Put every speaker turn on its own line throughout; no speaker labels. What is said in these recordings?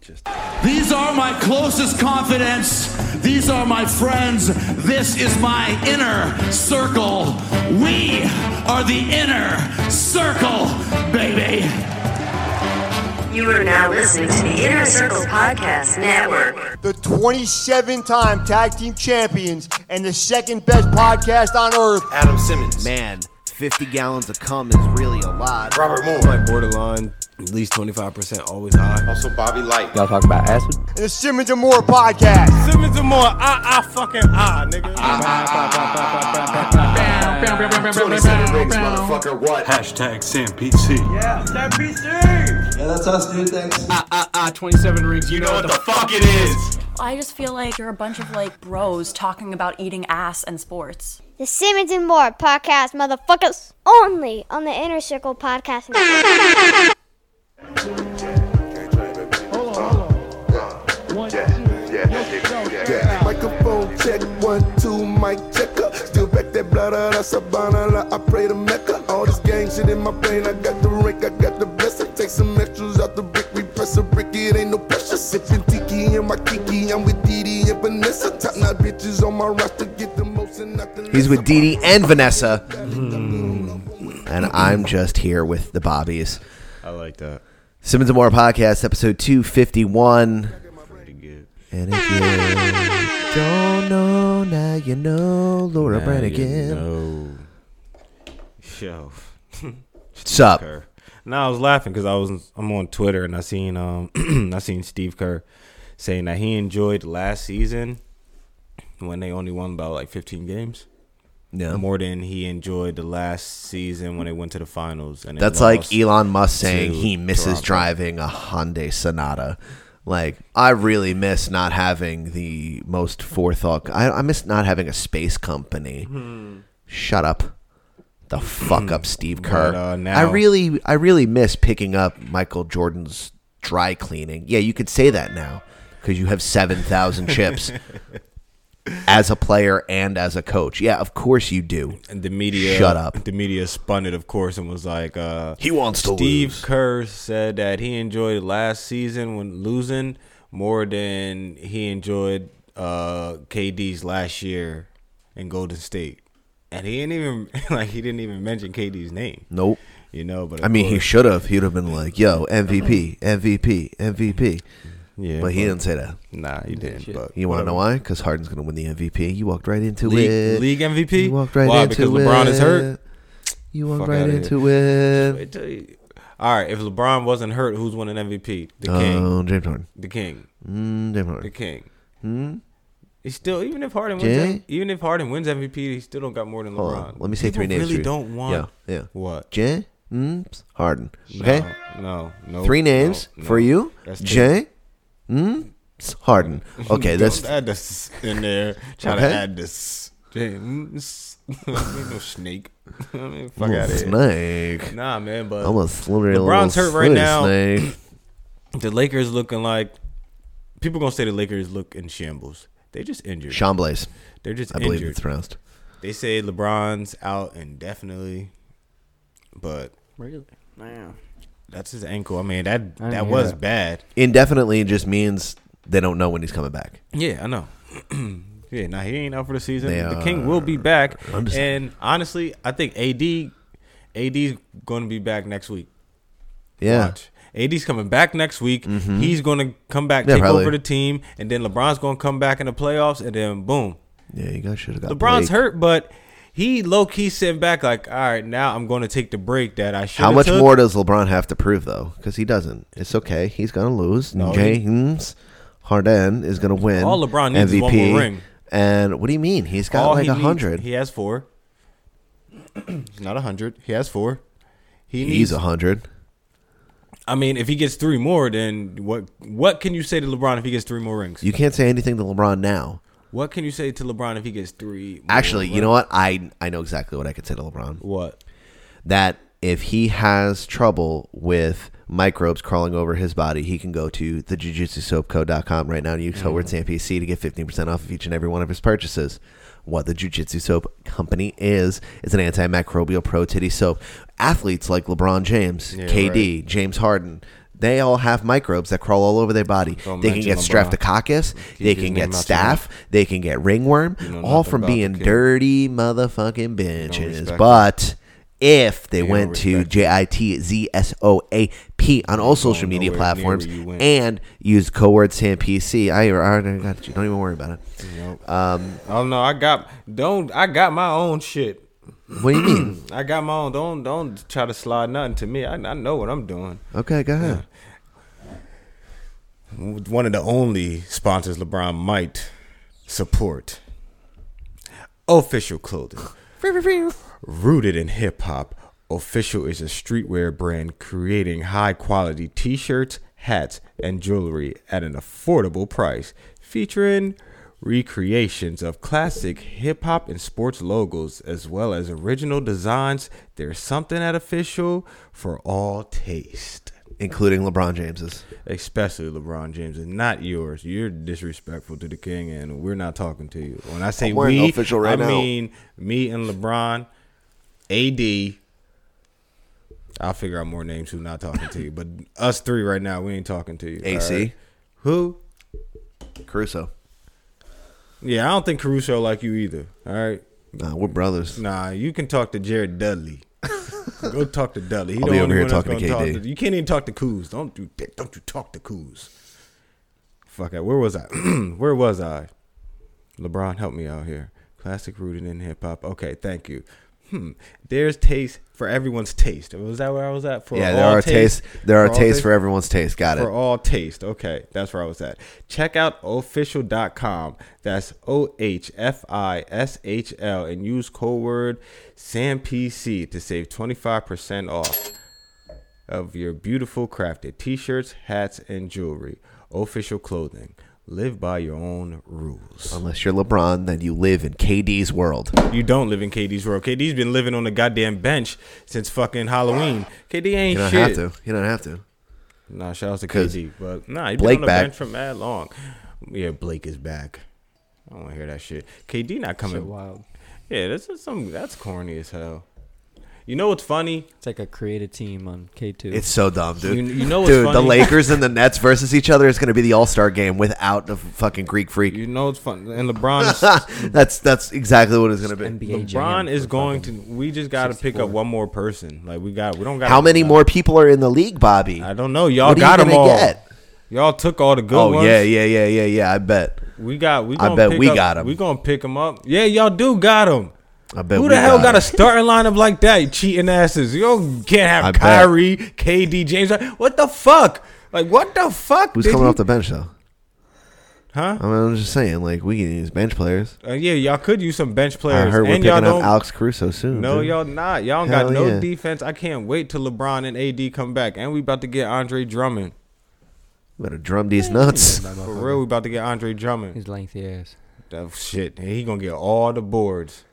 Just
These are my closest confidants. These are my friends. This is my inner circle. We are the inner circle, baby.
You are now listening to the Inner Circle Podcast Network.
the 27 time tag team champions and the second best podcast on earth.
Adam Simmons.
Man, 50 gallons of cum is really a lot.
Robert Moore.
borderline, at least 25%, always high.
Also Bobby Light.
Y'all talk about acid?
And the Simmons and Moore podcast.
Simmons and more, ah, ah, fucking ah, nigga.
ah, 27 ah, rings, motherfucker. What?
Hashtag Sam PC.
You know what the fuck it is.
I just feel like you're a bunch of like bros talking about eating ass and sports.
The Simmons and More podcast, motherfuckers. Only on the Inner Circle podcast.
Microphone check, one, two, mic checker. Still back that blood out of Sabana, like I pray to Mecca. All this gang shit in my brain, I got the rank, I got the blessing. Take some extras out the brick, we press a brick, it ain't no pressure. Sipping Tiki and my Kiki, I'm with Dee Dee and Vanessa. Top notch bitches on my roster, get the most and not the less.
He's with Dee Dee and Vanessa. And I'm just here with the Bobbies.
I like that.
Simmons and More podcast, episode 251. And if you don't know, now you know Laura Branigan.
No. Yo.
What's up?
Kerr. Now I was laughing because I was I'm on Twitter and I seen um I seen Steve Kerr saying that he enjoyed last season when they only won about like 15 games
No.
more than he enjoyed the last season when they went to the finals. And they
That's
lost.
like Elon Musk saying he misses
Toronto.
driving a Hyundai Sonata. Like I really miss not having the most forethought. I, I miss not having a space company. Shut up, the fuck up, Steve Kerr.
But, uh, now-
I really, I really miss picking up Michael Jordan's dry cleaning. Yeah, you could say that now because you have seven thousand chips as a player and as a coach. Yeah, of course you do.
And the media
Shut up.
The media spun it, of course, and was like, uh,
He wants to
Steve
lose.
Kerr said that he enjoyed last season when losing more than he enjoyed uh, KD's last year in Golden State, and he didn't even like he didn't even mention KD's name.
Nope.
You know, but
I mean, he
he
should have. He'd have been like, "Yo, MVP, MVP, MVP."
yeah,
But he didn't say that.
Nah, he didn't. But
You want to know
whatever.
why? Because Harden's gonna win the MVP. You walked right into
League,
it.
league MVP?
You walked right
why?
into
because
it.
LeBron is hurt.
You walked
Fuck
right
outta here.
into it.
Wait till you- All right, if LeBron wasn't hurt, who's winning MVP? The king.
Oh, James Harden.
the king.
Mm, James
The
Harden.
king. Hmm. He's still even if Harden
Jay?
wins even if Harden wins MVP, he still don't got more than
Hold
LeBron.
on. Let me say
People
three names.
Really
for you.
don't want
Yeah. Yeah.
what?
Jay. Mm, Harden. Okay.
No. No.
Three
no,
names
no.
for you.
That's two.
Jay. Mm, Harden. Okay.
Don't
That's
add this in there. Try
Okay.
to add this. James. Ain't no snake. I mean, fuck out of here.
snake.
Nah, man. But
I'm a slippery
LeBron's
little
hurt right
slippery
now.
Snake.
the Lakers looking like people gonna say the Lakers look in shambles. They just injured.
Sean Blaze.
They're just
I believe
injured.
it's pronounced.
They say LeBron's out indefinitely, but
Really? Man.
that's his ankle. I mean that
didn't
that
hear
was
that.
bad.
Indefinitely just means they don't know when he's coming back.
Yeah, I know. yeah, now he ain't out for the season.
They uh,
the King will be back,
just-
and honestly, I think AD AD's going to be back next week.
Yeah. Mm-hmm.
Watch. AD's coming back next week. He's going to come back,
Yeah,
take
probably.
over the team, and then LeBron's going to come back in the playoffs, and then boom,
Yeah, you guys should have got
LeBron's
Blake.
hurt, but he low key sitting back like, all right, now I'm going to take the break that I should.
How much more does LeBron have to prove though? Because he doesn't. It's okay. He's gonna lose.
No, he-
James Harden is gonna win.
All LeBron needs is one more ring.
And what do you mean? He's got like a hundred.
He has four. He's not a hundred. He has four. He
He's
needs.
a hundred.
I mean, if he gets three more, then what? What can you say to LeBron if he gets three more rings?
You can't say anything to LeBron now.
what can you say to LeBron if he gets three? more
Actually, you
rings?
know what? I I know exactly what I could say to LeBron.
what?
That if he has trouble with microbes crawling over his body, he can go to the jujitsusoapco.com right now and use
Mm.
code word SAMPC to get 15% off of each and every one of his purchases. What the Jujitsu Soap Company is, is an antimicrobial pro titty soap. Athletes like LeBron James,
Yeah,
KD, James Harden, They all have microbes that crawl all over their body.
Don't
they can
mention
get
LeBron.
streptococcus. They
his
can
name
get
out your
staph. They can get ringworm.
know
all
nothing
from
about the
being
kid.
dirty motherfucking bitches.
respect.
but if they went to
respect.
J I T Z S O A P on all social media
nowhere near
platforms
where you went.
and use code word Sam PC, I already got you. Don't even worry about it. Um,
Oh no, I got don't I got my own shit.
what do you mean?
I got my own. Don't don't try to slide nothing to me. I, I know what I'm doing.
Okay, go ahead.
One of the only sponsors LeBron might support. Official clothing. Rooted in hip hop, Official is a streetwear brand creating high quality t shirts, hats, and jewelry at an affordable price, featuring recreations of classic hip hop and sports logos as well as original designs. There's something at Official for all taste.
Including LeBron James's.
Especially LeBron James and not yours. You're disrespectful to the king, and we're not talking to you. When I say
I'm wearing
we,
Official right
I
now.
mean me and LeBron, AD. I'll figure out more names who not talking to you, but us three right now, we ain't talking to you.
AC.
all right? who?
Caruso.
Yeah, I don't think Caruso like you either. All right,
Nah, we're brothers.
nah, you can talk to Jared Dudley. Go talk to Dudley. He
I'll
the
be over
only
here
one that's
talking to
gonna
KD.
Talk to, you can't even talk to Coos. Don't do that. Don't you talk to Coos. Fuck it. Where was I? Where was I? LeBron, help me out here. Classic rooted in hip hop. Okay, thank you. Hmm. There's taste for everyone's taste. Was that where I was at? For
yeah, there
all
are tastes. There are
all
tastes for everyone's taste. Got
for
it.
all taste. Okay, that's where I was at. Check out official.com. That's O H F I S H L and use code word SAMPC to save 25% off of your beautiful crafted t shirts, hats, and jewelry. Official clothing. Live by your own rules.
Unless you're LeBron, then you live in KD's world.
You don't live in KD's world. KD's been living on the goddamn bench since fucking Halloween. KD ain't
You don't
shit.
have to. You don't have to.
Nah, shout out to
'Cause
KD. But nah, he
Blake
been on the
back.
bench for mad long. Yeah, Blake is back. I don't want to hear that shit. KD not coming.
wild.
Yeah, this is some that's corny as hell. You know what's funny?
It's like a creative team on K2.
It's so dumb, dude.
You- you know what's
dude, the
funny?
Lakers and the Nets versus each other is going to be the All Star game without the fucking Greek Freak.
You know what's fun. And LeBron is
that's that's exactly what it's going to be.
NBA Jam
LeBron is
for
going to.
fucking-
We just got to pick up one more person. Like we got. We don't got.
How many more people are in the league, Bobby?
I don't know. Y'all
What are
got
you
them
gonna
all.
get?
Y'all took all the good
Oh
ones.
yeah, yeah, yeah, yeah, yeah. I bet.
We got. We.
I
gonna
bet
pick
we
up-
got 'em.
We gonna pick them up. Yeah, y'all do got them.
I bet.
Who
we
the hell got,
it.
a starting lineup like that? You Cheating asses. You don't- can't have
I bet.
Kyrie, KD, James. What the fuck? Like what the fuck?
Who's
did
coming
you-
off the bench though?
Huh?
I mean, I'm just saying, like we can use bench players.
Uh, yeah, y'all could use some bench players.
I heard we're
and
picking
y'all
up
don't.
Alex Caruso soon.
no,
dude.
y'all not. Y'all don't
Hell
got no
yeah.
defense. I can't wait till LeBron and AD come back, and we about to get Andre Drummond.
Better drum these nuts.
For real, we about to get Andre Drummond.
His lengthy ass.
That shit, he gonna get all the boards.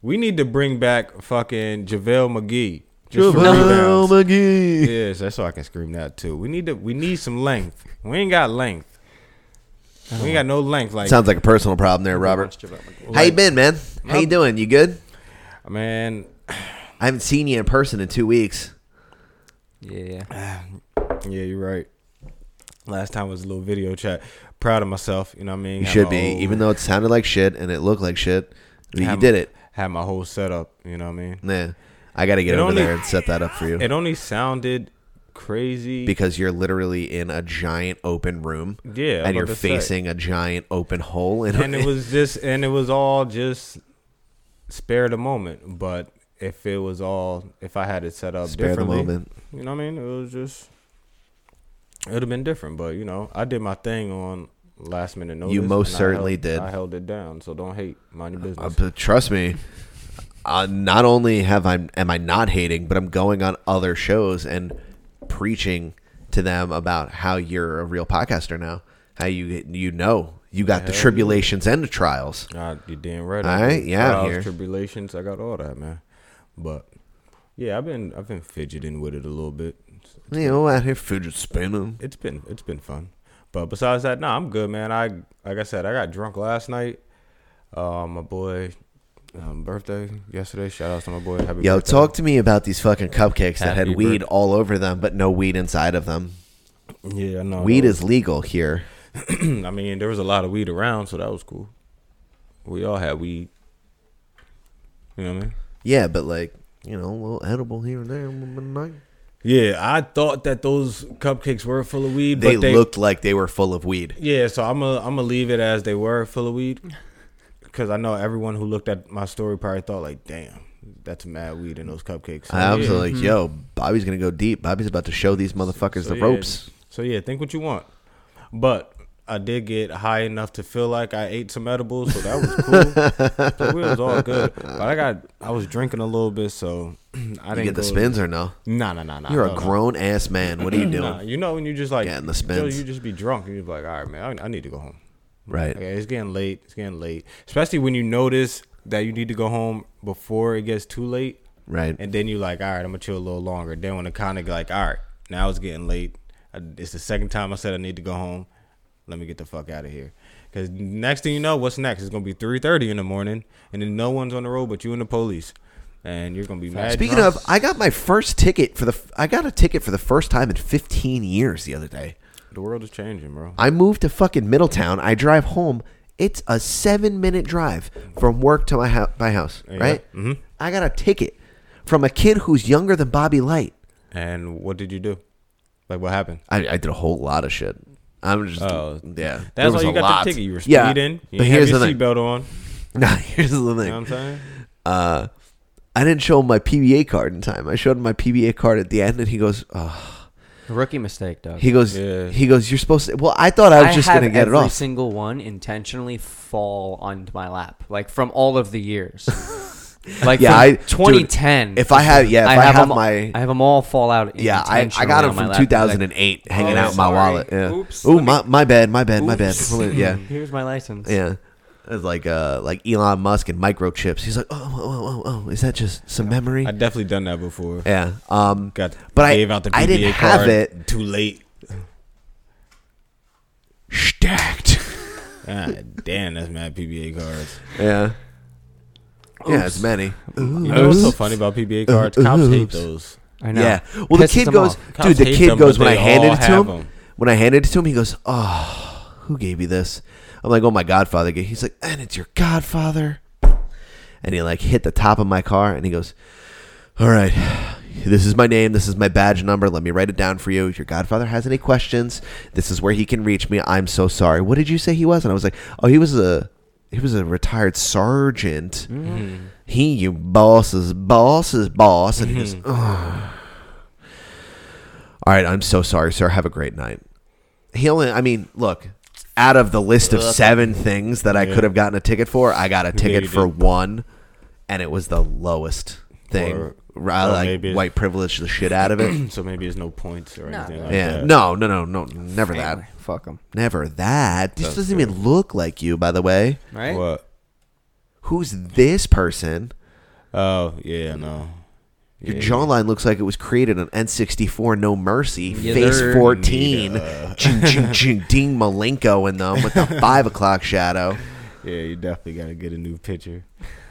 We need to bring back fucking JaVale McGee. Just for rebounds.
McGee.
Yes, that's why I can scream that too. We need to. We need some length. We ain't got length. We ain't got no length. Like
Sounds like a personal problem there, Robert. How you been, man? How you doing? You good?
man,
I haven't seen you in person in two weeks.
Yeah.
yeah, you're right. Last time was a little video chat. Proud of myself. You know what I mean?
You
Had
should
my
be,
whole-
even though it sounded like shit and it looked like shit. But you
had
did
my-
it.
Had my whole setup. You know what I mean?
Nah, I got to get
It
over
only-
there and set that up for you
It only sounded crazy.
because you're literally in a giant open room.
Yeah, I'm
and you're
about to say.
facing a giant open hole. In
and it was just and it was all just spare the moment but if it was all if i had it set up
Spare the
differently
moment.
you know what i mean it was just it would have been different but you know i did my thing on last minute notice
most
and I
certainly
held-
did.
i held it down so don't hate mind your
Uh,
business
but trust me, uh, not only have I am I not hating, but I'm going on other shows and preaching to them about how you're a real podcaster now. How you you know you got the tribulations and the trials.
Nah, you damn right.
All
I
right,
did.
yeah, I'm
Trials,
here.
tribulations. I got all that, man. But yeah, I've been I've been fidgeting with it a little bit.
You know, out here fidget spinning.
it's been it's been fun. But besides that, nah, I'm good, man. I like I said, I got drunk last night. Uh, my boy, um, birthday yesterday. Shout out to my boy. Happy
Yo,
birthday.
talk to me about these fucking cupcakes that had
Happy
weed
birth-
all over them, but no weed inside of them.
Yeah, I know.
Weed is legal here.
I mean, there was a lot of weed around, so that was cool. We all had weed. You know what I mean?
Yeah, but like you know, a little edible here and there. would be nice.
Yeah, I thought that those cupcakes were full of weed.
They,
but they
looked like they were full of weed.
Yeah, so I'm gonna I'm gonna leave it as they were full of weed, because I know everyone who looked at my story probably thought like, "Damn, that's mad weed in those cupcakes." So,
I was
yeah. Mm-hmm.
like, yo, Bobby's gonna go deep. Bobby's about to show these motherfuckers the
So, yeah.
ropes.
So yeah, think what you want, but I did get high enough to feel like I ate some edibles, so that was cool. so we was all good, but I got I was drinking a little bit, so I didn't
you get the
go-
spins or no?
Nah, nah, nah, nah.
You're
no,
a
Oh, no.
grown ass man. What are you doing?
Nah, you know when you just like
Getting the
yo,
spins.
You just be drunk and you're like, all right, man, I, I need to go home.
Right.
Okay, it's getting late. It's getting late, especially when you notice that you need to go home before it gets too late.
Right.
And then you like, all right, I'm gonna chill a little longer. Then when it kind of like, all right, now it's getting late. I, it's the second time I said I need to go home. Let me get the fuck out of here. Cause next thing you know, what's next? It's gonna be three thirty in the morning, and then no one's on the road but you and the police, and you're gonna be mad.
Speaking
drunk.
of, I got my first ticket for the. f- I got a ticket for the first time in 15 years the other day.
the world is changing, bro.
I moved to fucking Middletown. I drive home. It's a seven minute drive from work to my house. My house,
Yeah.
right?
Mhm.
I got a ticket from a kid who's younger than Bobby Light.
And what did you do? Like, what happened?
I, I did a whole lot of shit. I'm just
Oh,
yeah. There
That's
was
why you
a
got
lot.
the ticket. You were
Yeah,
speeding. You
but
didn't have
here's
your
the thing.
seatbelt on.
Nah, here's the thing.
You know what I'm saying?
Uh, I didn't show him my PBA card in time. I showed him my PBA card at the end, and he goes, oh.
Rookie mistake, dog.
He goes, he goes. You're supposed to. Well, I thought I was just
have
gonna get it
every
off.
single one intentionally fall onto my lap, like from all of the years. like
Yeah,
from
I- dude,
2010.
if I had- yeah, if I have
'em-
my-
I have them all fall out.
Yeah, I, I
intentionally
got him
on my
from
lap. Like,
2008, hanging
"Oh,
out in my
sorry.
wallet. Yeah.
Oops.
Ooh, my, my bad, my bad, my bad.
Oops.
Yeah.
Here's my license.
Yeah. It's like uh like Elon Musk and microchips. He's like, oh, oh, oh, oh, is that just some memory?
I definitely done that before.
Yeah. Um.
Got
but I-
gave out the PBA
I didn't have
card
it.
too late.
Stacked.
ah, damn, that's mad PBA cards.
Yeah. Yeah, it's many.
You know what's so funny about
Uh,
PBA cards? Cops hate those.
I know.
Yeah. Well, the
Pisses
kid
them
goes,
off.
Cops
dude. The
hate
kid
them,
goes
but
when I
they
handed
all
it to
have
him.
them.
When I handed it to him, he goes, "Oh, who gave you this?" I'm like, "Oh, my godfather." gave-" He's like, "And it's your godfather." And he like hit the top of my car, and he goes, "All right, this is my name. This is my badge number. Let me write it down for you. If your godfather has any questions, this is where he can reach me. I'm so sorry. What did you say he was?" And I was like, "Oh, he was a." He was a retired sergeant.
Mm-hmm.
He, you boss's boss's boss, and he goes,
Mm-hmm.
all right, I'm so sorry, sir. Have a great night. He only, I mean, look, out of the list of seven things that I could have gotten a ticket for, I got a ticket
you
for
did.
one, and it was the lowest thing.
Or-
I
or
like
maybe it-
white privilege the shit out of it.
so maybe there's no points or anything like
yeah,
that.
no, no, no, no, never that.
Fuck them.
Never that. This
That's
doesn't even look like you, by the way.
Right?
What?
Who's this person?
Oh yeah, no.
Your
Yeah.
jawline looks like it was created on N64 No Mercy,
Yeah,
Face
they're-
14,
uh,
ching, ching, ching, Dean Malenko in them with the 5 o'clock shadow.
Yeah, you definitely gotta get a new picture.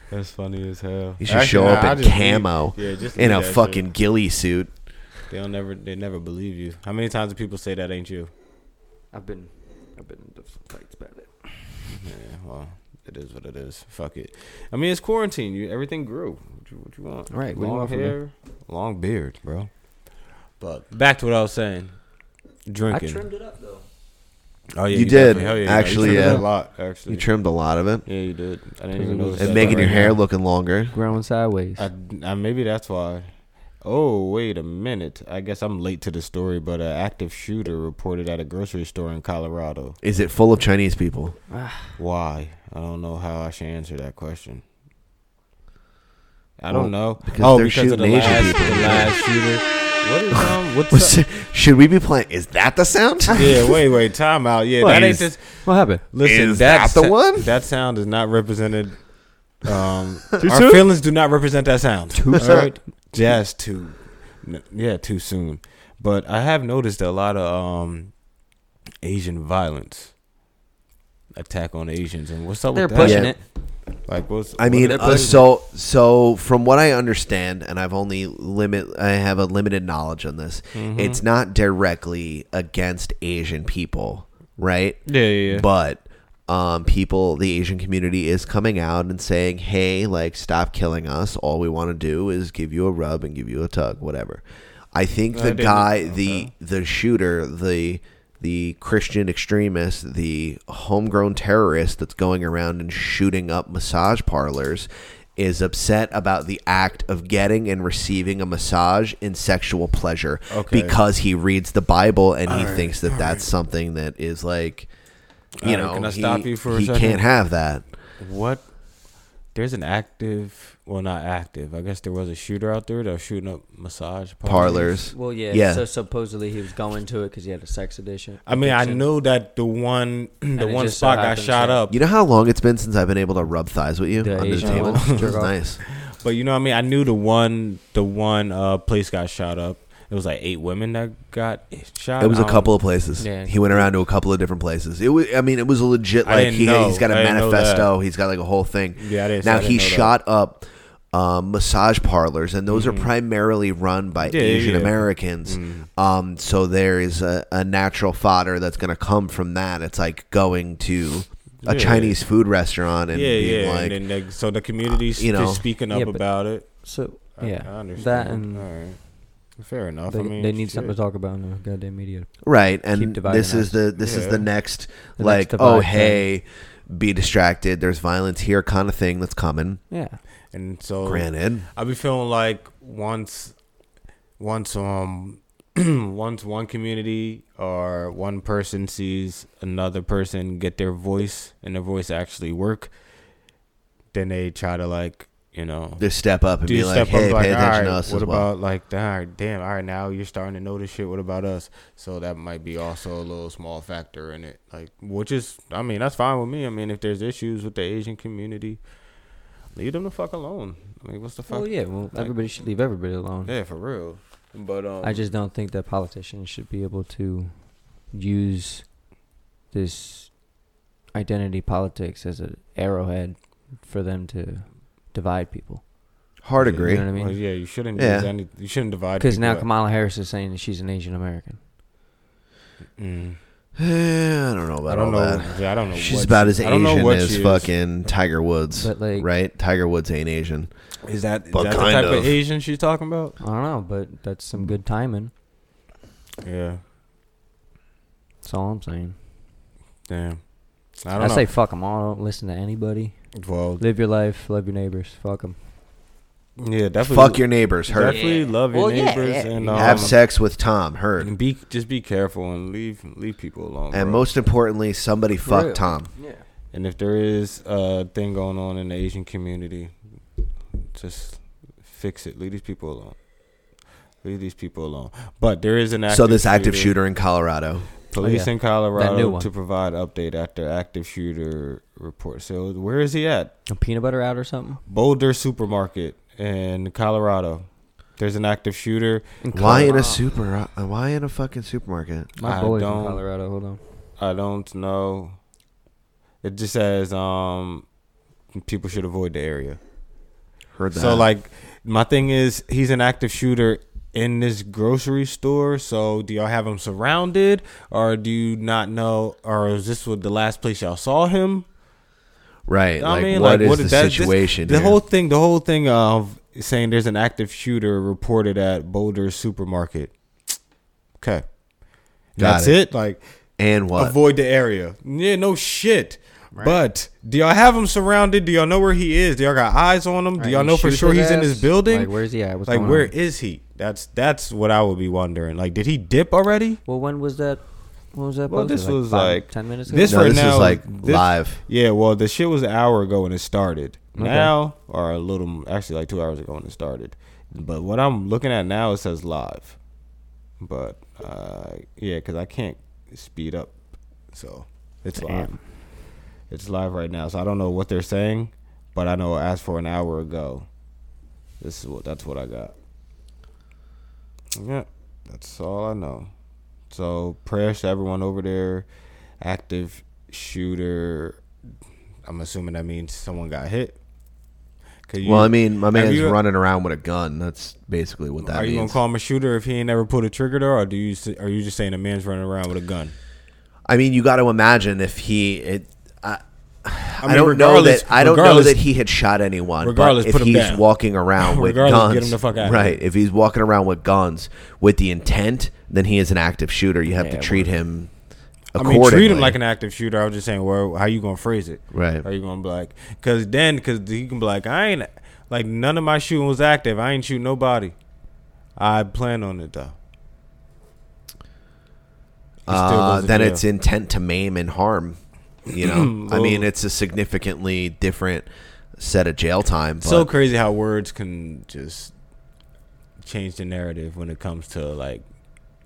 That's funny as hell.
You should
Actually,
show
nah, I
up in
just leave-
camo
yeah, just
in
leave
a
that shit.
fucking ghillie suit.
They'll never, they never believe you. How many times do people say that ain't you?
I've been, I've been in some fights about it.
Yeah, well, it is what it is. Fuck it. I mean, it's quarantine. You everything grew. What you, what you want?
Right, what do you
Long
want from me?
hair, long beard, bro. But back to what I was saying. Drinking.
it up though.
Oh yeah,
You did,
definitely- hell yeah,
actually,
You trimmed it
yeah.
a lot. Actually,
You trimmed a lot of it.
Yeah, you did. I didn't even
Trimmed it
notice.
up.
And
that
making
right
your hair
now.
looking longer.
Growing sideways.
I, I, maybe that's why. Oh, wait a minute. I guess I'm late to the story, but an active shooter reported at a grocery store in Colorado.
Is it full of Chinese people?
Why? I don't know how I should answer that question. I don't know.
because they're shooting Asian
last,
people.
the last shooter. What is um? What's
Was
up?
it- Should we be playing? Is that the sound?
Yeah, wait, wait, time out. Yeah, that ain't
is-
this.
what happened?
Listen,
Is
that's
that the one?
That sound is not represented. Um, our feelings do not represent that sound. Too
soon?
Jazz too. n- Yeah, too soon. But I have noticed a lot of um, Asian violence attack on Asians, and what's up
They're
with that?
pushing
Yeah.
it.
Like what's
I mean,
what are
uh,
they-
so so from what I understand, and I've only limit, I have a limited knowledge on this.
Mhm.
It's not directly against Asian people, right?
Yeah, yeah, yeah.
But um, people, the Asian community is coming out and saying, "Hey, like, stop killing us. All we want to do is give you a rub and give you a tug, whatever." I think
I
the
didn't-
guy, the the shooter, the the Christian extremist, the homegrown terrorist that's going around and shooting up massage parlors is upset about the act of getting and receiving a massage in sexual pleasure
Okay.
because he reads the Bible and he
Alright,
thinks that that's something that is like you
Alright,
know
can I
he-
stop you for a
he
second?
can't have that.
What? There's an active, well, not active. I guess there was a shooter out there that was shooting up massage
Parlors.
Well, yeah.
Yeah.
So supposedly he was going to it because he had a sex addiction.
I mean, I
addiction.
know that the one, the
it
one
just so
spot got
happens
shot
that-
up.
You know how long it's been since I've been able to rub thighs with you
The
under the
Asian
table?
ones.
It was
Jerk off.
nice.
But you know what I mean? I knew the one the one uh place got shot up. It was like eight women that got shot.
It was
I
a
don't-
couple of places.
Um, Yeah.
He went around to a couple of different places. It was, I mean, it was a legit
I
like
didn't
he,
know.
he's got a
I didn't know
manifesto. He's got like a whole thing.
Yeah, I didn't-
now
I didn't
he
know that.
shot up um, massage parlors, and those are primarily run by
Mm. Yeah, yeah, Mm.
Asian
yeah.
Americans. Um, so there is a, a natural fodder that's going to come from that. It's like going to a
Yeah.
Chinese food restaurant and
yeah,
being
yeah.
like, uh,
and then they, so the community's
you know.
just speaking up
Yeah, but-
about it.
So
I-
yeah,
I understand.
that and
All right. fair enough.
they,
I mean,
they need something
shit.
to talk about in the goddamn media.
right
Keep
and
dividing
this is
us.
the this is
Yeah.
the next
The
like
next
oh
divide thing.
hey be distracted there's violence here kind of thing that's coming
Yeah.
And so,
Granted.
I be feeling like once, once um, once one community or one person sees another person get their voice and their voice actually work, then they try to like you know
They step up and
do
be like,
step up,
"Hey, pay attention
alright,
to us
What
as well."
about like damn, damn, all right, now you're starting to know this shit. What about us? So that might be also a little small factor in it, like which is, I mean, that's fine with me. I mean, if there's issues with the Asian community, leave them the fuck alone. I mean, what's the fuck?
Well, yeah. Well,
like-
everybody should leave everybody alone.
yeah, for real. But um,
I just don't think that politicians should be able to use this identity politics as an arrowhead for them to divide people.
hard
Yeah,
agree
You know what I mean?
well, yeah, you shouldn't.
Yeah.
Use any, you shouldn't divide.
Because now
people up.
Kamala Harris is saying that she's an Asian American.
Mm.
Eh, i don't know about
I don't
all
know.
that
Yeah, I don't know.
she's
what
about
she-
as
I don't know
asian
what
as
she is.
fucking tiger woods
But, like-
right tiger woods ain't asian
Is that, is
But
that the
kind
type of.
of.
Asian she's talking about?
I don't know, but that's some good timing.
Yeah.
That's all I'm saying.
Damn. I
I,
don't know.
say fuck them all. Don't listen to anybody.
well,
Live your life. Love your neighbors. Fuck them.
yeah, definitely.
fuck your neighbors heard
Definitely love your
Well, yeah,
neighbors
yeah.
and um,
have sex with tom heard
And be just be careful and leave leave people alone.
and
bro.
most importantly somebody
real.
fuck tom
Yeah.
and if there is a thing going on in the Asian community, just fix it. Leave these people alone. Leave these people alone. But there is an active
so this active shooter in colorero
Police
Oh, yeah.
in
That new
Colorado
one.
to provide update after active shooter report. So where is he at?
A peanut butter out or something.
Boulder Supermarket in Colorado. There's an active shooter.
why in a super uh, why in a fucking supermarket
My
I
boy's
don't-
in Oh. Colorado. Hold on.
I don't know. It just says um people should avoid the area.
heard that
So like my thing is he's an active shooter in this grocery store. So do y'all have him surrounded or do you not know or is this what the last place y'all saw him?
right
I
like,
mean,
what
like
is
what
the
is that? This-
situation
the
here?
whole thing, the whole thing of saying there's an active shooter reported at Boulder Supermarket. Okay,
Got
that's
it.
it. Like
and what
avoid the area. Yeah, no shit. But do y'all have him surrounded? Do y'all know where he is? Do y'all got eyes on him? Do y'all
and
know for
shoot
sure
his
he's in this
ass?
building?
Like, where's he at? What's
like,
going
where
on?
is he? That's that's what I would be wondering. Like, did he dip already?
Well, when was that? When was that?
Well,
posted?
this was
five,
like
ten minutes. Ago?
This
No,
right
this is,
now,
like,
this-
live.
Yeah, well, the shit was an hour ago when it started. Now, or a little, actually, like two hours ago when it started. But what I'm looking at now, it says live. But uh, yeah, because I can't speed up, so it's live. It's live right now, so I don't know what they're saying, but I know as for an hour ago, this is what that's what I got. Yeah, that's all I know. So prayers to everyone over there. Active shooter. I'm assuming that means someone got hit. 'Cause
well,
you-
I mean, my
have
man's
you-
running around with a gun. That's basically what that
Are you
means.
gonna call him a shooter if he ain't never pulled a trigger though, or do you? s- Are you just saying a man's running around with a gun?
I mean, you got to imagine if he. It, I, I,
mean,
don't know
regardless-
that. I don't know
regardless-
that he had shot anyone.
regardless,
but if
put him
he's
down.
walking around with
Regardless,
guns,
get him the fuck outta here.
right? If he's walking around with guns with the intent, then he is an active shooter. You have
Yeah,
to treat him
I
accordingly.
mean, treat him like an active shooter. I was just saying, well, how you gonna phrase it?
Right.
Are you gonna be like, because then, because he can be like, I ain't like none of my shooting was active. I ain't shoot nobody. I plan on it though. He still
Uh,
goes to
then
jail.
it's intent to maim and harm. You know, I
Well-
mean, it's a significantly different set of jail time. But
so crazy how words can just change the narrative when it comes to like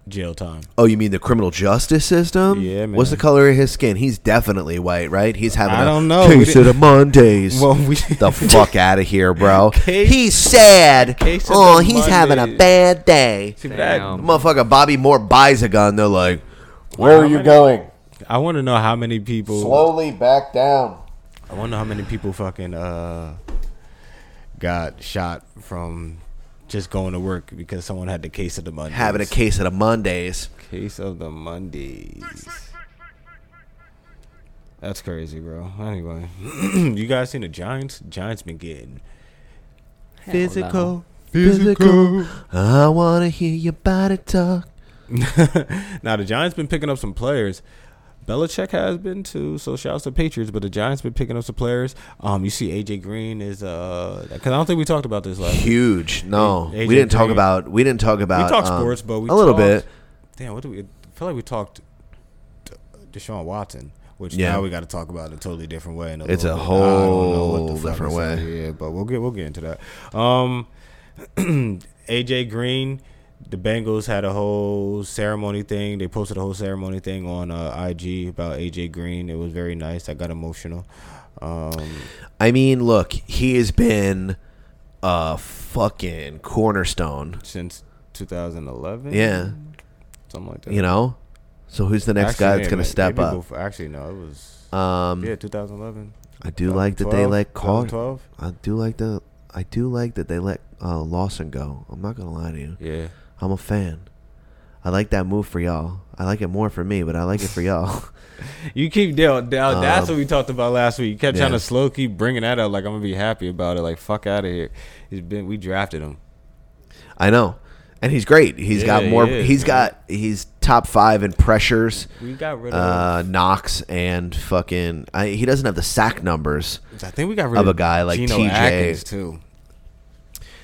jail time.
Oh, you mean the criminal justice system? Yeah, man. What's the color of his skin? He's definitely white, right? He's having
I
a
don't know. We
case of
didn't-
the Mondays.
Well, we-
the fuck out of here, bro.
Case-
he's sad.
Case of
Oh,
the
he's having a
Mondays.
bad day.
See, but that- Damn.
Motherfucker, Bobby Moore buys a gun. They're like, where are you going?
I want to know how many people.
Slowly back down.
I want to know how many people fucking uh got shot from just going to work because someone had the case of the Mondays.
Having a case of the Mondays.
Case of the Mondays. That's crazy, bro. Anyway, you guys seen the Giants? Giants been getting
Hell
physical,
Physical. I want to hear your body talk.
now the Giants been picking up some players. Belichick has been too, so shouts to Patriots. But the Giants been picking up some players. Um, you see AJ Green is uh, because I don't think we talked about this last. week.
Huge. No,
A- AJ
we didn't talk
Green.
about. We didn't talk about.
we talked
um,
sports, but we
a little bit.
talked- Damn, what do we? I feel like we talked D- Deshaun Watson, which
Yeah.
now we got to talk about in a totally different way. in
It's
little
a
bit. I don't know what the
whole
fuck
different
is
way.
out here, but we'll get we'll get into that. Um, AJ Green, the Bengals had a whole ceremony thing. They posted a whole ceremony thing on uh, IG about AJ Green. It was very nice. I got emotional. Um,
I mean, look, he has been a fucking cornerstone.
since 2011,
Yeah.
something like that.
You know, so who's the next
Actually,
guy
yeah,
that's gonna
ma-
step
maybe
up?
before- actually, no, it was
Um,
yeah, 2011.
I do like that they
2012,
let Carr.
2012.
I do like the. I do like that they let uh, Lawson go. I'm not gonna lie to you.
Yeah.
I'm a fan. I like that move for y'all. I like it more for me, but I like it for y'all.
You keep Dale. Dale that's
Um,
what we talked about last week. You kept trying
yeah.
to slow keep bringing that up. Like I'm gonna be happy about it. Like fuck out of here. He's been. We drafted him.
I know. And he's great. He's
Yeah,
got more.
he is,
He's
man.
got. He's top five in pressures.
We got rid
uh,
of-
Knox and fucking. I, he doesn't have the sack numbers.
I think we got rid
of a guy like
Geno
TJ.
Atkins too.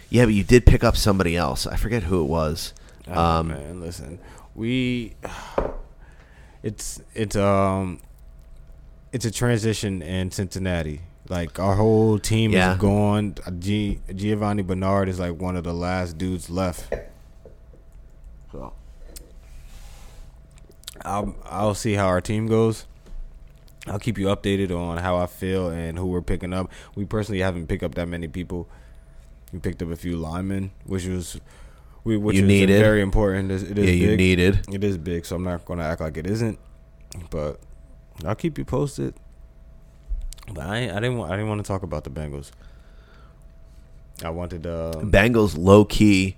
Yeah, but you did pick up somebody else. I forget who it was.
Oh,
um,
man, listen, we. It's it's um, it's a transition in Cincinnati. Like our whole team
Yeah.
is gone. G, Giovanni Bernard is like one of the last dudes left. So, I'll I'll see how our team goes. I'll keep you updated on how I feel and who we're picking up. We personally haven't picked up that many people. We picked up a few linemen, which was we which
You
is
needed.
very important. It is, it is
Yeah, you
big.
needed.
It is big, so I'm not going to act like it isn't. But I'll keep you posted. But I ain't- I didn't want, I didn't want to talk about the Bengals. I wanted uh,
Bengals low key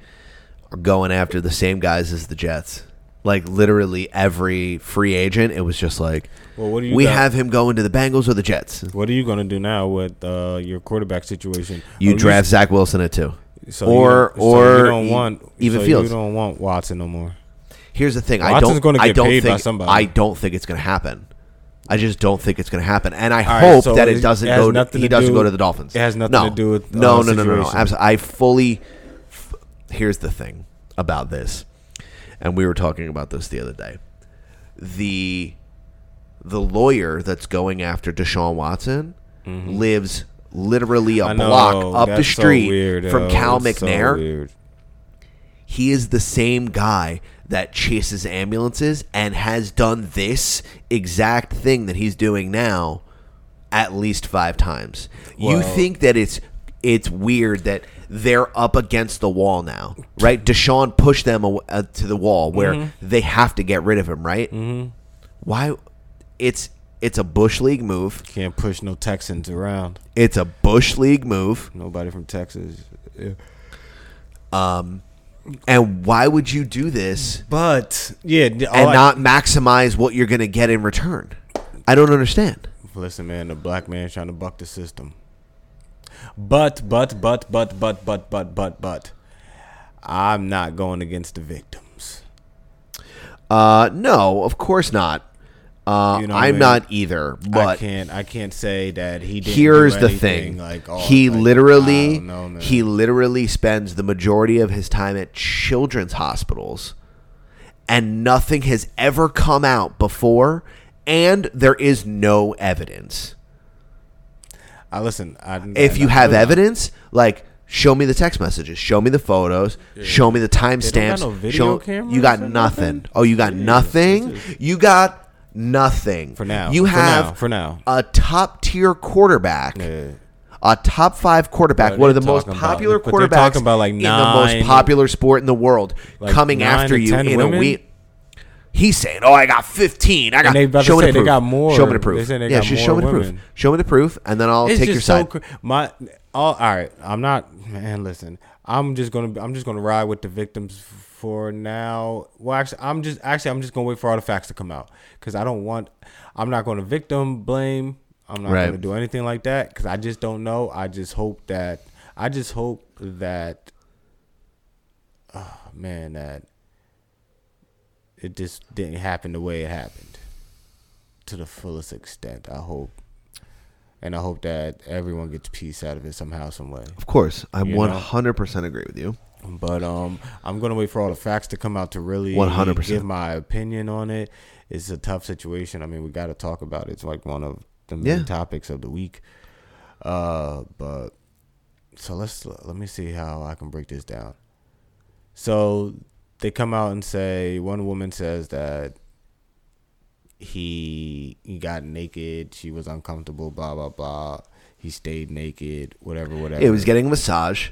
are going after the same guys as the Jets. Like literally every free agent, it was just like,
Well, what do you
we
got? Oh,
have him going to the Bengals or the Jets.
What are you going to do now with uh, your quarterback situation?
You
Are
draft Zach Wilson at two,
so you
or
don't- so
or
you don't
e-
want
even
so
Fields.
You don't want Watson no more.
Here's the thing. I
Watson's
don't.
gonna
I
get
don't
paid by
think.
somebody.
I don't think it's going to happen. I just don't think it's going to happen, and I
All right,
hope
so
that it
it
doesn't
has
go. To,
nothing
he
to
doesn't
do-
go to the Dolphins.
it has nothing
No.
to do with,
no,
uh,
no, no, no, no.
situation.
Abs- I fully. f- Here's the thing about this, and we were talking about this the other day. The the lawyer that's going after Deshaun Watson lives literally a
Mm-hmm. I know,
block up the
that's so
street
weird,
from
oh,
Cal
that's so
McNair
weird.
he is the same guy that chases ambulances and has done this exact thing that he's doing now at least five times. you
Well-
think that it's it's weird that they're up against the wall now, right? Deshaun pushed them aw- uh, to the wall where
Mhm.
they have to get rid of him, right? Mm-hmm. Why? It's It's a bush league move.
Can't push no Texans around.
It's a bush league move.
Nobody from Texas.
Um, and why would you do this?
But yeah, and
and not maximize what you're going to get in return. I don't understand.
Listen, man, the black man trying to buck the system. But, but, but, but, but, but, but, but, but, I'm not going against the victims.
Uh, no, of course not. Uh,
You know what I
I'm
mean?
not either.
I
But
can't. I can't say that he. Didn't
here's
do
the
anything,
thing:
Like oh,
he
like, I
literally,
don't know, man.
he literally spends the majority of his time at children's hospitals, and nothing has ever come out before, and there is no evidence.
I listen. I,
if
I-
you
I-
have
I-
evidence, like show me the text messages, show me the photos, show me the timestamps.
no video
show-
cameras
you got
or
nothing. Oh, you got nothing. You got nothing for
now,
You
for
have
now, for now.
a top tier quarterback. A top five quarterback,
But
one of the
they're
most
talking about-
popular
but they're
quarterbacks
talking about, like,
in the most
nine-
popular sport in the world,
like,
coming
nine
after
to
you
10
in a
women?
week. He's saying, "Oh, I got 15. I got
And they about to
show me
say
the
they
proof.
got more.
Show me the
They
proof.
said they
yeah,
got
just
more
show me the proof.
women.
Show me the proof, and then I'll
It's
take
just
your
so
side."
cr- my all, all right. I'm not man. Listen, I'm just gonna I'm just gonna ride with the victims for now. Well, actually, I'm just actually I'm just gonna wait for all the facts to come out because I don't want. I'm not gonna victim blame. I'm not
Right.
gonna do anything like that because I just don't know. I just hope that I just hope that. Oh man, that it just didn't happen the way it happened to the fullest extent. I hope, and I hope that everyone gets peace out of it somehow, some way.
Of course, I
You know?
100% agree with you.
But um, I'm gonna wait for all the facts to come out to really
100%.
give my opinion on it. It's a tough situation. I mean, we got to talk about it. It's like one of the main
Yeah.
topics of the week. Uh, but so let's let me see how I can break this down. So they come out and say one woman says that he he got naked. She was uncomfortable. Blah blah blah. He stayed naked. Whatever. Whatever.
It was getting a massage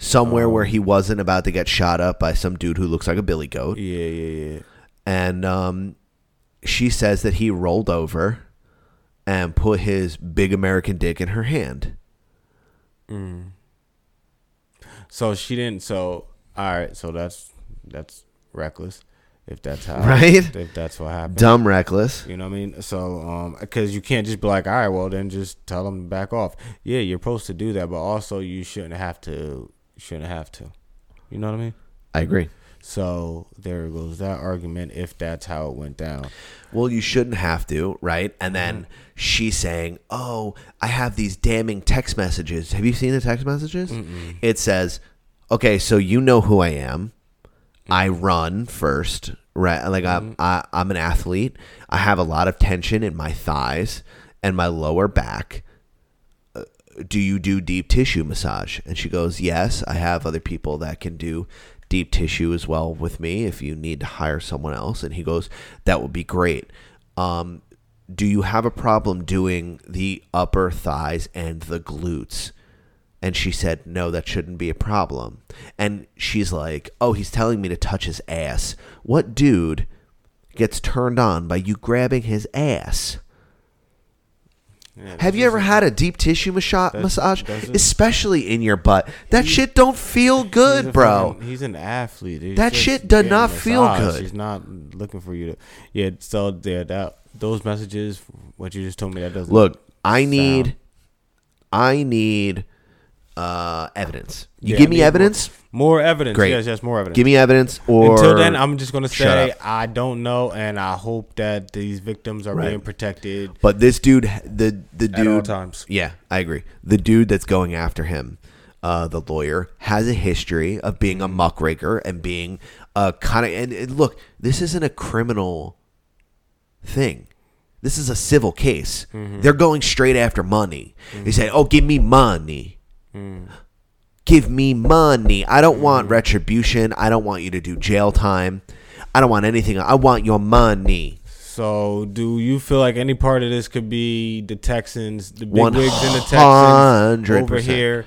somewhere where he wasn't about to get shot up by some dude who looks like a billy goat.
Yeah, yeah, yeah.
And um, she says that he rolled over and put his big American dick in her hand.
Mm. So she didn't. So all right. So that's that's reckless. If that's how,
Right?
If that's what happened,
Dumb reckless.
You know what I mean? So, um, because you can't just be like, all right, well then just tell them to back off. Yeah, you're supposed to do that, but also you shouldn't have to. Shouldn't have to. You know what I mean?
I agree.
So there goes that argument. If that's how it went down,
Well, you shouldn't have to, right? And then she's saying, Oh, I have these damning text messages. Have you seen the text messages? It says, Okay, so you know who I am. I run first, right? Like I'm, I, I'm an athlete. I have a lot of tension in my thighs and my lower back. Uh, Do you do deep tissue massage? And she goes, Yes, I have other people that can do deep tissue as well with me if you need to hire someone else. And he goes, That would be great. Um, do you have a problem doing the upper thighs and the glutes? And she said, No, that shouldn't be a problem. And she's like, Oh, he's telling me to touch his ass. What dude gets turned on by you grabbing his ass? Have you ever had a deep tissue masha- massage,
doesn't-
especially in your butt? That shit don't feel
He's a
good, bro.
fucking- he's an athlete. He's
That
just
shit does
getting
not feel
massaged.
good.
He's Ah, not looking for you to. Yeah. So there, that those messages, what you just told me, that doesn't
Look, I
sound-
need, I need uh, evidence. You
Yeah,
give
I
me
need more-
evidence.
More, evidence.
Great.
Yes, yes, more evidence.
Give me evidence, or
until then, I'm just gonna
shut
say
up.
I don't know, and I hope that these victims are
Right.
being protected.
But this dude, the the dude,
At all times.
Yeah, I agree. The dude that's going after him, uh, the lawyer, has a history of being a muckraker and being a kind of. And, and look, this isn't a criminal thing. This is a civil case.
Mm-hmm.
They're going straight after money. They say, "Oh, give me money."
Mm.
Give me money. I don't want retribution. I don't want you to do jail time. I don't want anything. I want your money.
So, do you feel like any part of this could be the Texans, the big wigs in the Texans
100%.
over here?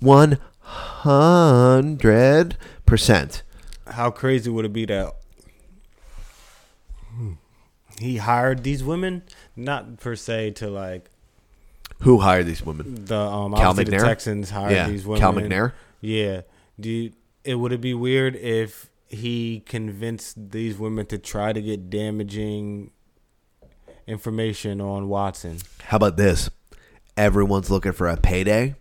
One hundred percent.
How crazy would it be that? hmm, He hired these women, not per se to like
Who hired these women?
the um obviously the Texans hired
yeah.
these women.
Cal McNair.
Yeah. Do you, it would it be weird if he convinced these women to try to get damaging information on Watson?
How about this? Everyone's looking for a payday.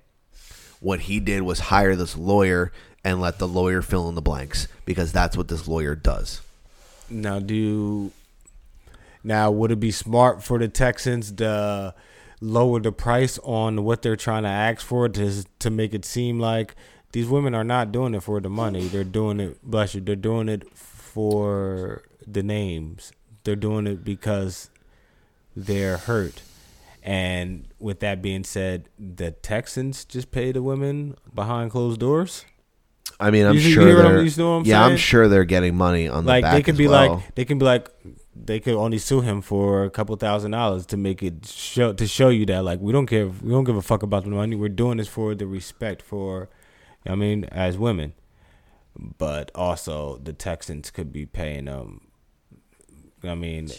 What he did was hire this lawyer and let the lawyer fill in the blanks because that's what this lawyer does.
Now do now would it be smart for the Texans to lower the price on what they're trying to ask for to to make it seem like these women are not doing it for the money. They're doing it bless you. They're doing it for the names. They're doing it because they're hurt. And with that being said, the Texans just pay the women behind closed doors.
I mean, I'm
You see- you
sure.
hear what I'm-
they're-
you see what I'm
yeah, I'm
saying?
sure they're getting money on the
like
back
they could
as
be
well.
like they can be like they could only sue him for a couple thousand dollars to make it show to show you that like we don't care we don't give a fuck about the money we're doing this for the respect for I mean as women but also the Texans could be paying them I mean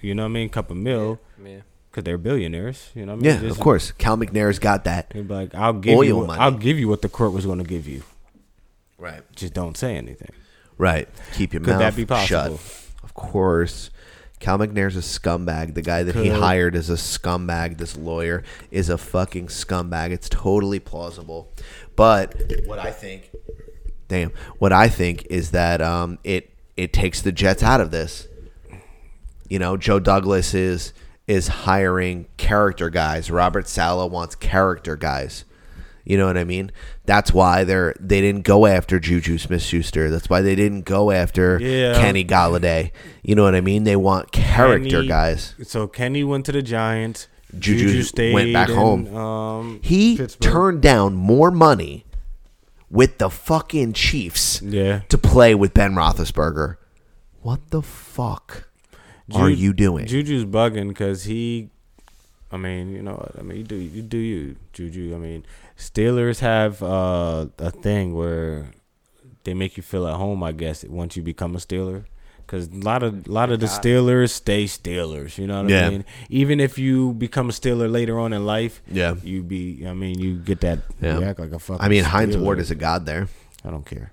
you know what I mean couple mil
Yeah, yeah.
cuz they're billionaires you know what I mean
yeah,
Just-
of course. Cal McNair's got that.
They'd be like I'll give you
Oil
what-
money.
I'll give you what the court was going to give you
Right.
just don't say anything
Right. Keep your
Could
mouth
that be possible?
shut. Of course. Cal McNair's a scumbag. The guy that he
Could-
hired is a scumbag. This lawyer is a fucking scumbag. It's totally plausible. But what I think damn, what I think is that um it it takes the Jets out of this. You know, Joe Douglas is is hiring character guys. Robert Sala wants character guys. You know what I mean? That's why they're they didn't go after Juju Smith Schuster. That's why they didn't go after
Yeah.
Kenny Galladay. You know what I mean? They want character
Kenny-
guys.
So Kenny went to the Giants.
Juju, went back
in,
home.
Um,
he
Pittsburgh.
turned down more money with the fucking Chiefs
Yeah.
to play with Ben Roethlisberger. What the fuck are
um, Ju-
you doing?
Juju's bugging because he. I mean, you know, what I mean, you do you do you Juju. I mean, Steelers have uh, a thing where they make you feel at home. I guess once you become a Steeler, because a lot of a lot of the Steelers stay Steelers. You know what
Yeah.
I mean? Even if you become a Steeler later on in life,
Yeah.
you be. I mean, you get that.
Yeah.
You act like a fucking.
I mean, Heinz Ward
Steeler.
is a god there.
I don't care.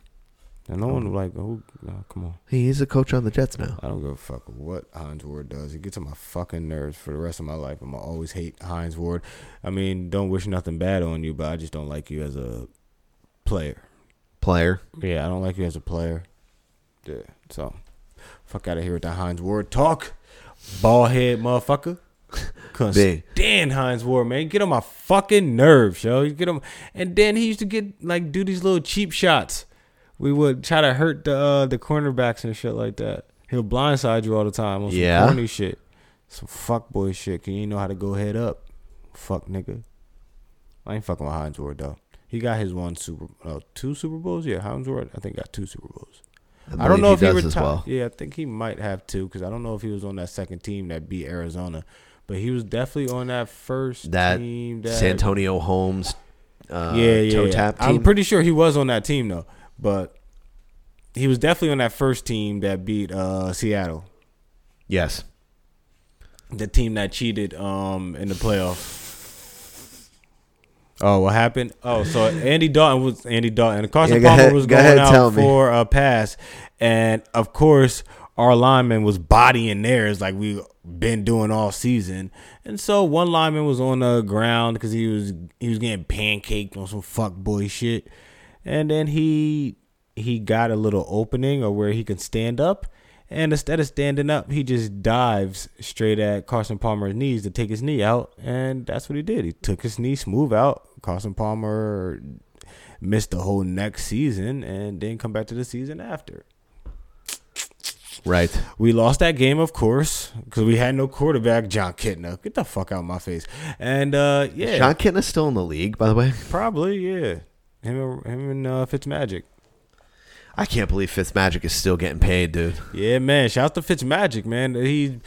And no one like, oh, no, come on.
He is a coach on the Jets now.
I don't give a fuck what Heinz Ward does. It gets on my fucking nerves for the rest of my life. I'm gonna always hate Heinz Ward. I mean, don't wish nothing bad on you, but I just don't like you as a player.
Player.
Yeah, I don't like you as a player. Yeah. So, fuck out of here with that Heinz Ward talk, ball head motherfucker. Couldn't
Big.
stand Heinz Ward, man. Get on my fucking nerves, yo. You get on, and then he used to get like do these little cheap shots. We would try to hurt the uh, the cornerbacks and shit like that. He'll blindside you all the time on some
Yeah.
corny shit, some fuckboy shit. Cause you ain't know how to go head up, fuck nigga. I ain't fucking with Heinz Ward though. He got his one Super, uh, two Super Bowls. Yeah, Heinz Ward, I think got two Super Bowls. I,
believe
don't know
he
if he,
does
retired.
as well.
Yeah, I think he might have two because I don't know if he was on that second team that beat Arizona, but he was definitely on that first
That
team.
Santonio Holmes uh,
yeah, yeah,
toe
yeah.
tap team.
I'm pretty sure he was on that team though, but he was definitely on that first team that beat uh, Seattle,
yes.
the team that cheated um, in the playoff. Oh, what happened? Oh, so Andy Dalton was Andy Dalton. Carson
Yeah, go
Palmer
ahead-
was
go
going
ahead, tell
out
me.
for a pass, and of course our lineman was bodying theirs like we've been doing all season. And so one lineman was on the ground because he was he was getting pancaked on some fuck boy shit, and then he he got a little opening or where he can stand up. And instead of standing up, he just dives straight at Carson Palmer's knees to take his knee out, and that's what he did. He took his knee smooth out. Carson Palmer missed the whole next season and then come back to the season after.
Right.
We lost that game, of course, because we had no quarterback, John Kitna. Get the fuck out of my face. And uh, yeah,
John Kitna still in the league, by the way.
probably yeah. Him, and- him and uh, Fitzmagic.
I can't believe Fitzmagic is still getting paid, dude.
Yeah, man. Shout out to Fitzmagic, man. He,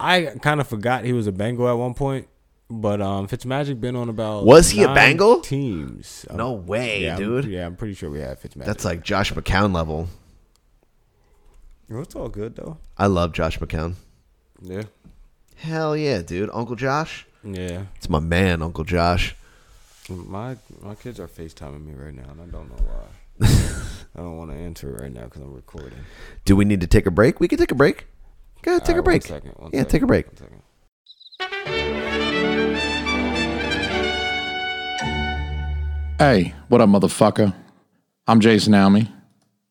I kind of forgot he was a Bengal at one point, but um, Fitzmagic been on about
Was he a
nine
Bengal?
Teams. Um,
No way,
yeah, I'm-
dude.
yeah, I'm pretty sure we had Fitzmagic.
That's like Josh McCown level.
it's all good though.
I love Josh McCown.
Yeah.
Hell yeah, dude. Uncle Josh.
Yeah.
It's my man, Uncle Josh.
My my kids are FaceTiming me right now, and I don't know why. I don't want to answer it right now because I'm recording.
Do we need to take a break? We can take a break. Yeah, take
All right,
a
one
break.
second, one
yeah,
second,
take a break.
one second.
Hey, what up, motherfucker? I'm Jason Almy.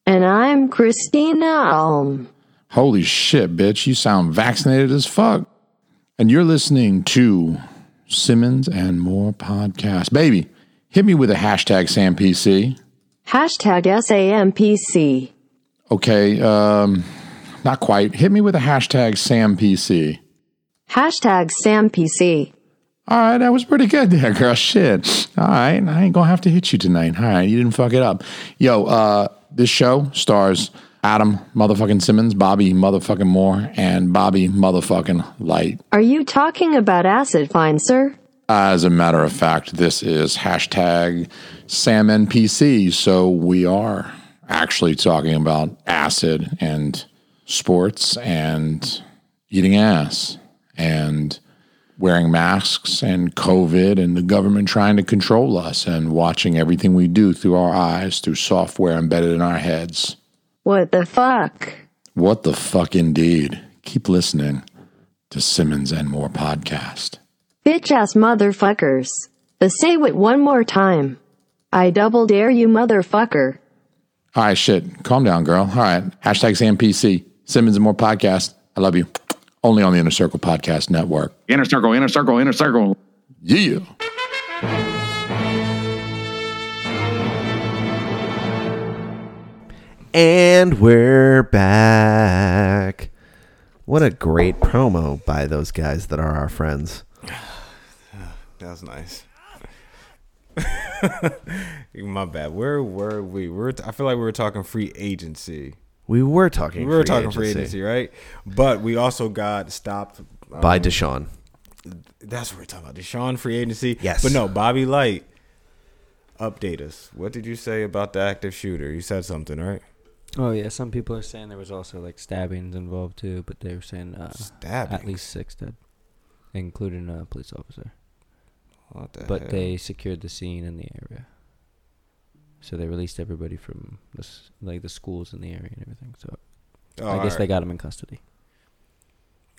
And I'm Christina Alm.
Holy shit, bitch, you sound vaccinated as fuck. And you're listening to Simmons and More Podcast. Baby, hit me with a hashtag SamPC.
Hashtag SAMPC.
Okay, um, not quite. Hit me with a hashtag SamPC.
Hashtag SamPC.
All right, that was pretty good there, girl. Shit. All right, I ain't gonna have to hit you tonight. All right, you didn't fuck it up. Yo, uh, this show stars Adam motherfucking Simmons, Bobby motherfucking Moore, and Bobby motherfucking Light.
Are you talking about acid fine, sir?
As a matter of fact, this is hashtag SamNPC. So we are actually talking about acid and sports and eating ass and wearing masks and COVID and the government trying to control us and watching everything we do through our eyes, through software embedded in our heads.
What the fuck?
What the fuck, indeed? Keep listening to Simmons and More podcast.
Bitch ass motherfuckers. The say it one more time. I double dare you, motherfucker.
All right, shit. Calm down, girl. All right. Hashtag SamPC, Simmons and More podcast. I love you. Only on the Inner Circle Podcast Network. Inner circle, inner circle, inner circle. Yeah.
And we're back. What a great promo by those guys that are our friends.
That was nice. My bad. Where were we? We We're. I feel like we were talking free agency.
We were talking.
We were
free
talking free agency, right? But we also got stopped um,
by Deshaun.
That's what we're talking about. Deshaun free agency.
Yes.
But no, Bobby Light. Update us. What did you say about the active shooter? You said something, right?
Oh yeah, some people are saying there was also like stabbings involved too, but they were saying uh,
Stabbings?
at least six dead, including a police officer.
What the
but
hell?
they secured the scene in the area, so they released everybody from the, s- like the schools in the area and everything. So I guess they
Alright.
got him in custody.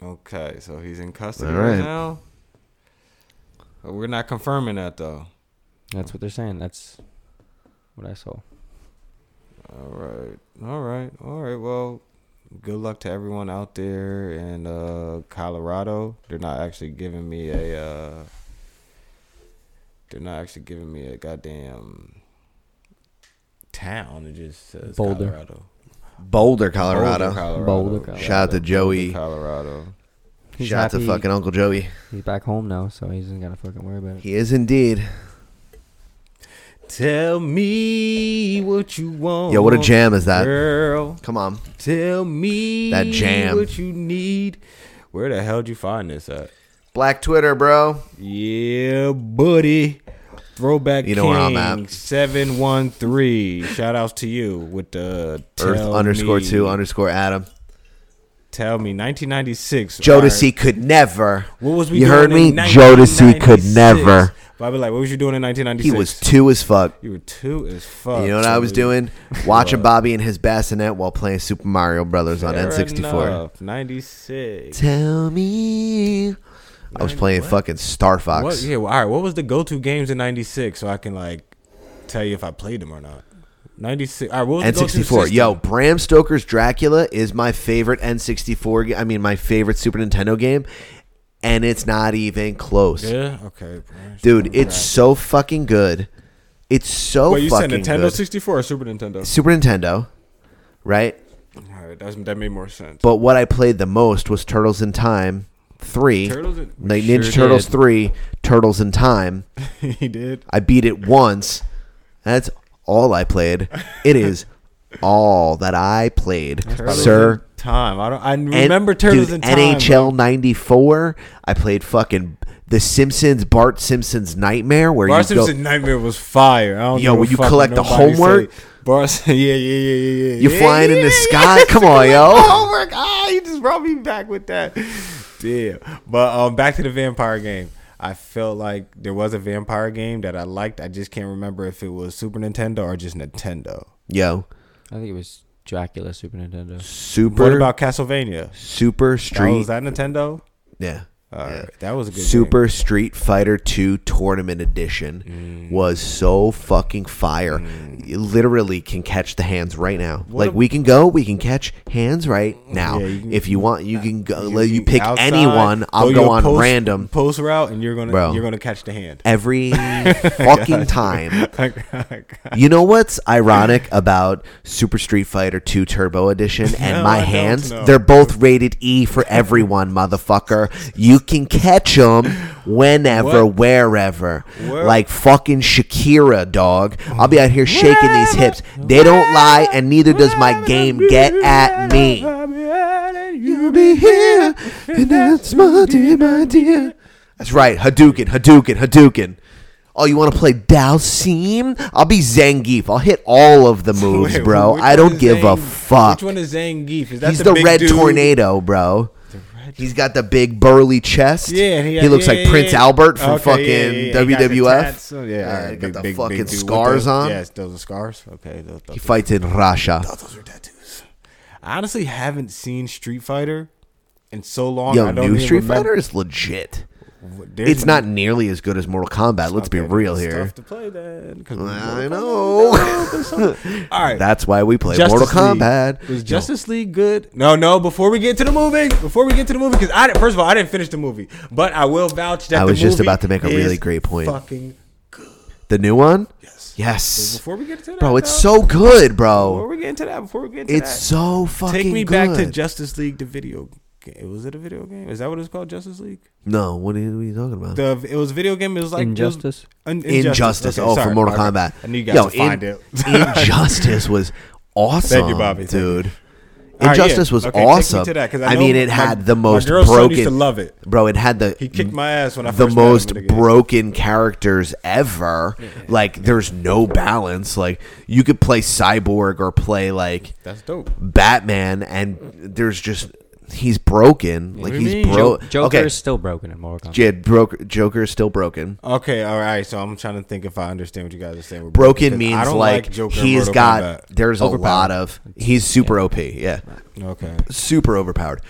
Okay, so he's in custody
All
right.
right.
now. But We're not confirming that though.
That's what they're saying. That's what I saw.
All right. All right. All right. Well, good luck to everyone out there in uh, Colorado. They're not actually giving me a. Uh, they're not actually giving me a goddamn town. It just says
Boulder.
Colorado.
Boulder, Colorado.
Boulder, Colorado.
Shout out to Joey.
Colorado.
He's
Shout out to
happy-
fucking Uncle Joey.
He's back home now, so he doesn't gotta fucking worry about it.
He is indeed.
Tell me what you want.
Yo, what a jam is that?
Girl.
Come on.
Tell me
That jam.
what you need. Where the hell did you find this at?
Black Twitter, bro.
Yeah, buddy. Throwback
You know where I'm at.
King 713. Shout outs to you with the
Earth
tell
underscore
me-
two underscore Adam.
Tell me 1996.
Jodeci
Alright.
could never.
What was we
You
doing
heard
in
me? Jodeci could
1996?
never.
But I'd be like, what was you doing in 1996?
He was two as fuck.
You were two as fuck.
you know what I was
dude.
doing? Watching Bobby in his bassinet while playing Super Mario Brothers on
Fair
N64.
enough. 96.
Tell me. I was playing fucking Star Fox.
What, yeah, well, all right. What was the go-to games in '96 so I can like tell you if I played them or not? '96. All right. What was
N
the
sixty
go-to
four.
system?
Yo, Bram Stoker's Dracula is my favorite N sixty four. I mean, my favorite Super Nintendo game, and it's not even close.
Yeah? Okay, Bram
Dude,
Stoker's
it's so fucking good. It's so
Wait, you said
fucking
Nintendo
good.
64 or Super Nintendo?
Super Nintendo, right?
All right. That's, that made more sense.
But what I played the most was Turtles in Time three,
Turtles in-
like
We
Ninja
sure
Turtles
did.
three, Turtles in Time.
He did.
I beat it once. That's all I played. It is all that I played,
Turtles
sir.
in Time. I don't. I
And-
remember Turtles
dude,
in Time.
NHL '94. I played fucking The Simpsons, Bart Simpson's Nightmare, where
Bar
you go,
Simpson Nightmare was fire. I don't
Yo,
give a
when you
fuck
collect the
what nobody
homework,
say. Bar, yeah, yeah, yeah, yeah, yeah.
you're
yeah,
flying
yeah,
in the
yeah,
sky.
yeah,
Come on,
collect
yo.
the Homework. Ah, you just brought me back with that. Damn. But um, back to the vampire game. I felt like there was a vampire game that I liked. I just can't remember if it was Super Nintendo or just Nintendo.
Yo,
I think it was Dracula Super Nintendo.
Super.
What about Castlevania?
Super Street.
Oh, was that Nintendo?
Yeah.
All right. That was a good
Super Street Fighter 2 Tournament
Mm.
Edition was so fucking fire. You literally can catch the hands right now.
What
like
a-
we can go, we we can catch hands right now.
Yeah, you can-
if you want, you can go. You,
game.
pick
Outside,
anyone. I'll go
your
on
post-
random.
post route, and you're gonna
Bro.
you're gonna catch the hand
Every fucking time.
I got-
You know what's ironic about Super Street Fighter 2 Turbo Edition and
No,
my
I don't
hands?
know.
They're both rated E for everyone, motherfucker. You can catch them whenever,
What?
wherever.
Where-
Like fucking Shakira, dog. I'll be out here shaking these hips. They don't lie, and neither does my game get at me.
You'll be here, and that's my dear, my dear.
That's right. Hadouken, Hadouken, Hadouken. Oh, you want to play Dalsim? I'll be Zangief. I'll hit all of the moves,
Wait,
bro.
which
I
one
don't
is
give a
Zangief?
fuck.
Which one is Zangief? Is that
He's
the,
the,
big
red
dude?
tornado, bro. He's got the big burly chest.
Yeah, and he,
he,
got-
looks
yeah,
like
yeah,
Prince
yeah.
Albert from
Okay,
fucking
yeah, yeah, yeah. He got the tats. Oh,
WWF.
Yeah,
Yeah,
all
he
right, big-
got the
big- big
fucking
dude with
scars
the-
on.
Yes, those are scars. Okay, those,
He fights in Russia.
I honestly haven't seen Street Fighter in so long.
Yo,
I don't
new
even
Street
remember-
Fighter is legit.
There's
it's not nearly as good as Mortal Kombat. Let's be real here.
stuff to play then. 'cause
I
Mortal
know.
Kombat- All right.
That's why we play
Justice
Mortal
League.
Kombat. No.
Was Justice League good? No, no. Before we get to the movie, before we get to the movie, because I didn't- first of all I didn't finish the movie, but I will vouch that
I
the
was just
movie
about to make a really
is
great point.
Fucking
The new one? Yes. Yes.
before we get to that,
bro, it's
though-
so good,
Before
bro.
we get into that, before we get into
Oh. It's
that,
so fucking
Take me back to
good.
Justice League, the video. game. Was it a video game? Is that what it's called? Justice League.
No, what are you, what are you talking about?
The it was a video game. It was like it was-
Injustice?
Un-
Injustice.
Okay,
oh,
sorry,
from Mortal
all right.
Kombat.
I knew you guys
Yo,
would find
In-
it.
Injustice was awesome,
Thank you, Bobby. Thank you.
dude.
All right, yeah.
Injustice was
Okay, take me
awesome.
to that, 'cause I
I,
know
mean, it
my-
had the
my
most
girl Sony
broken.
used to love it.
bro. It had the he
kicked my ass when I
the
first met him
most
in the game.
broken characters ever. Like, there's no balance. Like, you could play Cyborg or play like
That's dope.
Batman, and there's just he's broken. Like
do you
he's
mean?
broke.
Jo- Joker is still broken in Mortal Kombat.
Yeah, broke. Joker is still broken.
Okay, all right. So I'm trying to think if I understand what you guys are saying. with
Broken
because
means
don't
like,
Joker in
he's
Mortal
got
Kombat.
there's a lot of he's super OP. Yeah.
Okay.
Super overpowered.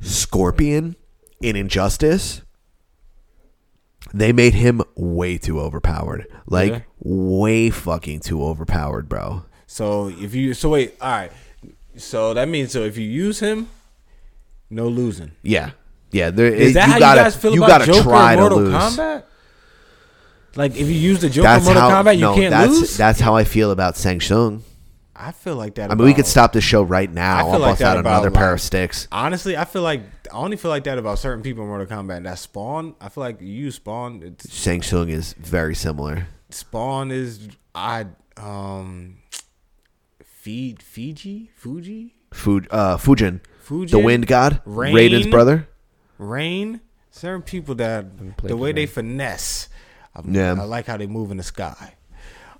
Scorpion in Injustice. They made him way too overpowered. Like
Yeah.
way fucking too overpowered, bro.
So if you so wait, all right. So that means so if you use him, no losing.
Yeah. Yeah, there,
Is that
you
how
gotta,
you guys feel
you
about
gotta
Joker
try
in Mortal
to lose.
Kombat? Like if you use the Joker in Mortal
how,
Kombat, you
no,
can't
that's,
lose.
That's how I feel about Sang Sung.
I feel like that.
I mean, we
about-
could stop the show right now.
I feel
I'll
like
bust
that
out
about,
another pair
like-
of sticks.
Honestly, I feel like I only feel like that about certain people in Mortal Kombat. And That Spawn, I feel like you Spawn. It's,
Sang Sung is very similar.
Spawn is I um. Fi- Fiji, Fuji,
Fu- uh, Fujin, the
Fujin,
Wind God,
Rain,
Raiden's brother.
Rain. Certain people that the way they finesse, I,
Yeah.
I like how they move in the sky.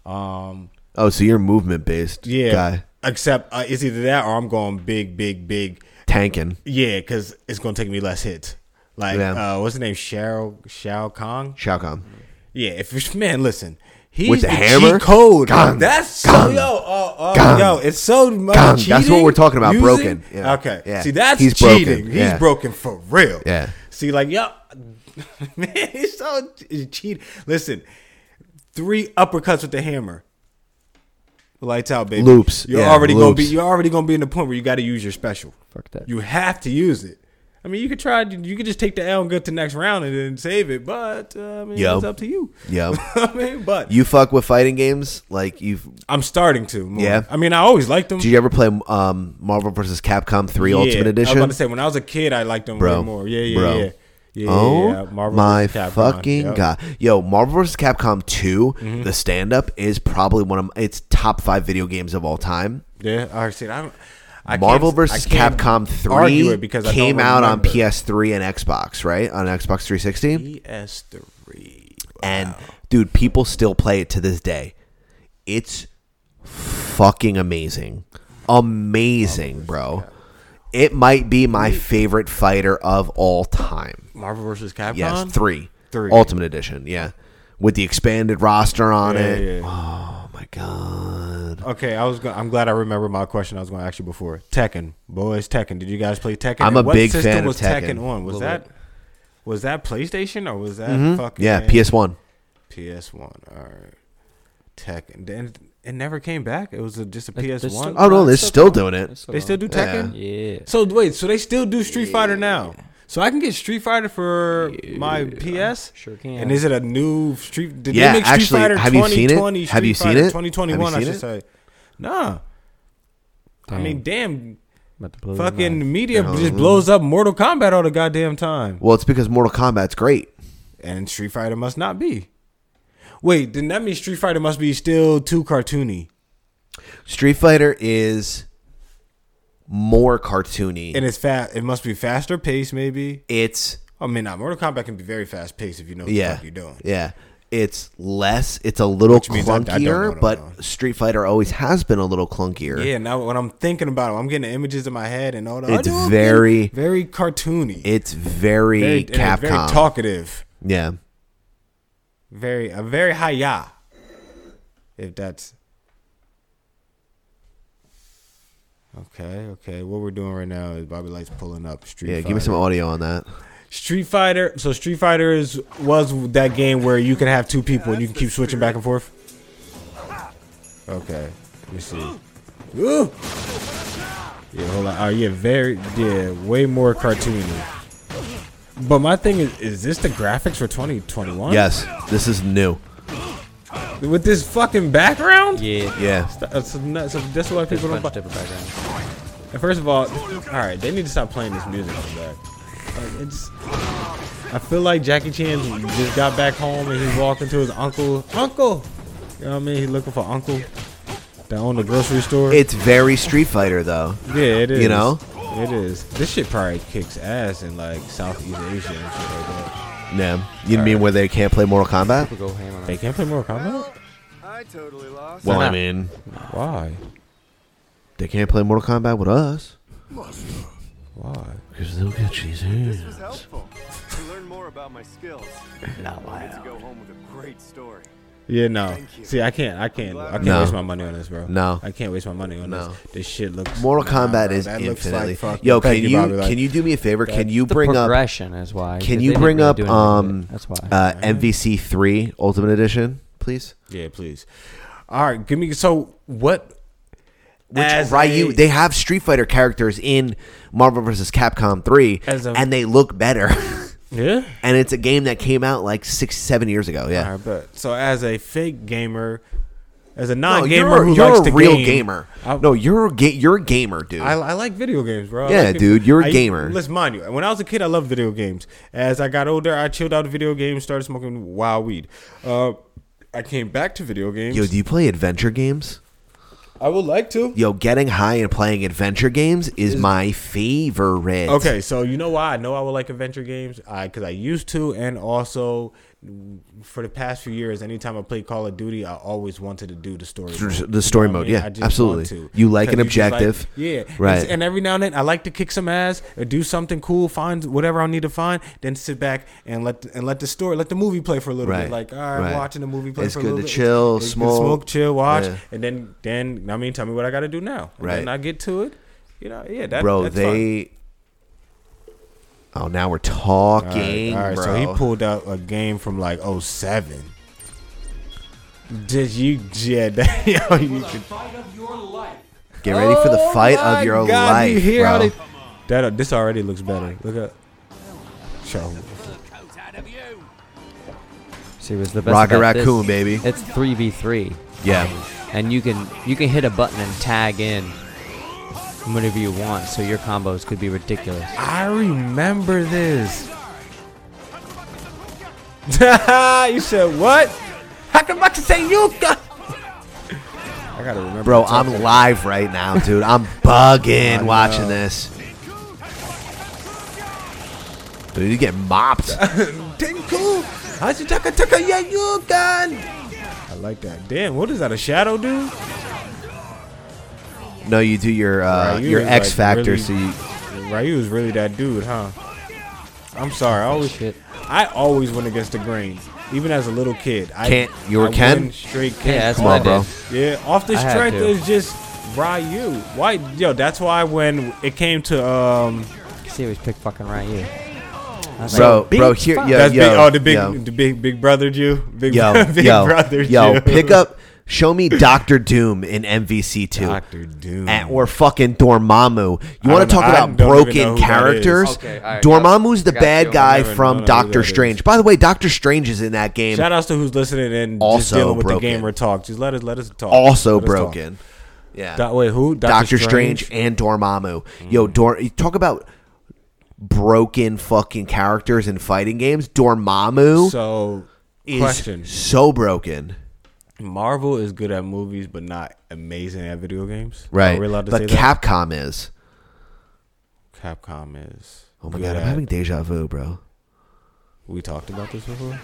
Um,
Oh, so you're movement based
yeah.
guy,
Except uh, it's either that or I'm going big, big, big.
tanking.
Yeah, because it's gonna take me less hits. Like
Yeah.
uh, what's the name? Shao Shao Kong.
Shao Kahn.
Yeah, if it's man, listen, he's
With
the,
the hammer?
G code.
Gone.
That's so
Gone.
yo, oh, oh,
Gone.
yo, it's so much
Gone.
cheating.
That's what we're talking about,
using-
broken. Yeah.
Okay,
Yeah.
see that's
He's broken.
cheating. He's
Yeah.
broken for real.
Yeah.
See, like yo, man, he's so cheating. Listen, three uppercuts with the hammer. Lights out, baby.
Loops.
You're
Yeah,
already gonna be.
loops.
You're already gonna be in the point where you got to use your special. Fuck that. You have to use it. I mean, you could try. You could just take the L and go to the next round and then save it. But uh, I mean,
Yo.
it's up to you.
Yo.
I mean, but
You fuck with fighting games, like you've.
I'm starting to. more.
Yeah.
I mean, I always liked them.
Did you ever play um, Marvel vs. Capcom Three
Yeah,
Ultimate
I was about
Edition?
to say when I was a kid, I liked them
Bro,
way more. Yeah, yeah,
bro.
yeah. Yeah,
oh
yeah, yeah. Marvel
my
vs. Capcom,
fucking
yep.
god! Yo, Marvel vs. Capcom 2
Mhm.
the stand-up is probably one of it's top five video games of all time.
Yeah, I see. I don't. I
Marvel
can't- I
vs.
can't
Capcom
argue
Three
it because I don't
came out on
remember.
PS3 and Xbox, right? On Xbox 360.
PS3.
And dude, people still play it to this day. It's fucking amazing. Amazing, bro. It might be my favorite fighter of all time.
Marvel versus Capcom.
Yes, three.
Three.
Ultimate Edition, yeah. With the expanded roster on
Yeah,
it.
yeah,
Oh my god.
Okay, I was. Gonna, I'm glad I remember my question. I was going to ask you before Tekken. Boys, Tekken. Did you guys play Tekken?
I'm
And
a
what
big
system
fan of
was
Tekken.
on? Was
Little
that was that PlayStation or was that
Mhm.
fucking
Yeah, PS1.
PS1. All right. Tekken. Then it never came back. It was a, just a
They're
PS1.
still-
Oh, no, they're still doing it.
They still do Tekken.
Yeah.
So wait, so they still do Street Fighter now. So I can get Street Fighter for my PS.
Sure can.
And is it a new Street? Did
Yeah,
they make Street
actually,
Fighter
have you seen it?
2020,
Have you
Street
seen
Fighter
it?
2021,
Have you seen
I should say.
it?
Nah. I mean, damn.
blow your
Fucking media
Yeah.
just blows up Mortal Kombat all the goddamn time,
Well, it's because Mortal Kombat's great.
and Street Fighter must not be. Wait, then that means Street Fighter must be still too cartoony,
Street Fighter is more cartoony.
and it's fast. It must be faster paced, maybe.
It's
I mean, not Mortal Kombat can be very fast paced if you know what the
yeah,
fuck you're doing.
yeah. It's less. It's a little
means I- I don't know
clunkier,
what I'm
but Street Fighter always has been a little clunkier.
Yeah, now when I'm thinking about it, I'm getting the images in my head and all that.
It's very,
very cartoony.
It's very,
Very- and it's
Capcom.
very talkative.
Yeah.
very a very high ya. If that's okay, okay. What we're doing right now is Bobby Light's pulling up Street.
yeah.
Fighter.
Give me some audio on that.
Street Fighter. So Street Fighter is was that game where you can have two people and you can keep switching back and forth. Okay, let me see. Ooh. Yeah, hold on. Oh, yeah, very, yeah, way more cartoony. But my thing is, is this the graphics for 2021?
Yes, this is new.
With this fucking background?
Yeah.
Yeah.
That's, nuts. that's why people don't buy.
background.
And First of all, all right, they need to stop playing this music. in the back. Like, it's, I feel like Jackie Chan just got back home and he's walking to his uncle. Uncle, you know what I mean? He's looking for uncle that owned the grocery store.
It's very Street Fighter though.
yeah, it is.
You know.
it is. This shit probably kicks ass in like Southeast Asia and shit like that.
Yeah. You mean where they can't play Mortal Kombat?
They can't play Mortal Kombat.
Well,
Why
I
not?
mean,
Why?
they can't play Mortal Kombat with us
Why?
because they'll get you here.
was helpful to learn more about my skills. Not wild. to go home with a great story.
Yeah, no. See, I can't. I can't. I can't
No.
waste my money on this, bro.
No.
I can't waste my money on
No.
this. This shit looks.
Mortal
Nah,
Kombat
bro,
is
that looks like
infinitely.
fucking-
Yo, can
Thank
you
Bobby, like-
can you do me a favor? Can you
the
bring up
progression is why, 'cause
Can
they
you
didn't
bring
really
up
do anything with
um
it. That's why.
uh, MVC three Ultimate Edition, please?
Yeah, please. All right, give me. So what?
Which
As
Ryu?
a-
they have Street Fighter characters in Marvel vs. Capcom three,
As a-
and they look better.
Yeah.
and it's a game that came out like six, seven years ago. Yeah.
I bet. So as a fake gamer, as a
No,
non-gamer
you're,
who
you're
likes
a
to
real
game,
gamer.
I,
no, you're a ga- you're a gamer, dude.
I, I like video games, bro. I
Yeah,
like-
dude, you're a
I-
gamer.
Let's mind you. When I was a kid, I loved video games. As I got older, I chilled out of video games, started smoking wild weed. Uh, I came back to video games.
Yo, do you play adventure games?
I would like to.
Yo, getting high and playing adventure games is my favorite.
Okay, so you know why I know I would like adventure games? I because I used to, and also for the past few years, anytime I play Call of Duty, I always wanted to do the story.
Sure,
mode.
the story
what
mode, yeah,
just
absolutely.
want to.
You like
'Cause
an
just like-
objective,
yeah,
right.
And, and every now and then, I like to kick some ass or do something cool, find whatever I need to find, then sit back and let and let the story, let the movie play for a little bit.
Right,
Like, all right,
right.
watching the movie play
It's
for a
good
little
to
bit.
chill,
It's good to
smoke.
smoke, chill, watch,
Yeah.
and then then I mean, tell me what I got to do now. And
Right.
then I get to it. You know, yeah, that,
bro,
that's fun.
they. Oh, now we're talking, bro.
So he pulled out a game from like 07. Did you yeah, that, yo, you could-
Get ready for the
Oh
fight
my
of your
God,
life,
you hear
bro.
how they- that uh, this already looks better. Look at show.
See, was the best
Rocket
about this,
Raccoon, baby.
It's three v three.
Yeah.
and you can you can hit a button and tag in whenever you want, so your combos could be ridiculous.
I remember this. you said what? How come I can say you? got- I gotta remember.
Bro,
to talk
I'm
to-
live right now, dude. I'm bugging
I
watching
know.
this. Dude, you get mopped.
Tenku, Hashitaka Taka Yayugan. I like that. Damn, what is that? A shadow dude?
no, you do your uh,
Ryu
your
is,
X
like,
Uh, Factor,
really-
so you
Ryu was really that dude, huh? I'm sorry. I always I always went against the grain, even as a little kid. I
Can't- you were
I
Ken?
went Straight
Yeah,
Ken.
that's Come what on, I did. bro.
Yeah, off the
I had
strength
to.
is just Ryu. Why, yo? That's why when it came to um,
series pick fucking Ryu.
Bro, bro, here, yo,
That's
yo,
big, oh, the big,
yo.
the big, big brother Jew, big,
yo,
big
yo,
brother
yo,
Jew.
pick up. Show me Doctor Doom in MVC two. Doctor
Doom.
or fucking Dormammu. You
Mm. I
want to
don't
talk
know- I
about
don't even know
broken
who that
characters?
is. Okay, all right,
Dormammu's the
got- got
bad
you.
guy
Never know who
from
that
Doctor
is.
Strange. By the way, Doctor Strange is in that game.
Shout outs to who's listening and just
Also
dealing with
broken.
the gamer talk. Just let us let us talk.
also
Let us talk.
broken. Yeah.
Do- wait, who?
Doctor, Strange? and Dormammu. Yo,
Mm.
Dor- you talk about broken fucking characters in fighting games. Dormammu
So,
is
question.
so broken.
Marvel is good at movies, but not amazing at video games.
Right.
Are we allowed to say
but
that?
Capcom is.
Capcom is.
Oh my
good
god, I'm
at-
having deja vu, bro.
We talked about this before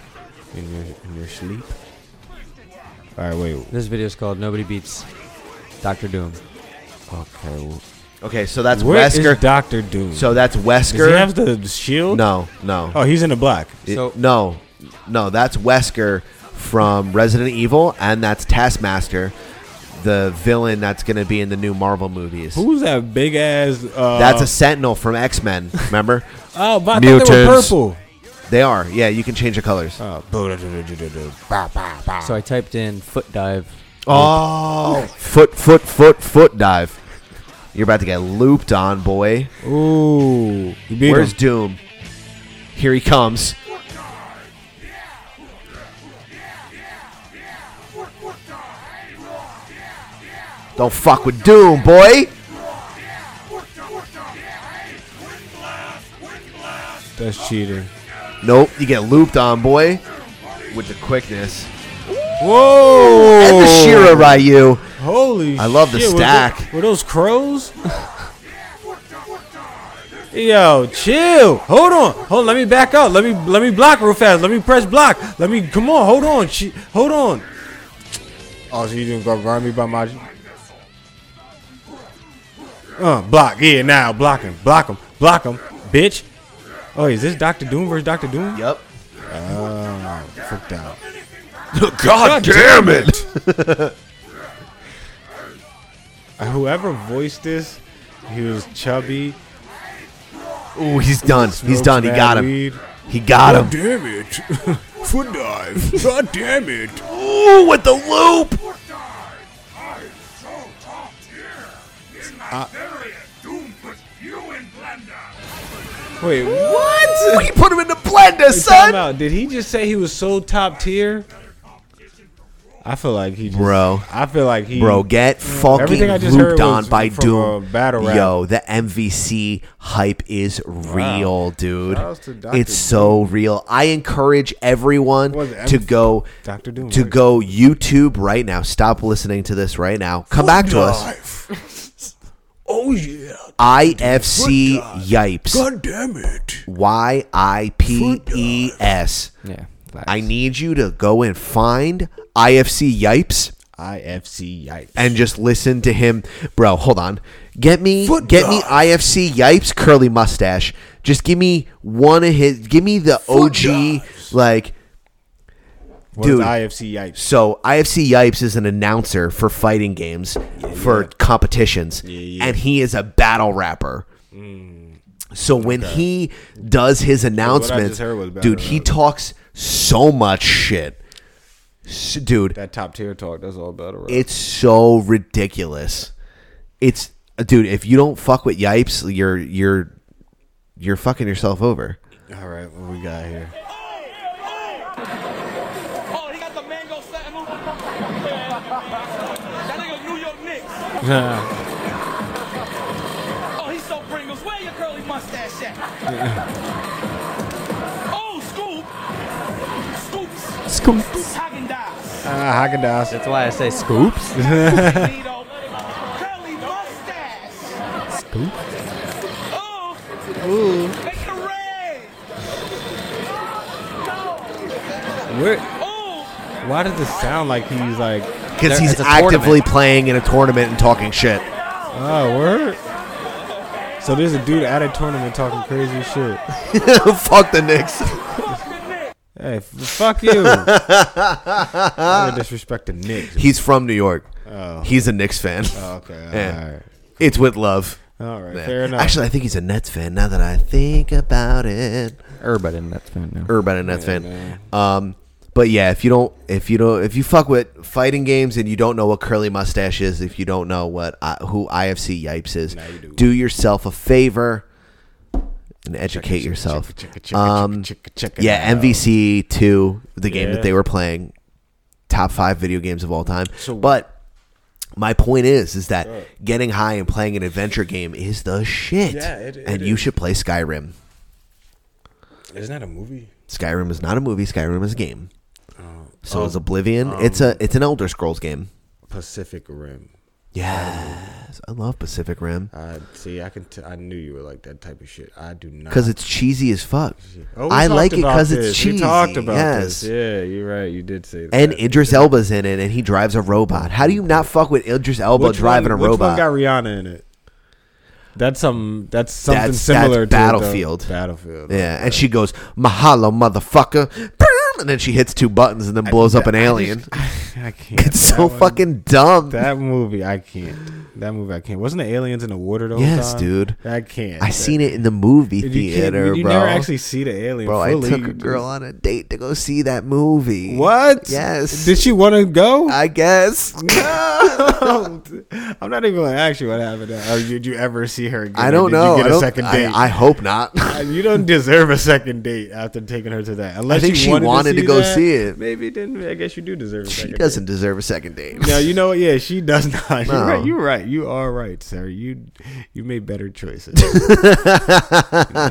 in your in your sleep. All right, wait.
This video is called "Nobody Beats Doctor Doom."
Okay.
Okay, so that's
Where is
Wesker.
Doctor Doom?
So that's Wesker.
Does he have the shield?
No, no.
Oh, he's in the black.
It- no, no, that's Wesker from Resident Evil, and that's Taskmaster, the villain that's going to be in the new Marvel movies.
Who's that big ass? Uh,
that's a Sentinel from X Men. Remember?
Oh, but I thought they were Mutants. purple.
They are. Yeah, you can change the colors.
Oh,
So I typed in foot dive.
foot, foot, foot, foot dive. You're about to get looped on, boy.
Ooh, beat
where's
him.
Doom? Here he comes. Don't fuck with Doom, boy.
That's cheating.
Nope, you get looped on, boy, with the quickness. Oh.
Whoa!
And the Shira Ryu.
Holy!
I love the
shit, were tho-
stack.
Were, those crows? Yo, chill. Hold on. Hold. Let me back up. Let me let me block real fast. Let me press block. Let me. Come on. Hold on. She, hold on. Oh, so you didn't go grind me by my. Uh, block. Yeah, now block him. Block him. Block him, bitch. Oh, is this Doctor Doom versus Doctor Doom?
Yep.
Oh, fucked out.
God, damn it!
Whoever voiced this, he was chubby.
Ooh, he's done. He's
Smokes
done. He
mad
got him.
weed.
He got
God
him.
Damn it! Foot dive. God damn it!
Ooh, with the loop.
Wait, what?
He put him in the blender,
Wait,
son.
time out. Did he just say he was so top tier? I feel like he, just,
Bro.
I feel like he,
Bro, get fucking
Mm. Everything I just heard
looped on
was
by
from
Doom.
a battle rap.
Yo, the MVC hype is real, dude.
Shout outs to Dr.
It's so real. I encourage everyone
What was it,
to
MV
go
Dr. Doom,
to
right?
go YouTube right now. Stop listening to this right now. Come back to us.
us. oh yeah!
IFC Yipes.
God damn it!
Y I P E S.
Yeah.
I need you to go and find IFC Yipes
IFC yikes!
and just listen to him, bro. Hold on, get me, get me IFC Yipes curly mustache. Just give me one of his. Give me the OG like.
What is
Dude,
IFC yikes?
so IFC Yipes is an announcer for fighting games, for competitions, and he is a battle rapper.
Mm.
So when he does his announcements,
heard was battle
dude, he
rap.
talks so much shit, S- dude.
That top tier talk. That's all battle rap.
It's so ridiculous. It's dude, if you don't fuck with Yipes, you're you're you're fucking yourself over.
all right, what we got here?
oh, he's so Pringles. Where your curly mustache at? oh, Scoop. Scoops.
Scoops.
Haagen-Dazs.
Uh, Haagen-Dazs. That's
why I say scoops.
Toledo. curly mustache.
Scoop?
Oh.
Ooh.
Make it
Where?
red.
Why does this sound like he's like?
Because he's actively playing in a tournament and talking shit.
Oh, word. ah, So there's a dude at a tournament talking crazy shit.
Fuck the Knicks.
Hey, f- fuck you. I'm disrespect the Knicks.
He's from New York.
Oh.
He's a Knicks fan.
Oh, okay.
Yeah.
All right.
It's with love.
All right,
Yeah.
fair enough.
Actually, I think he's a Nets fan. Now that I think about it,
Urban and Nets fan now.
Urban and Nets fan. Um, but yeah, if you don't, if you don't, if you fuck with fighting games and you don't know what curly mustache is, if you don't know what I, who IFC Yipes is, do. yourself a favor and educate yourself. Um, yeah, MVC two, the game
Yeah.
that they were playing, top five video games of all time.
So-
but my point is, is that
Sure.
getting high and playing an adventure game is the shit.
Yeah, it- it
and you
is.
should play Skyrim.
Isn't that a movie?
Skyrim is not a movie. Skyrim is a game. So
Oh,
is Oblivion.
um,
it's a it's an Elder Scrolls game.
Pacific Rim.
Yes, I love Pacific Rim
I see. I can. T- I knew you were like that type of shit. I do not.
because it's cheesy as fuck.
Oh, we
I
talked
like it
about
because it's
this.
cheesy.
We talked about
yes.
this. Yeah, you're right. You did say that.
And Idris Elba's in it, and he drives a robot. How do you not fuck with Idris Elba
Which
driving
one,
a
Which one
robot?
got Rihanna in it? That's some. That's something
That's- that's
similar to
Battlefield.
The battlefield.
yeah, and she goes, "Mahalo, motherfucker!" And then she hits two buttons and then blows up an alien.
I can't.
It's
That
so
one-
fucking dumb.
That movie, I can't. That movie, I can't. Wasn't the aliens in the water though?
Yes, dude.
I can't.
I seen it in the movie
You can't-
theater,
you
bro.
never actually see the alien
Bro,
fully.
I took
You
a girl on a date to go see that movie.
What?
Yes.
Did she want to go?
I guess.
No. I'm not even gonna ask you what happened. Or did you ever see her again?
I
Or
don't
did
know.
You get
I
a
don't-
second
I-
date.
I hope not.
you don't deserve a second date after taking her to that. Unless
think
you
she
wanted,
wanted
to,
to go
that,
see it.
Maybe then I guess you do deserve. A
She
second
doesn't deserve a second date.
Date. No, you know what? Yeah, she does not. You're
No.
right. You're right. You are right, sir. You you made better choices.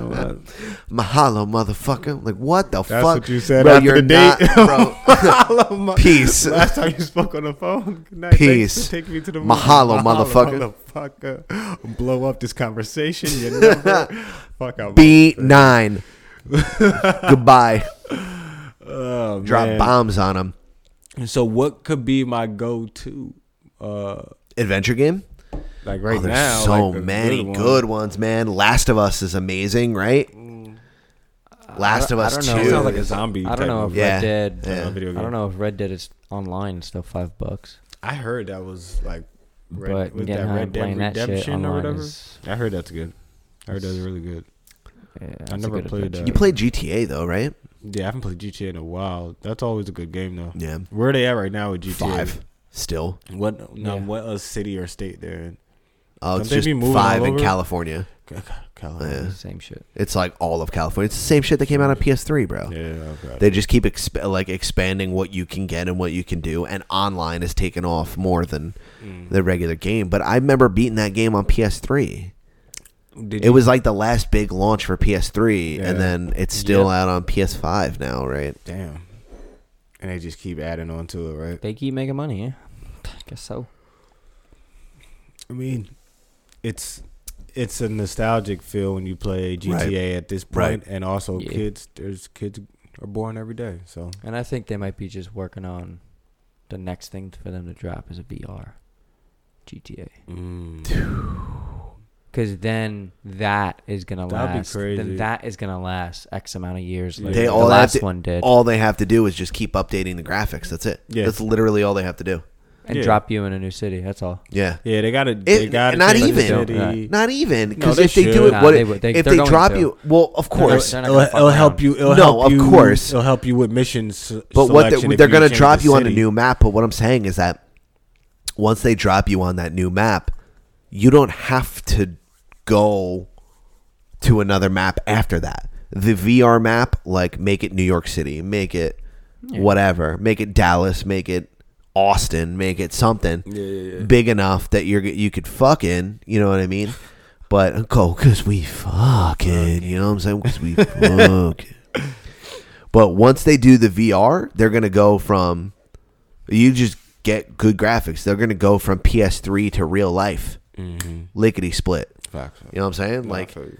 Mahalo, motherfucker. Like, what the
That's
fuck?
what you said
Bro,
after
you're
the date.
not- bro.
Mahalo, ma-
Peace.
Last time you spoke on the phone. Good night.
Peace.
Thanks for taking me to the
Mahalo, motherfucker.
motherfucker. motherfucker. Blow up this conversation. You never. Fuck out.
B9. Goodbye.
Oh,
Drop
man.
bombs on him.
So what could be my go-to? Uh,
Adventure game?
like right
Oh, there's
now,
so
like a
many good,
one.
ones, man. Last of Us is amazing, right?
Mm.
Last of
I
Us
don't
2.
know.
Sounds like a zombie
I don't
type
know if
movie.
Yeah.
Red Dead. uh,
Yeah.
I
Video
don't
game.
know if Red Dead is online and still five bucks.
I heard that was like, red,
But
was
getting
that
high
Red
and
Dead
playing that shit
Redemption or
online
whatever?
is-
I heard that's good. I heard that's really good.
Yeah, that's
I
a
never
good
played
adventure.
that.
You played GTA, though, right?
Yeah, I haven't played GTA in a while. That's always a good game though.
Yeah.
Where are they at right now with GTA?
Five. Still.
What? No,
Yeah.
what a city or state they're in.
Oh, it's
Don't they
just
be moving
five
all
in
over?
California.
Ca- ca-
uh,
California.
Same shit.
It's like all of California. It's the same shit that came out on PS3, bro.
Yeah. Okay.
They just keep exp- like expanding what you can get and what you can do, and online is taken off more than
Mm.
the regular game. But I remember beating that game on PS3.
Did
It was like the last big launch for PS3,
Yeah.
and then it's still out on PS5 now, right?
Damn. And they just keep adding on to it, right?
They keep making money, yeah. I guess so.
I mean, it's it's a nostalgic feel when you play GTA
Right.
at this
Right.
point, and also
Yeah.
kids. There's kids are born every day, so
And I think they might be just working on the next thing for them to drop is a VR, GTA.
Mm.
Because then that is gonna
That'd be
last.
crazy.
Then that is gonna last X amount of years. Like
They
the
all
last
have to,
one did,
All they have to do is just keep updating the graphics. That's it.
Yeah.
That's literally all they have to do.
and
Yeah.
drop you in a new city. That's all.
Yeah.
yeah, they gotta they
It,
gotta
not
take the
even,
city.
Right.
not even, because
they
if they do
should.
it,
Nah,
what
they would- they-
if
they're
they
going
drop
to.
you? Well, of
not-
course,
they're not
It'll,
gonna fuck
it'll help
around.
you. It'll
No,
help
of
you-
course.
It'll help you with missions.
But what they, they're going
going
to drop you on a new map. But what I'm saying is that once they drop you on that new map, you don't have to go to another map after that. The VR map, like make it New York City, make it whatever, make it Dallas, make it Austin, make it something big enough that you're you could fucking, you know what I mean? But go because we fucking, you know what I'm saying? Because we fucking. But once they do the VR, they're going to go from you just get good graphics. They're going to go from PS3 to real life, lickety split.
Facts.
You know what I'm saying?
No, I
like
feel you.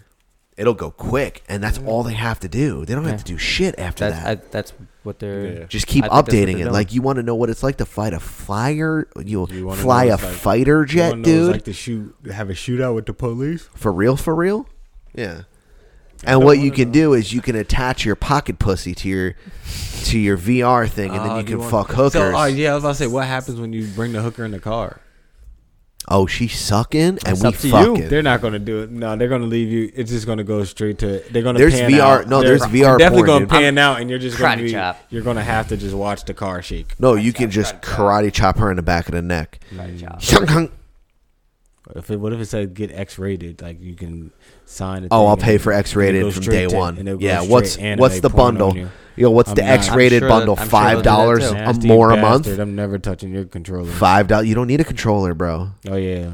It'll go quick, and that's all they have to do. They don't have to do shit after
That's-
that.
I- that's what they're
Just keep
I think that's what
updating
they're
it. Like
doing.
you want to know what it's like to fight a flyer. You'll
wanna
fly
know
a
it's like-
fighter
you wanna
jet,
know it's
dude.
Like to shoot, have a shootout with the police.
for real, for real. Yeah. And what you can do is you can attach your pocket pussy to your to your VR thing, and then
Oh,
you
do
can
want-
fuck hookers.
So, oh yeah, I was about to say, what happens when you bring the hooker in the car?
oh, she sucking, and
It's
we
up to
fucking.
They're not gonna do it. No, they're gonna leave you. It's just gonna go straight to. They're gonna.
There's
pan
VR
Out.
no,
They're
there's VR
Definitely
porn,
gonna
dude.
pan out, and you're just gonna
Karate
be.
chop.
You're gonna have to just watch the car shake.
No, you can just karate chop her in the back of the neck. Shunk, hunk.
If it, what if it said get X rated? Like you can sign. a
Oh,
thing
I'll
and
pay for
it'll go
X-rated from
straight
day
to-
one.
and it'll go
Yeah,
straight
what's
anime
what's the
porn on
bundle?
you.
Yo, what's the
I'm not-
X-rated
I'm sure
bundle?
that- I'm sure they'll do
Five
that
dollars
too.
a
Nasty
more a
bastard,
month.
I'm never touching your controller.
Five dollars. You don't need a controller, bro.
Oh yeah.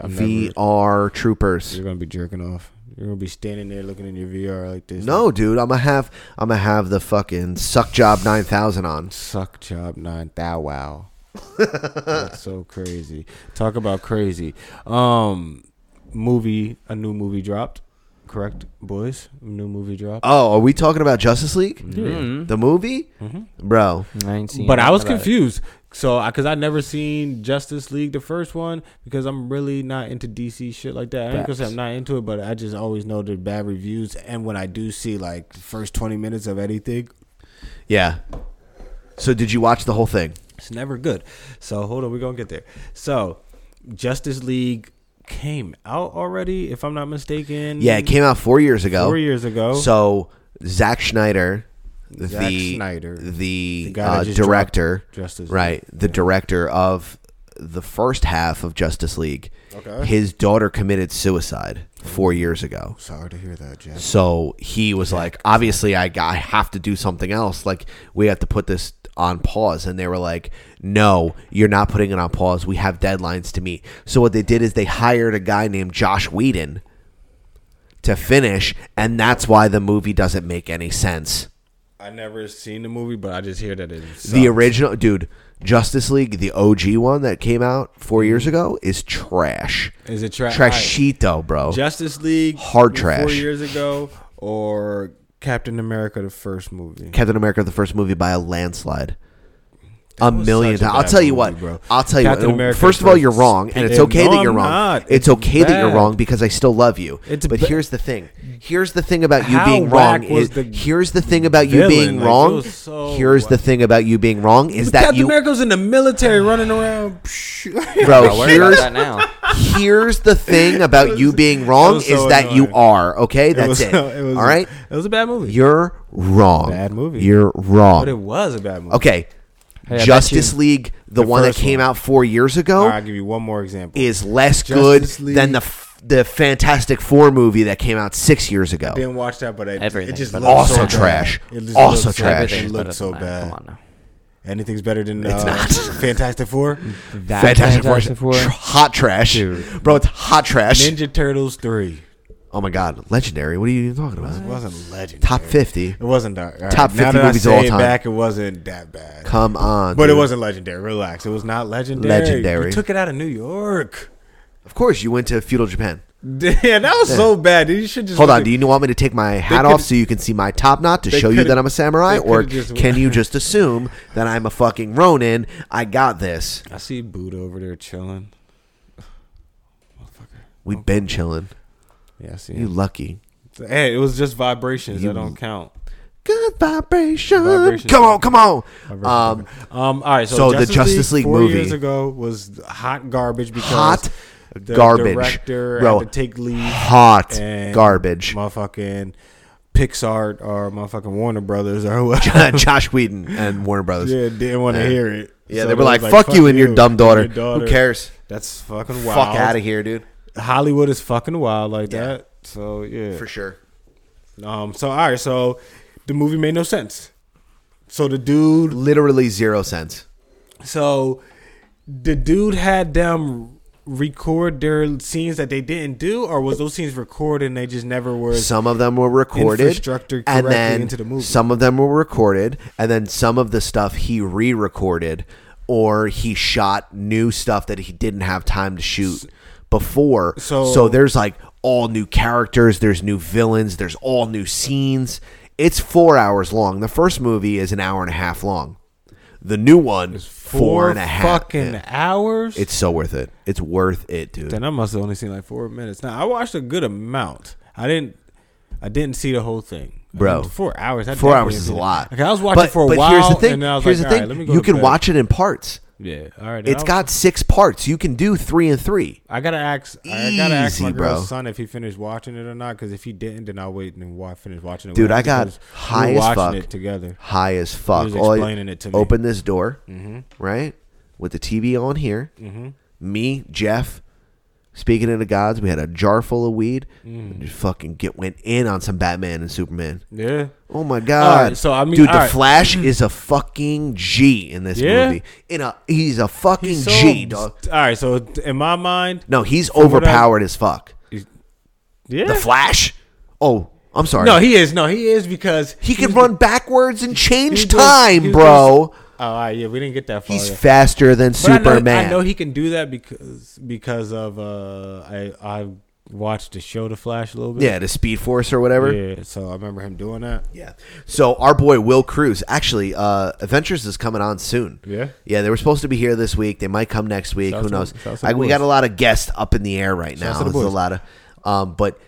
I'm never-
VR troopers.
You're gonna be jerking off. You're gonna be standing there looking in your VR like this.
No, dude, I'm gonna have I'm gonna have the fucking suck job nine thousand on.
Suck job nine thou wow. That's so crazy. Talk about crazy. Um, movie, a new movie dropped. Correct, boys. New movie dropped.
Oh, are we talking about Justice League?
Yeah. Mhm.
The movie,
Mhm.
bro.
but I was confused. So, I because I never seen Justice League, the first one, because I'm really not into DC shit like that. I ain't gonna say I'm
Facts.
not into it, but I just always know the bad reviews. And when I do see like the first 20 minutes of anything,
Yeah. So did you watch the whole thing?
It's never good. So hold on, we're gonna get there. So Justice League came out already, if I'm not mistaken.
Yeah, it came out four years ago.
Four years ago.
So Zack Schneider,
Zack
the
Snyder.
the,
The guy that
uh,
just
director,
dropped Justice League.
right? The director of the first half of Justice League.
Okay.
His daughter committed suicide four years ago.
Sorry to hear that, Jeff.
So he was like, obviously, I, I have to do something else. Like, we have to put this on pause. And they were like, no, you're not putting it on pause. We have deadlines to meet. So what they did is they hired a guy named Josh Whedon to finish. And that's why the movie doesn't make any sense.
I never seen the movie, but I just hear that it sucks.
The original, dude, Justice League, the OG one that came out four years ago, is trash.
Is it trash?
Trashito, bro.
Justice League
Hard
from Four
trash.
years ago, or Captain America, the first movie.
Captain America: The First Movie by a landslide. A
was
million
such a
times. I'll
bad
tell you
movie,
what.
bro.
I'll tell you.
Captain
what.
America
first of all,
first.
you're wrong, and it's
Yeah,
okay
no,
that you're
I'm
wrong.
not.
It's,
It's
okay that you're
bad.
wrong because I still love you.
It's
but
ba-
here's the thing. Here's the thing about you
How
being
whack
wrong.
was
Is,
the
here's the thing about you
villain?
being
Like, it
wrong.
was so
here's the
whack.
thing about you being wrong is
But
that
Captain
you,
America's in the military running around.
bro.
worry about
here's
that now.
here's the thing about you being
It
wrong
was
is
so
that you
annoying.
are okay.
It
That's
was-
it.
it was-
all right.
it was a bad movie.
You're wrong.
Bad movie.
You're wrong.
But it was a bad movie.
Okay.
Hey, I bet
Justice
you-
League, the,
the
one that
first
came
one.
out four years ago,
All right, I'll give you one more example.
is less
Justice
good
League-
than the f- the Fantastic Four movie that came out six years ago.
Didn't watch that, but it, it
Everything
just
but
looked
Also
so bad.
trash.
It just
Also
looked so-
trash.
It
Everything's
looked so
better than that. Come on
bad.
now.
Anything's better than
It's
uh,
not.
Fantastic Four.
That
Fantastic,
Fantastic
Four,
Four?
tr- hot trash,
Dude.
bro. It's hot trash.
Ninja Turtles three.
oh my god, legendary! What are you even talking about?
It wasn't legend.
Top fifty.
It wasn't that. all right.
Top 50
Now that I
movies
say
all
it
time.
Back, it wasn't that bad.
Come on,
but it
dude.
wasn't legendary. Relax. It was not legendary.
Legendary.
You took it out of New York.
Of course, you went to feudal Japan.
Yeah, that was
Yeah.
so bad. Dude. You should just
Hold
look
on.
at-
Do you want me to take my hat
could've-
off so you can see my top knot to
they
show you
could've-
that I'm a samurai,
they
or
could've just-
can you just assume that I'm a fucking Ronin? I got this.
I see Buddha over there chilling. Motherfucker.
We've been chilling.
Yeah, I see.
You
him.
lucky.
Hey, it was just vibrations.
You-
that don't count.
Good vibration.
Vibration.
Come on, come on.
Um,
Um,
um, all right. So,
so the Justice League,
four
movie,
years ago was hot garbage because
hot
the
garbage,
director
bro.
had to take leave.
hot
and
garbage.
Motherfucking Pixar or motherfucking Warner Brothers or whoever.
Um, Josh Whedon and Warner Brothers.
yeah, didn't want to
Yeah.
hear it.
Yeah,
So
they were like,
was
"Fuck you and your dumb
and
daughter. Who cares?"
That's fucking wild.
Fuck out of here, dude.
Hollywood is fucking wild like
Yeah.
that. So yeah,
For sure.
Um. So all right. So the movie made no sense. So the dude
Literally zero sense.
So the dude had them record their scenes that they didn't do, or was those scenes recorded and they just never were?
Some of them were recorded,
Infrastructure
and
correctly
then
into the movie.
some of them were recorded, and then some of the stuff he re-recorded, or he shot new stuff that he didn't have time to shoot. before.
So-
so there's like all new characters, there's new villains, there's all new scenes. It's four hours long. The first movie is an hour and a half long. The new one is
Four
four and a half.
fucking
yeah.
hours?
It's so worth it. It's worth it, dude.
Then I must have only seen like four minutes. Now I watched a good amount. I didn't. I didn't see the whole thing, I
Bro,
mean, four hours. I
four hours
definitely
is a
didn't.
lot.
Okay, I was watching for a while.
Here's the thing.
And then I was
here's
like,
the thing.
all right, let me go
you
to
can
bed.
watch it in parts.
Yeah, all right. then
It's
I'll-
got six parts. You can do three and three.
I gotta ask. I gotta ask my
Easy,
girl's
bro.
son if he finished watching it or not. Because if he didn't, then I'll wait and wa- finish watching it. with
Dude,
him
I got
because we were
high as
watching
fuck.
It together,
High as fuck.
He was
All I-
explaining it to me.
Open this door,
Mhm.
right? With the TV on here.
Mhm.
Me, Jeff, speaking of the gods, we had a jar full of weed.
Mm.
And just fucking get went in on some Batman and Superman.
Yeah.
Oh my god.
Alright, so I mean,
dude, the
alright.
Flash is a fucking G in this
Yeah.
movie. In a, he's a fucking
He's so-
G, dog.
All right. So in my mind,
No, he's
from what I-
overpowered as fuck.
Yeah.
The Flash. Oh, I'm sorry.
No, he is. No, he is because
He can run backwards and change
he does-
time,
he does-
bro.
Oh, all right, Oh, yeah, we didn't get that far.
He's
yet.
faster than
But I know- I
Superman.
know, he can do that because because of uh, I I watched the show The Flash a little bit.
Yeah, the Speed Force or whatever.
Yeah, so I remember him doing that.
Yeah. So our boy Will Cruz, actually, uh, Adventures is coming on soon.
Yeah?
yeah, they were supposed to be here this week. They might come next week.
Shouts
Who
to-
knows?
shouts to
I,
the
we
boys.
got a lot of guests up in the air right
Shouts
now.
to the
There's a
boys.
lot of, um, but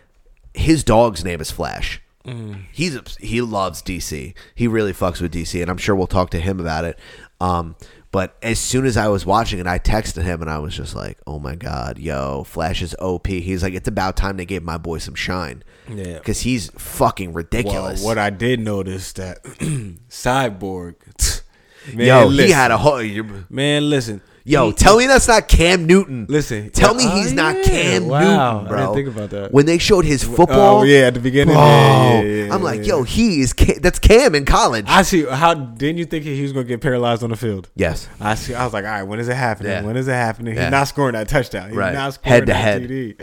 his dog's name is Flash.
Mm.
He's obs- he loves DC. He really fucks with DC, and I'm sure we'll talk to him about it. Um, but as soon as I was watching it, I texted him and I was just like, "Oh my god, yo, Flash is OP." He's like, "It's about time they gave my boy some shine."
Yeah.
because he's fucking ridiculous.
Well, what I did notice that Cyborg, man,
Yo, he had a whole-
man. Listen,
Yo,
He-
tell me that's not Cam Newton.
Listen,
tell
yeah,
me he's
oh,
not
yeah.
Cam
Wow,
Newton, bro.
I didn't think about that.
When they showed his
Oh,
football,
yeah, at the beginning,
bro,
yeah, yeah, yeah,
I'm
yeah,
like,
yeah.
yo, he is Ca- that's Cam in college.
I see. How didn't you think he was going to get paralyzed on the field?
Yes.
I see. I was like, all right, when is it happening?
Yeah.
When is it happening?
Yeah.
He's not scoring that touchdown. He's
Right.
not scoring
Head to
that
head.
TD.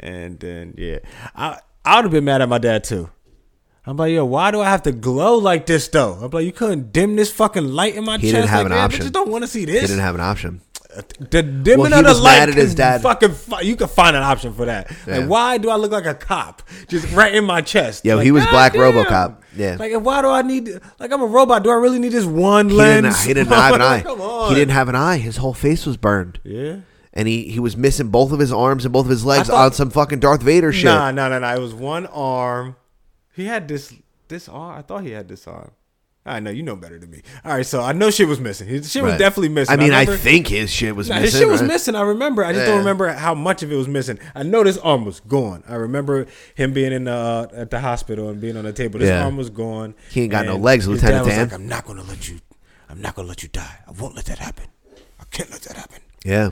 And then yeah, I I would have been mad at my dad too. I'm like, yo, why do I have to glow like this though? I'm like, you couldn't dim this fucking light in my
he
chest.
didn't have
like,
an
man,
option.
Bitches don't want to see
He
this.
didn't have an option.
The dimming
Well, he
of the
was
light
mad at his
can
dad.
Fucking, fi- you can find an option for that.
Yeah.
Like, why do I look like a cop just right in my chest?
Yo,
Like,
he was
God
Black
damn.
RoboCop. Yeah.
Like, why do I need? Like, I'm a robot. Do I really need this one
he didn't,
lens?
he didn't have an eye.
Come on.
He didn't have an eye. His whole face was burned.
Yeah.
And he, he was missing both of his arms and both of his legs
thought-
on some fucking Darth Vader shit.
Nah, nah, nah, nah. It was one arm. He had this this arm. I thought he had this arm. I know you know better than me. All right, so I know shit was missing. His shit
Right.
was definitely missing.
I mean, I,
remember-
think his shit was
Nah,
missing.
his shit was
right?
missing. I remember. I just
Yeah.
don't remember how much of it was missing. I know this arm was gone. I remember him being in the uh, at the hospital and being on the table. This
Yeah.
arm was gone.
He ain't got no
And
legs,
his
Lieutenant
dad was
Dan.
Like, I'm not gonna let you. I'm not gonna let you die. I won't let that happen. I can't let that happen.
Yeah.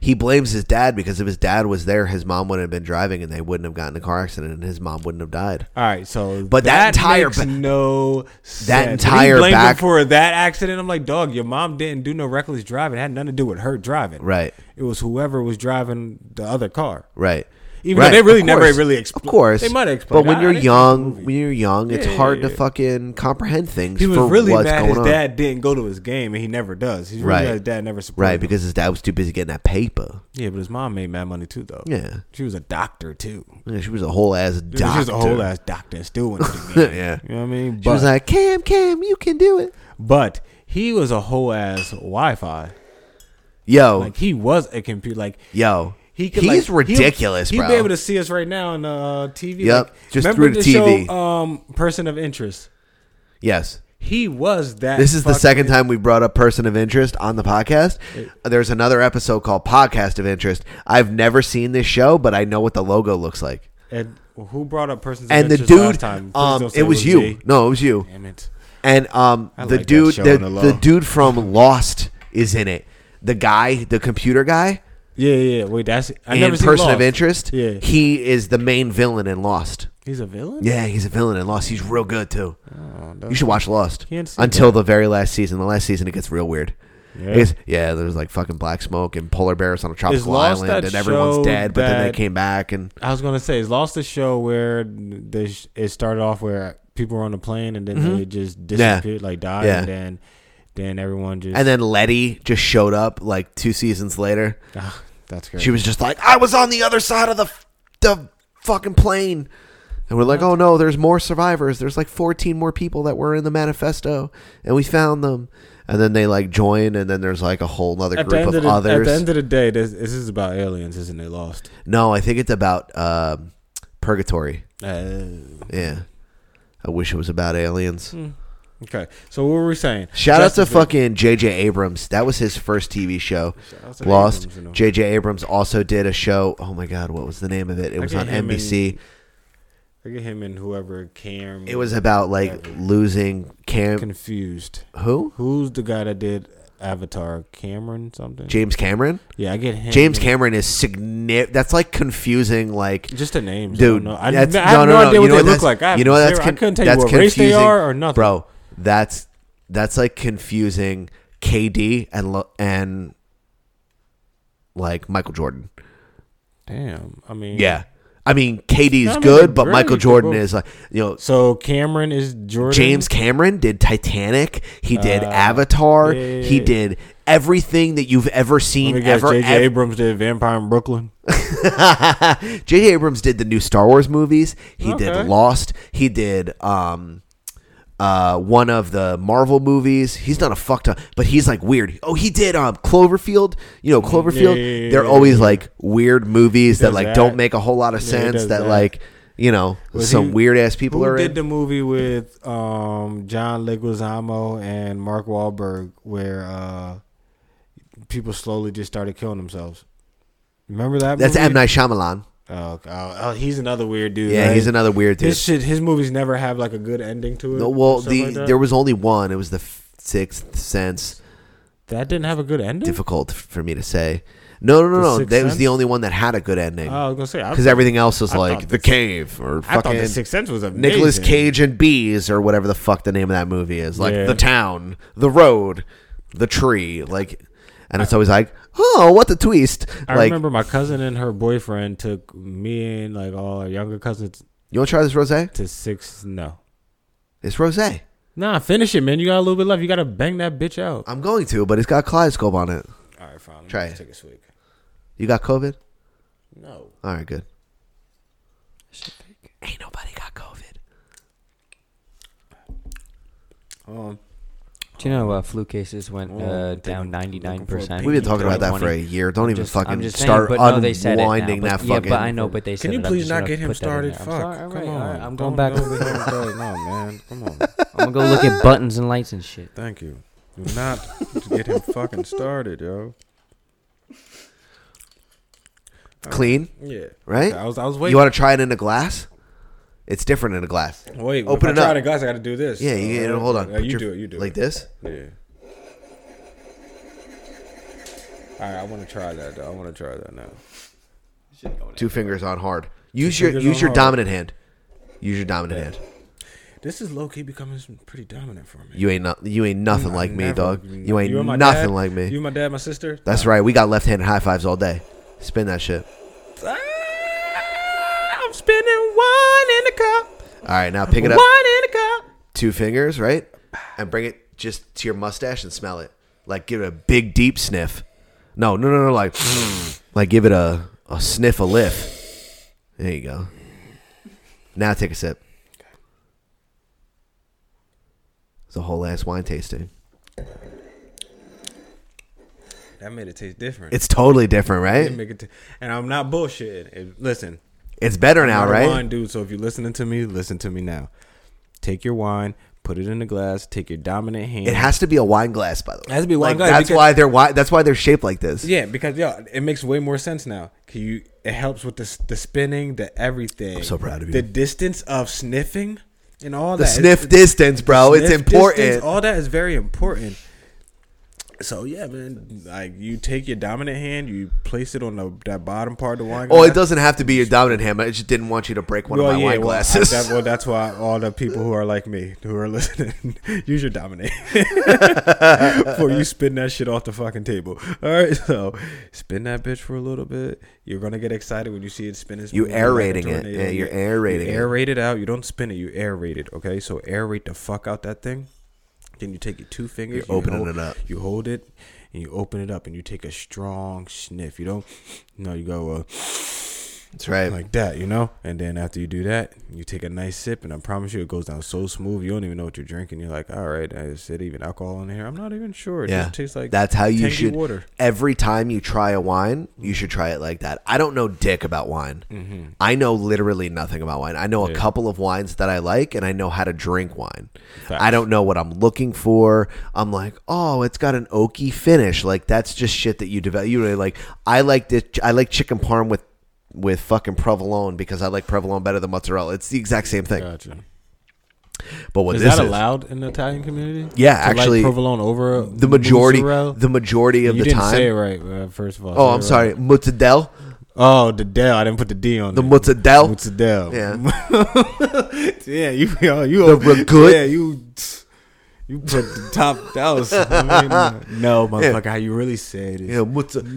He blames his dad because if his dad was there, his mom wouldn't have been driving and they wouldn't have gotten in a car accident and his mom wouldn't have died.
All right, so
But that entire
makes
ba-
no sense. When he
entire
blamed him
back-
for that accident. I'm like, dog, your mom didn't do no reckless driving. It had nothing to do with her driving.
Right.
It was whoever was driving the other car.
Right.
Even
Right,
though they really
of
never
course.
really explained.
Of course.
They might have explained.
But when
I- I
you're
didn't see the
young,
movie.
when you're young, it's
Yeah,
hard
yeah,
to
yeah.
fucking comprehend things.
He was
for
really
what's
mad
going
his
on.
dad didn't go to his game, and he never does. He's really
right.
mad his dad never supported
Right,
him.
because his dad was too busy getting that paper.
Yeah, but his mom made mad money too, though.
Yeah.
She was a doctor too.
Yeah, she was a whole ass
Dude, She was
doctor.
a whole ass doctor and still went to the game.
Yeah.
You know what I mean?
She was
But-
like, Cam, Cam, you can do it.
But he was a whole ass Wi Fi.
Yo.
Like he was a computer. Like
Yo.
he could.
He's
like, he'll-
ridiculous,
He'd
bro.
be able to see us right now on uh, TV.
Yep,
Like,
just
remember
through the TV.
Show, um, person of interest.
yes.
He was that.
This is the
fucking-
second time we brought up person of interest on the podcast. There's another episode called Podcast of Interest. I've never seen this show, but I know what the logo looks like.
And who brought up persons of
And the
interest last
dude,
time? Please
um,
don't say
it was
me.
you. No, it was you.
Damn it.
And um,
I
the
like that
dude,
show
the,
on the low.
the dude from Lost is in it. The guy, the computer guy,
Yeah, yeah. yeah. Wait, that's I
and
never seen
person
Lost.
of interest.
Yeah,
he is the main villain in Lost.
he's a villain.
Yeah, he's a villain in Lost. He's real good too.
no.
you should watch Lost
Oh, Can't see
until the very last season. The last season it gets real weird.
Yeah.
It gets- yeah, there's like fucking black smoke and polar bears on a tropical
Lost
island
that
and everyone's
show
dead, but then they
that-
came back and
I was gonna say, is Lost the show where they sh- it started off where people were on the plane and then
Mhm.
they just
Yeah.
disappeared, like died,
Yeah.
and then then everyone just
and then Letty just showed up like two seasons later.
Ah, That's great.
She was just like, I was on the other side of the f- the fucking plane. And we're like, oh no, there's more survivors. There's like 14 more people that were in the manifesto, and we found them. And then they like join, and then there's like a whole other
At the,
group
end
of,
of the,
others.
at the end of the day, this, this is about aliens, isn't it? Lost.
No, I think it's about um, purgatory.
Oh.
Yeah, I wish it was about aliens.
Hmm. Okay, so what were we saying?
Shout out to
Justice League.
fucking J.J. Abrams. That was his first TV show.
out to
Lost.
Abrams, you know.
J.J. Abrams also did a show. Oh my god, what was the name of it? It
I
was
get
on
him
NBC.
and- I get him and whoever Cam.
It was about like losing Cam.
confused.
Who?
Who's the guy that did Avatar? Cameron something.
James Cameron.
Yeah, I get him.
James
and-
Cameron is significant. That's like confusing. Like
Just the names. I
dude.
don't know. I-
that's-
I have no idea what
You know
they look
that's-
like. I have
you know what that's
zero- I
con-
couldn't tell you
that's
what race they
confusing.
are or nothing.
bro. That's that's like confusing. KD and lo- and like Michael Jordan.
Damn. I mean.
Yeah. I mean, KD is
I mean, they're
good, but
great,
Michael
they're
Jordan
both-
is like, you know.
So Cameron is Jordan.
James Cameron did Titanic. He did
Uh,
Avatar.
yeah, yeah,
He
yeah.
did everything that you've ever
Let
seen
me guess,
ever.
J.J.
ev-
Abrams did Vampire in Brooklyn.
J.J. Abrams did the new Star Wars movies. He
Okay.
did Lost. He did um, uh, one of the Marvel movies. He's done a fuck ton, but he's like weird. Oh, he did um, Cloverfield. You know, Cloverfield.
yeah, yeah,
They're
yeah,
always
yeah.
like weird movies
He
that
does
like
that.
don't make a whole lot of
Yeah, he
sense.
does
That,
that.
like you know
Was
some
he-
weird ass people
who
are
did
in.
the movie with um, John Leguizamo and Mark Wahlberg where uh, people slowly just started killing themselves. Remember that?
That's
movie?
M Night Shyamalan.
Oh, okay. oh, oh, he's another weird dude.
Yeah,
right?
he's another weird dude.
His shit, his movies never have like a good ending to it.
No,
or
well,
something
the
like that.
there was only one. It was the f- Sixth Sense.
that didn't have a good ending.
Difficult f- for me to say. No, no, no,
Mm-hmm. The
no.
Sixth
That was
Sense?
the only one that had a good ending.
Oh, I was gonna say, I
because
thought-
everything else was
I
like
thought
the
The
cave or
I thought The
fucking
Sixth Sense was amazing.
Nicolas Cage and bees or whatever the fuck the name of that movie is. Like
Yeah.
the town, the road, the tree. Like, and it's always like, oh, what the twist?
I
like,
remember my cousin and her boyfriend took me and like all our younger cousins
you want to try this rosé?
to six. No,
It's rosé.
nah, finish it, man. You got a little bit left. You gotta bang that bitch out.
I'm going to, but it's got kaleidoscope on it.
All right, fine. Let me
Try
just
it.
Take a swig.
You got COVID?
No.
All right, good.
Ain't nobody got COVID.
Um,
Do you know uh, flu cases went
Oh,
uh, down ninety nine percent?
We've been talking about that for a year. Don't even fucking
saying,
start
but no, they said it now,
unwinding
but-
that
Yeah,
fucking-
but I know, but they said
Can you
it, I'm
please
just
not
gonna
get him
put that
started?
in there.
Fuck.
I'm sorry, all right,
Come
all
on.
right, I'm going
Don't
back
go
over
over
here.
here. Don't- No, man. Come on.
I'm gonna go look at buttons and lights and shit.
Thank you. Do not get him fucking started, yo.
clean.
Yeah.
Right?
I was- I was waiting.
You want to try it in a glass? It's different in a glass.
Wait,
open
if
it
I
up.
try the glass, I gotta do this.
Yeah, you,
Uh,
hold on.
uh,
Put
you
your-
do it, you do
like
it.
this.
Yeah. All right, I want to try that though. I want to try that now.
Two fingers on hard. Use
Two
your
fingers
use
on
your
hard.
dominant hand. Use your dominant hand.
This is low key becoming some pretty dominant for me.
You ain't not, you ain't nothing like me,
never-
dog. You ain't
You and my
nothing
dad?
like me.
You and my dad, my sister?
That's right. We got left-handed high fives all day. Spin that shit.
Ah, I'm spinning one in the cup.
All right, now pick it up.
One in the cup.
Two fingers, right? And bring it just to your mustache and smell it. Like give it a big deep sniff. No, no, no, no. Like like give it a a sniff, a lift. There you go. Now take a sip. It's a whole ass wine tasting.
That made it taste different.
It's totally different,
It
right?
make it t- and I'm not bullshitting. It- listen,
It's better now,
I'm not a
right?
wine dude. So if you're listening to me, listen to me now. Take your wine, put it in a glass. Take your dominant hand.
It has to be a wine glass, by the way.
It has to be a wine
Like,
glass
That's
because-
why they're why. That's why they're shaped like this.
Yeah, because yeah, it makes way more sense now. 'Cause you, it helps with the s- the spinning, the everything. I'm
so proud of you.
The distance of sniffing and all
The
that.
sniff
It's-
distance, bro. It's
sniff
important.
all that is very important. So yeah, man. Like you take your dominant hand, you place it on the that bottom part of the wine.
Oh, it
glass.
doesn't have to be your dominant hand. but I just didn't want you to break one of my wine
well, I-
glasses.
that- well, that's why all the people who are like me who are listening use your dominate before you spin that shit off the fucking table. All right, so spin that bitch for a little bit. You're gonna get excited when you see it spinning.
You aerating it.
tornado.
Yeah, you're
You-
aerating it.
You aerate it out. You don't spin it. You aerate it. Okay, so aerate the fuck out that thing. Then you take your two fingers.
You're
you
opening
hold-
it up.
You hold it. and you open it up and you take a strong sniff. You don't, no, you go, uh,
that's right,
like that, you know. And then after you do that, you take a nice sip, and I promise you, it goes down so smooth. You don't even know what you're drinking. You're like, all right, is it even alcohol in here? I'm not even sure. It
yeah,
just tastes like
that's how you
tangy
should.
water.
Every time you try a wine, you should try it like that. I don't know dick about wine.
Mhm.
I know literally nothing about wine. I know a
Yeah.
couple of wines that I like, and I know how to drink wine.
Facts.
I don't know what I'm looking for. I'm like, oh, it's got an oaky finish. Like that's just shit that you develop. You really like. I like this. I like chicken parm with with fucking provolone because I like provolone better than mozzarella. It's the exact same thing.
Gotcha.
But what
Is
this
that
is-
allowed in the Italian community?
yeah,
To like
actually,
provolone over
the majority,
mozzarella?
the majority of
You
the
didn't
time.
Say it right. uh, first of all.
Oh, I'm sorry, mozzarella.
Oh, the Dell. I didn't put the D on
The
it.
mozzarella.
Mozzarella.
Yeah.
yeah, you, yo, you,
The ragout.
yeah, you, you put the top. That was I mean, no,
Yeah.
motherfucker. How you really said it?
Yeah, mozzarella.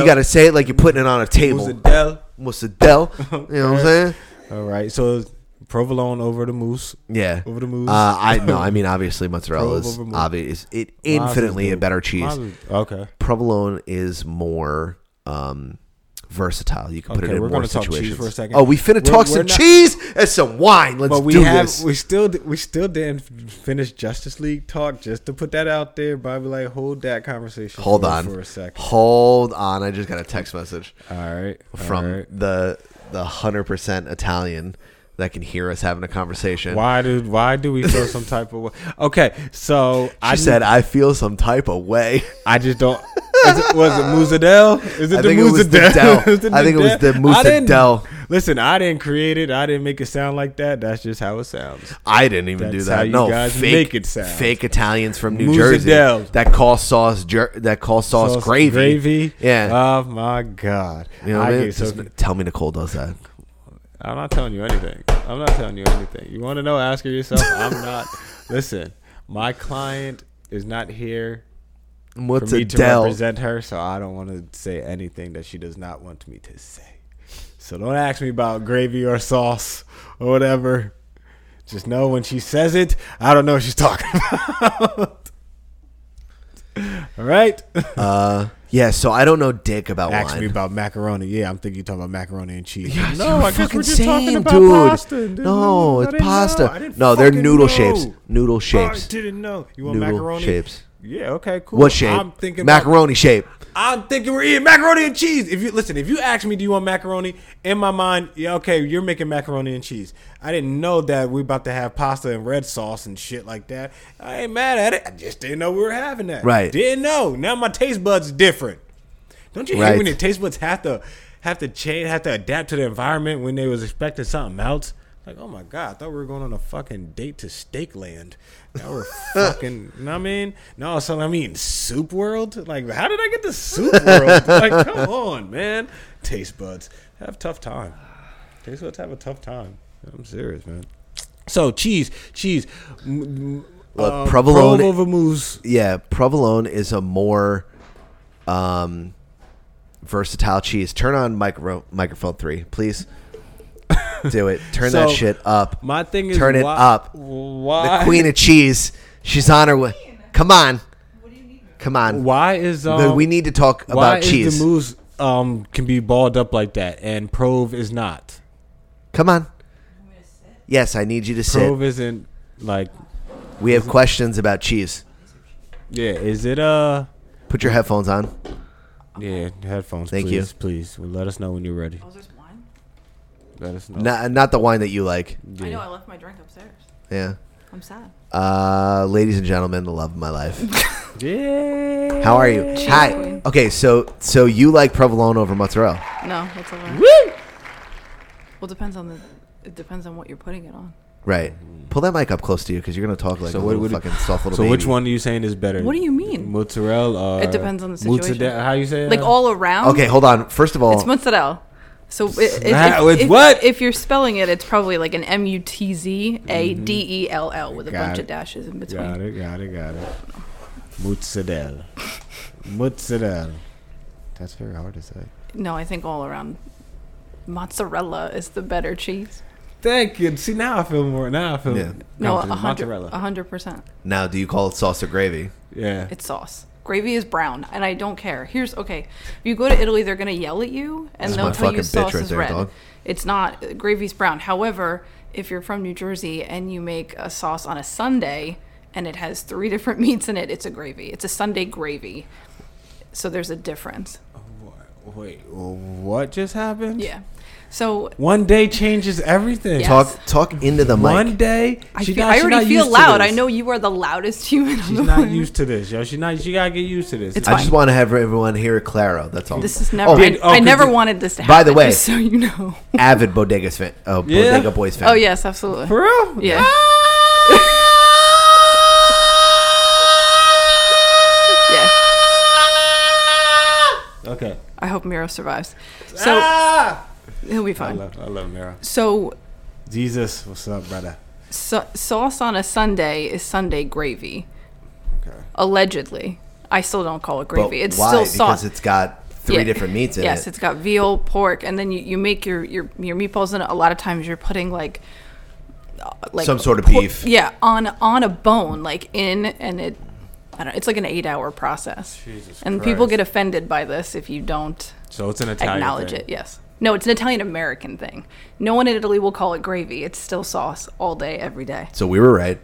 You gotta say it like you're putting it on a table.
Mozzarella.
Mozzarella. You know what I'm saying?
All right, so provolone over the moose.
Yeah.
over the moose.
Uh, I no, I mean obviously mozzarella
Provolone
is
over moose.
obvious. It
Mine's is
infinitely a
dope.
better cheese.
Mine's is- okay.
Provolone is more um, versatile. You can put
Okay,
it in
we're
more
gonna talk cheese
situations.
for a second.
Oh, we finna
We're-
talk
we're
some
not-
cheese and some wine. Let's
but we
do
have
this.
we still we still didn't finish Justice League talk. Just to put that out there, Bobby, like hold that conversation.
Hold
for-
on
for a second.
Hold on. I just got a text message.
All right. all
From
right.
the the hundred percent Italian that can hear us having a conversation.
Why do why do we feel some type of way? Okay, so
I
I
said I feel some type of way.
I just don't. Is it, was it Musadel? Is it
I
the
think it was the
Musadel?
Dell. I think it was the Musadel.
Listen, I didn't create it. I didn't make it sound like that. That's just how it sounds.
I didn't even do
That's
that.
how you
no,
guys
fake,
make it sound.
fake Italians from New
Musadel.
Jersey that call sauce jer- that call sauce,
Sauce
Oh, gravy.
gravy.
Yeah.
Oh my god.
you know what I mean?
get so-
Just tell me Nicole does that.
I'm not telling you anything. I'm not telling you anything. You want to know? Ask her yourself. I'm not. Listen, my client is not here
What's
for me
a
to
Dell?
represent her, so I don't want to say anything that she does not want me to say. So don't ask me about gravy or sauce or whatever. Just know when she says it, I don't know what she's talking about. All right.
Uh, yeah. So I don't know dick about
Ask
wine.
me about macaroni. Yeah, I'm thinking you're talking about macaroni and cheese.
Yeah,
no,
you're
I guess
fucking
we're just talking
sane,
about
dude.
pasta. and didn't know.
No,
I
it's
didn't know. I
pasta.
didn't
No, they're
fucking
noodle
know. Oh,
shapes. Noodle
I
shapes.
didn't know. You want
Noodle
macaroni
shapes.
Yeah. Okay. Cool.
What shape?
I'm thinking about-
macaroni shape.
I'm thinking we're eating macaroni and cheese. If you listen, if you ask me, do you want macaroni? In my mind, yeah, okay, you're making macaroni and cheese. I didn't know that we about to have pasta and red sauce and shit like that. I ain't mad at it. I just didn't know we were having that.
Right.
Didn't know. Now my taste buds different. Don't you hate
Right.
when your taste buds have to have to change, have to adapt to the environment when they was expecting something else? Like, oh my god, I thought we were going on a fucking date to steak land. Now we're fucking. know what I mean, no, so I'm eating soup world. Like, how did I get to soup world? like, come on, man. Taste buds have a tough time. Taste buds have a tough time. I'm serious, man. So cheese, cheese. M- m-
Look,
uh,
provolone.
provo vermouth.
Yeah, provolone is a more um, versatile cheese. Turn on micro microphone three, please. Do it. Turn that
So,
shit up.
my thing is
turn it
why-
up.
why-
The queen of cheese. She's on her way. Come on. Come on.
Why is
The-
um,
we need to talk
why
about cheese?
Is the moose um, can be balled up like that, and Prove is not.
Come on. Yes, I need you to sit.
Prove isn't like
We have questions about cheese.
yeah. Is it uh
Put your headphones on.
yeah headphones?
Thank you.
please, Please let us know when you're ready.
Oh,
Let us know.
Not, not the wine that you like.
I know I left my drink upstairs.
Yeah.
I'm sad.
Uh, ladies and gentlemen, the love of my life.
yeah.
How are you? Hi. Okay, so so you like provolone over mozzarella?
No, that's a lie. Well, it depends on the. It depends on what you're putting it on.
Right. Pull that mic up close to you because you're gonna talk like
So
a
what
little
would-
fucking soft little
So
baby.
which one are you saying is better?
What do you mean?
Mozzarella. Or
it depends on the situation.
mozzarella- How you say it? uh?
Like all around.
Okay, hold on. First of
It's
all,
mozzarella. So it, if,
Snap-
if-
with
if-
what?
If you're spelling it, it's probably like an M U T Z A D E L L with a
Mm-hmm. Got
bunch
it.
of dashes in between.
Got it. Got it. Got it. Mozzarella. Mozzarella. That's very hard to say.
No, I think all around. Mozzarella is the better cheese.
Thank you. See now I feel more. Now I feel
Yeah.
No,
confident.
a hundred,
mozzarella.
a hundred percent.
now do you call it sauce or gravy?
Yeah.
It's sauce. Gravy is brown, and I don't care. Here's okay. If you go to Italy, they're gonna yell at you, and
This is
they'll
my
tell you
fucking bitch
sauce
right
is
there,
red.
dog.
It's not gravy's brown. However, if you're from New Jersey and you make a sauce on a Sunday and it has three different meats in it, it's a gravy. It's a Sunday gravy. So there's a difference.
Wait, what just happened?
Yeah. So
One day changes everything.
Yes. Talk-
talk into the mic.
One day,
I,
she
feel,
not-
I
she not
already feel
used to
loud. I
this.
know you are the loudest human. on the
She's not used to this, yo. She not. She gotta get used to this.
I just want to have everyone hear Claro. That's all.
This is
Oh,
never. I,
and-
I never wanted this to happen.
By the way,
just so you know.
avid bodegas fan. Oh,
Yeah.
bodega boys fan.
Oh yes, absolutely.
For real? Ah!
Yeah. yeah.
Okay.
I hope Miro survives. So he'll
Ah! I
be fine.
love, I love Mira.
So,
Jesus, what's up, brother?
so sauce on a Sunday is Sunday gravy. Okay. Allegedly, I still don't call it
But
gravy. it's
why?
still
because
sauce.
it's got three
Yeah.
different meats in
yes,
it.
has got veal, pork, and then you, you make your, your your meatballs in it. A lot of times you're putting like uh,
Some sort of
por-
beef.
yeah, on on a bone, like in and it. I don't. It's like an eight-hour process,
Jesus
and people
Christ.
get offended by this if you don't
So it's an Italian
acknowledge
thing.
it. Yes. No, it's an Italian American thing. No one in Italy will call it gravy. It's still sauce all day, every day.
So we were right.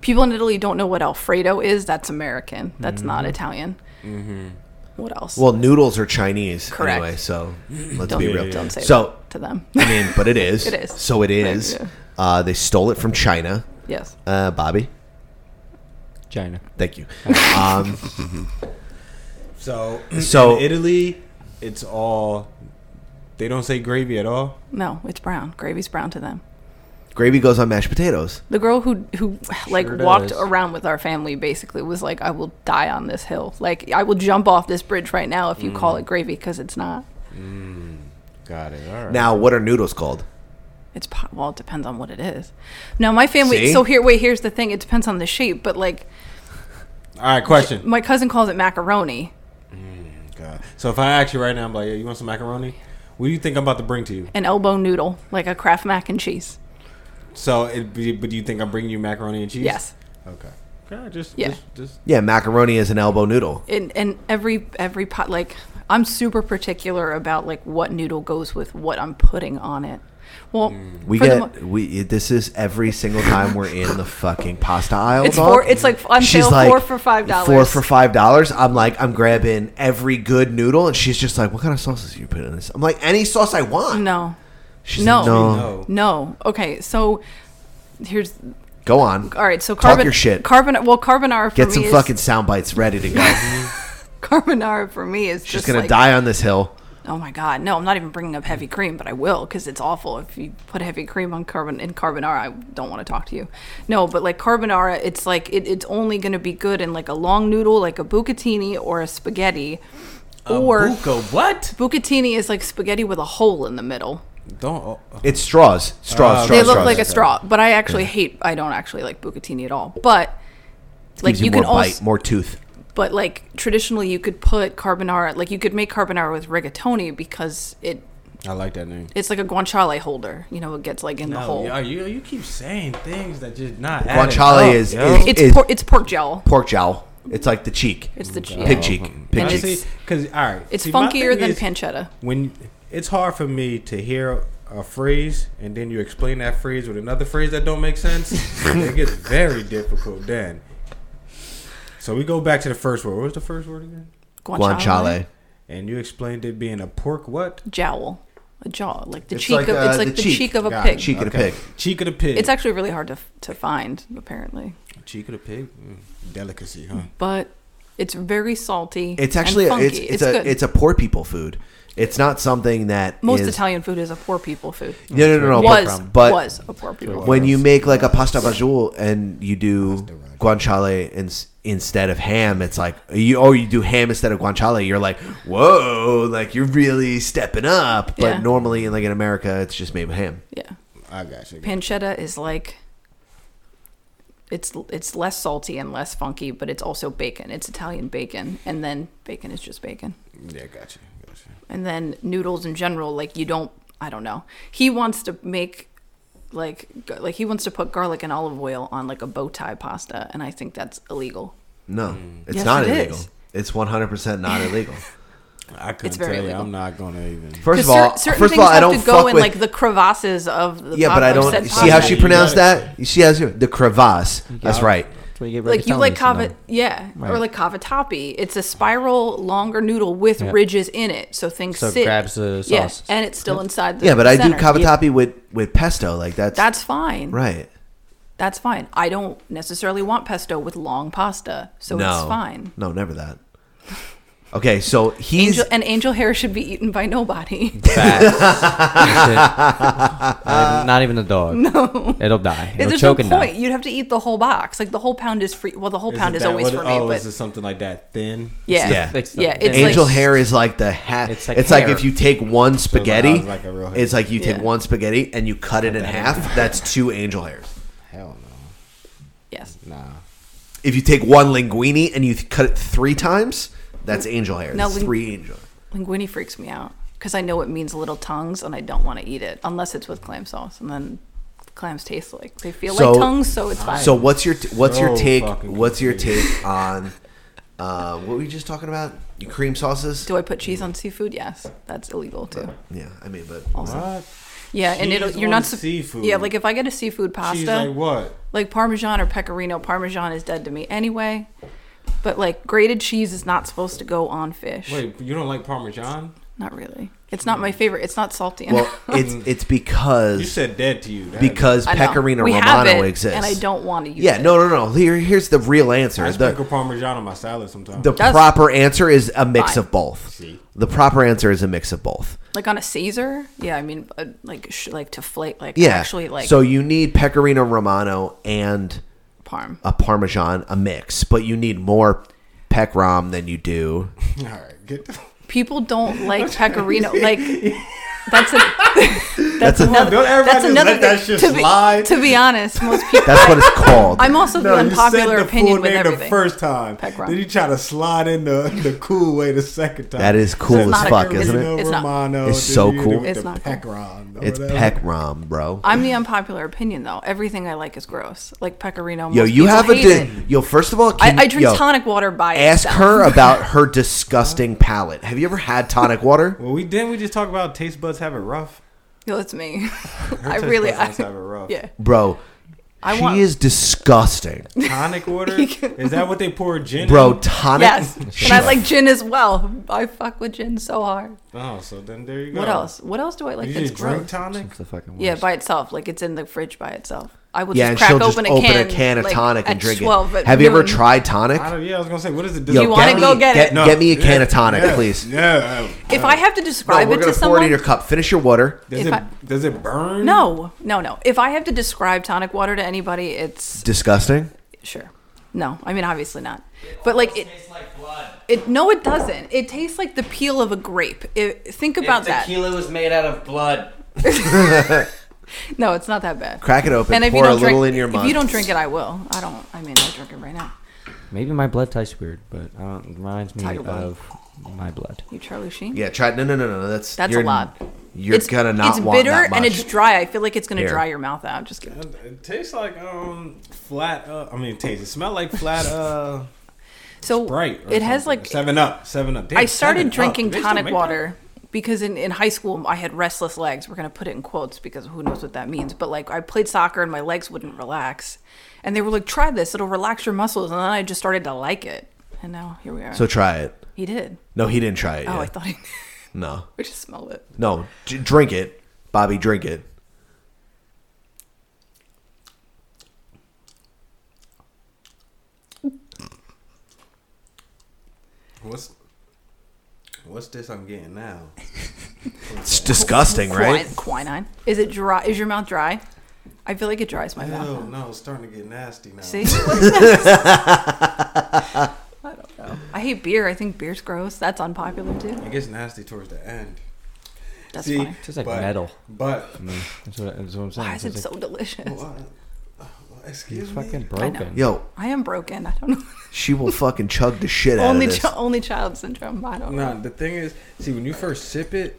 People in Italy don't know what Alfredo is. That's American. That's not Italian.
Mm-hmm.
What else?
Well, noodles are Chinese
Correct.
anyway, so let's
Don't-
be real.
don't say
so,
that to them.
I mean, but it is.
It is.
So it is.
Yeah.
Uh, they stole it from China.
Yes.
Uh, Bobby.
China.
Thank you. um,
So,
So-
in Italy, it's all. They don't say gravy at all.
No, it's brown. Gravy's brown to them.
gravy goes on mashed potatoes.
The girl who who like
Sure
walked
does.
around with our family basically was like, "I will die on this hill. Like, I will jump off this bridge right now if you call
Mm.
it gravy because it's not.
Got it. All right.
Now, what are noodles called?
It's po- well, it depends on what it is. Now, my family.
See?
So here, wait. Here's the thing. It depends on the shape, but like
All right. Question.
my cousin calls it macaroni.
God. So if I ask you right now, I'm like, "Yo, you want some macaroni? What do you think I'm about to bring to you?
an elbow noodle, like a Kraft mac and cheese.
So, it, be- but do you think I'm bringing you macaroni and cheese?
Yes.
Okay. Okay. Just.
Yeah.
Just, just
Yeah, macaroni is an elbow noodle.
And and every every pot like I'm super particular about like what noodle goes with what I'm putting on it. Well,
We
for the
get we. This is every single time we're in the fucking pasta aisle.
It's
dog.
four- it's like on sale, four for $5.
Four for five dollars. I'm like, I'm grabbing every good noodle, and she's just like, "What kind of sauces you put in this?" I'm like, "Any sauce I want."
No.
She's
no.
like, "No."
No. Okay, so here's
Go on.
all right. So
Talk
carbon
your shit.
Carbon. Well, carbonara for
Get
me
some
is
fucking sound bites ready to go.
carbonara for me is
she's
just
gonna
like,
die on this hill.
Oh my god, no! I'm not even bringing up
Mm.
heavy cream, but I will because it's awful. If you put heavy cream on carbon in carbonara, I don't want to talk to you. No, but like carbonara, it's like it, it's only going to be good in like a long noodle, like a bucatini or a spaghetti, or
buca- what?
Bucatini is like spaghetti with a hole in the middle.
don't. oh,
It's straws. Straws.
Uh,
straws
they look
straws.
like a straw, but I actually hate. I don't actually like bucatini at all. But like
Gives you,
you
more
can
bite,
also
more tooth.
But like traditionally, you could put carbonara, like you could make carbonara with rigatoni because it
I like that name.
it's like a guanciale holder. You know, it gets like in the hole.
yo, you you keep saying things that just not. adding
Guanciale
up,
is,
yo.
is
It's
is
por- it's pork jowl.
Pork jowl. It's like the cheek.
It's the cheek.
Pig cheek. Pig
And
cheek.
it's-
Because all right,
It's
see, my
funkier
thing
than
is
pancetta.
When it's hard for me to hear a phrase and then you explain that phrase with another phrase that don't make sense, it gets very difficult then. So we go back to the first word. What was the first word again?
Guanciale. Guanciale.
And you explained it being a pork what?
Jowl, a jaw, like the
It's
cheek
like,
of
uh,
it's like
the
the,
cheek.
cheek. of a
Got it.
pig.
Cheek of the
Okay.
pig.
Cheek of the pig.
It's actually really hard to to find apparently,
cheek of the pig. Mm, delicacy, huh?
but it's very salty.
It's actually
and
a,
funky.
it's, it's, a
good.
it's a poor people food. It's not something that
most
is-
Italian food is a poor people food.
No, no, no, no.
Was
but, but
was a poor people. food.
When you make like a pasta fagioli and you do guanciale in, instead of ham, it's like you or you do ham instead of guanciale. You're like, whoa, like you're really stepping up. But
Yeah.
normally, in like in America, it's just made with ham.
Yeah.
I got you.
Pancetta is like it's it's less salty and less funky, but it's also bacon. It's Italian bacon, and then bacon is just bacon.
Yeah, got you. Got you.
And then noodles in general, like you don't, I don't know. He wants to make like g- like he wants to put garlic and olive oil on like a bow tie pasta, and I think that's illegal.
No, it's
Yes,
not
it
illegal.
is.
It's 100% not illegal.
I couldn't
It's very
tell
illegal.
you. I'm not gonna even.
First of
'Cause cer-
all-
certain
first of
things
all, I
have
don't
to go
fuck
in
with-
like the crevasses of the.
yeah, but I
of
don't
said
see how she
podcast.
pronounced that. You see how she, the crevasse. That's right.
Like you like kava, yeah, or
Right.
like cavatappi. It's a spiral, longer noodle with
Yeah.
ridges in it, so things
So it
sit.
grabs the
Yeah,
sauce.
and it's still inside the.
Yeah, but I do
center.
cavatappi with with pesto. Like that's
That's fine.
right.
That's fine. I don't necessarily want pesto with long pasta, so
no.
it's fine.
No, never that. Okay, so he's
Angel, and angel hair should be eaten by nobody.
Facts. That's it. Uh, Not even a dog.
No.
It'll die. It'll
There's no
choke and
point.
die.
You'd have to eat the whole box. Like the whole pound is free. Well, the whole pound
it
is
that-
always
what-
for me,
Oh,
but
is it something like that thin?
Yeah. Yeah.
It's
Yeah, it's
angel
like-
hair is like the hat. It's like,
like hair.
if you take one spaghetti,
like a real hair.
it's like you take
Yeah.
one spaghetti and you cut it in half. That's two angel hairs.
hell no.
Yes.
Nah.
If you take one linguine and you th- cut it three times, that's angel hairs.
No,
That's
ling-
three angel.
linguine freaks me out because I know it means little tongues, and I don't want to eat it unless it's with clam sauce, and then clams taste like they feel like tongues, so it's fine.
So what's your t- what's your
So
take?
fucking
What's your take on uh, what were you just talking about? Your cream sauces?
Do I put cheese on seafood? Yes, that's illegal too.
Yeah, I mean, but
Also. Yeah, and it'll
Cheese
you're not
on
sup-
seafood.
Yeah, like if I get a seafood pasta,
Cheese like what?
like parmesan or pecorino. Parmesan is dead to me anyway. But like grated cheese is not supposed to go on fish.
Wait, you don't like Parmesan?
Not really. It's not my favorite. It's not salty
Hmm. Well,
enough.
it's it's because
You said dead to you. That-
because
I know.
pecorino
We have
romano
it,
exists,
and I don't want to use
Yeah,
it.
no, no, no. Here, here's the real answer.
I sprinkle
The,
Parmesan on my salad sometimes.
the proper answer is a mix
Fine.
of both. The proper answer is a mix of both.
like on a Caesar. Yeah, I mean, uh, like sh- like to flake, like
Yeah,
actually like.
so you need pecorino romano and
Parm.
a parmesan, a mix, but you need more pec rom than you do.
All right, get the.
people don't like pecorino. Like that's a
That's
that's,
a-
another
Don't everybody
that's
just
another
let that
thing.
shit
to, be,
slide?
to be honest, most people.
That's what it's called.
I'm also the
you
unpopular
said the
opinion
full
with
name
everything.
the first time. Then you try to slide in the, the cool way the second time.
That is cool
It's
as
not a
fuck,
Carino
isn't it?
It's not.
Romano,
It's
then
so
you do
cool.
it
It's
the
not
Peck Rom or
It's
whatever.
pec rom, bro.
I'm the unpopular opinion though. Everything I like is gross. Like pecorino.
Yo,
most
you
people
have a
hate
di-
it.
yo. First of all,
I, I drink
yo,
tonic water by
Ask
itself.
her about her disgusting palate. Have you ever had tonic water?
Well, we didn't we just talk about taste buds have it rough?
Yo, that's me. I
taste
really.
buds
I,
must have it rough.
Yeah.
Bro,
I
she
want-
is disgusting.
Tonic water? is that what they pour gin?
Bro,
in?
tonic.
Yes,
She-
and I like gin as well. I fuck with gin so hard.
Oh, so then there you go.
What else? What else do I like?
You
that's
just drink
gross?
tonic?
Yeah, by itself. Like it's in the fridge by itself. I will
yeah, and
just crack
she'll
open,
just
a,
open
can,
a can of
like,
tonic and
at
drink
12
it.
at
Have you ever
noon.
tried tonic?
I don't, yeah, I was gonna say, what is it?
Yo,
You wanna
me-
go get it?
Get me a can of tonic, please.
Yeah.
If I have to
No,
describe
we're
it
gonna
to
pour it in
someone,
your cup. Finish your water.
Does
If
it
I-
does it burn?
no, no, no. If I have to describe tonic water to anybody, it's
Disgusting.
sure. No, I mean obviously not. But like it, it no, it doesn't. It tastes like the peel of a grape. It, think about
if
that.
Tequila was made out of blood.
No, it's not that bad.
Crack it open,
And if
pour
you
a
don't drink,
little in your
If
mug.
you don't drink it, I will. I don't. I mean, I drink it right now.
Maybe my blood tastes weird, but I don't, it reminds me
Tiger Blood.
of my blood.
You Charlie Sheen.
Yeah, try. No, no, no, no. no, That's
That's a
you're-
lot.
You're gonna not
It's
want
bitter
that much.
and it's dry. I feel like it's gonna
Here.
dry your mouth out. Just kidding.
It tastes like um flat. Uh, I mean, it tastes. It smells like flat. Uh,
So
Sprite. or
it has
something.
like
Seven Up. Seven Up. Damn,
I started
Seven Up.
drinking
Do they still
tonic
make
water because in, in high school I had restless legs. We're gonna put it in quotes because who knows what that means. But like I played soccer and my legs wouldn't relax, and they were like, "Try this. It'll relax your muscles." And then I just started to like it, and now here we are.
So try it.
He did.
No, he didn't try it.
Oh,
yet.
I thought he.
No,
we just smelled it.
no. D- drink it, Bobby. Drink it.
that? What's What's this I'm getting now?
It's disgusting, right?
Quin- Quinine. Is it dry? Is your mouth dry? I feel like it dries my mouth.
No,
out.
no, it's starting to get nasty now.
See? I don't know. I hate beer. I think beer's gross. That's unpopular too.
It gets nasty towards the end.
That's
See,
funny.
Tastes like
but-
metal.
But
I mean, that's, what, that's what I'm saying.
Why is it
Tastes
so
like-
delicious?
Excuse
me? fucking
I know.
broken.
Yo.
I am broken. I don't know.
She will fucking chug the shit out
only
of this.
chi- only child syndrome. I don't
No,
know.
the thing is, see, when you first sip it,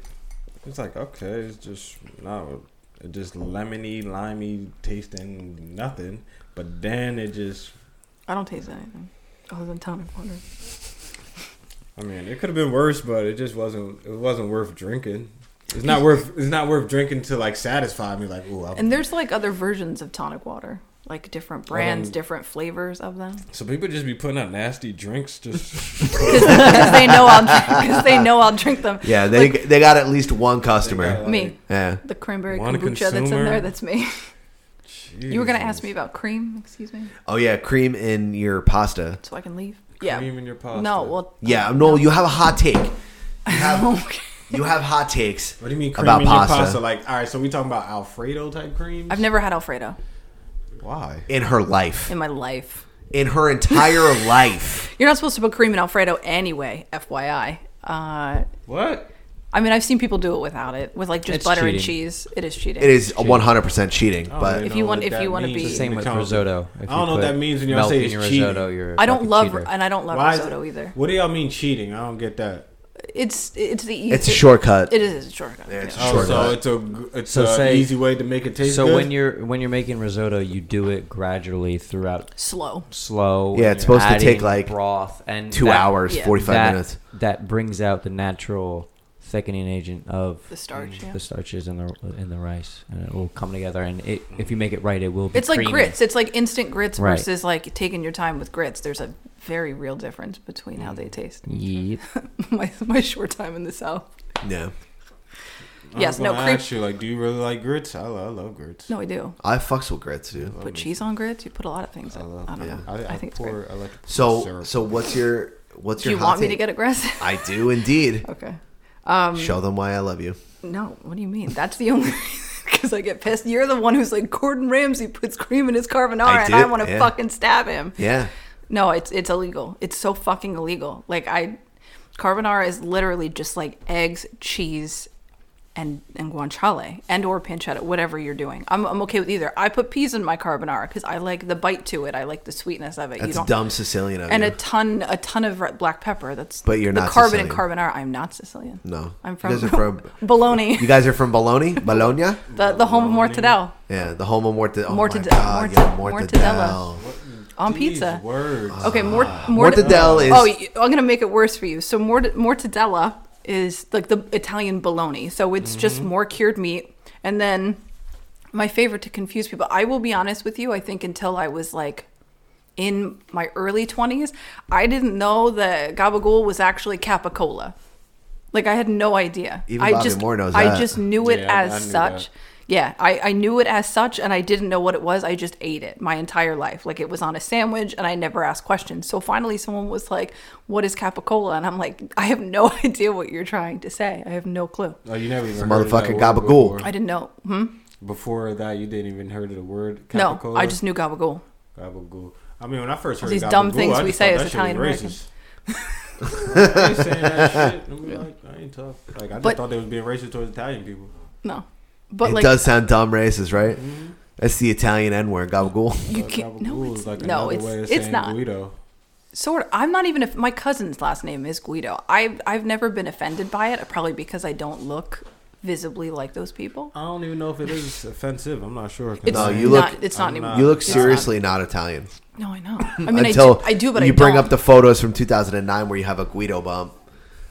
it's like okay, it's just no, it just lemony, limey tasting nothing. But then it just
I don't taste anything other than tonic water.
I mean, it could have been worse, but it just wasn't. It wasn't worth drinking. It's not worth. It's not worth drinking to like satisfy me. Like, ooh, I,
And there's like other versions of tonic water, like different brands, different flavors of them.
so people just be putting out nasty drinks just
Because they know I'll because they know I'll drink them.
Yeah, they they got at least one customer.
me.
Yeah.
The cranberry
One
kombucha that's in
consumer?
there. That's me. You were gonna ask me about cream. Excuse me.
Oh yeah, cream in your pasta.
So I can leave. yeah.
Cream in your pasta.
No. Well.
Yeah, no, you have a hot take. You have, you have hot takes. What do you mean
cream
about
in
pasta?
your pasta. Like, all right, so we talking about Alfredo type cream?
I've never had Alfredo
Why?
In her life,
in my life.
in her entire life.
You're not supposed to put cream in Alfredo anyway. FYI. Uh,
What?
I mean, I've seen people do it without it, with like just
It's
butter and
cheating.
cheese. It is cheating.
It is one hundred percent cheating,
Oh,
but
If you want- if you want to be,
It's the same with risotto.
I don't know what that means when y'all say it's cheating.
I don't love and I don't love risotto either.
What do y'all mean cheating? I don't get that.
It's it's the easy.
It's a shortcut.
It is a shortcut.
Yeah, it's
yeah.
a shortcut.
Oh, so it's a g- it's a easy way to make it taste
so
good?
when you're when you're making risotto, you do it gradually throughout
Slow.
slow.
Yeah, it's supposed to
adding
take, like,
broth and
two hours, Yeah. 45
that-
minutes.
That brings out the natural thickening agent of
The starch, yeah.
Mm. the starches in the in the rice, and it will come together. And it, if you make it right, it will. be
It's like
creamy.
grits. It's like instant grits
Right.
versus like taking your time with grits. There's a very real difference between how they taste.
Yep.
my my short time in the south.
no.
I
yes,
was
no,
gonna
cream-
Ask you like, do you really like grits? I love, I love grits.
No, I do.
I fucks with grits, dude.
Put cheese on grits. You put a lot of things. in. I, don't know. I, think it's great.
I like to
So so what's your what's
Do
your?
you
hot
want me to
take?
get aggressive?
I do indeed.
Okay. Um,
Show them why I love you.
No, what do you mean? That's the only because I get pissed. You're the one who's like Gordon Ramsay puts cream in his
I
carbonara,
did,
and I want to
yeah.
fucking stab him.
Yeah.
No, it's it's illegal. It's so fucking illegal. Like I, carbonara is literally just like eggs, cheese, and and guanciale and or pancetta, whatever you're doing. I'm I'm okay with either. I put peas in my carbonara because I like the bite to it. I like the sweetness of it.
That's dumb Sicilian of
and
you.
a ton a ton of red- black pepper. That's
But you're
the
not
carbon in
Sicilian.
carbonara. I'm not Sicilian.
No.
I'm
You
from,
guys are from-
Bologna.
You guys are from Bologna, Bologna.
The, the home of Mortadell
Yeah, the home of Mortadella. Oh
Mortade-
my God,
Mort-
yeah,
Mortadella.
Mortadella.
on pizza.
Words.
Okay, mort-
Mortadell Ah. is-
Oh, y- I'm gonna make it worse for you. So mort- mortadella is like the Italian bologna. So it's
Mm-hmm.
just more cured meat, and then my favorite to confuse people. I will be honest with you. I think until I was like in my early 20s, I didn't know that gabagool was actually capicola. Like I had no idea.
Even
I
Bobby
just
Moore knows
I
that.
just knew it
Yeah, I-
as
I knew
such.
that.
Yeah, I, I knew it as such and I didn't know what it was. I just ate it my entire life. Like it was on a sandwich and I never asked questions. So finally someone was like, What is Capicola? And I'm like, I have no idea what you're trying to say. I have no clue.
Oh, you never even
Some
heard of that
motherfucking
word
gabagool.
before.
I didn't know. Hmm?
Before that, you didn't even heard of the word.
No,
capicola?
I just knew gabagool.
Gabagool. I mean, when I first heard
These
gabagool,
dumb things
I
we
just
say
thought
as
that shit was racist. I ain't saying that shit. I'm like, I ain't tough. Like I just
But-
thought they was being racist towards Italian people.
No. But
it
like
does sound dumb racist, right? That's the Italian N word, gabagool.
you can't no
Gabagool
it's,
is like
no,
another
it's,
way of
it's
saying
not.
Guido.
Sort of. I'm not even. If my cousin's last name is Guido. I've I've never been offended by it. Probably because I don't look visibly like those people.
I don't even know if it is offensive. I'm not sure.
It's
no, you
not-
look.
it's not anymore.
You look
It's
seriously not, Italian.
No, I know. I mean, I
Until
do- I do, but I
you bring
don't.
up the photos from 2009 where you have a Guido bump.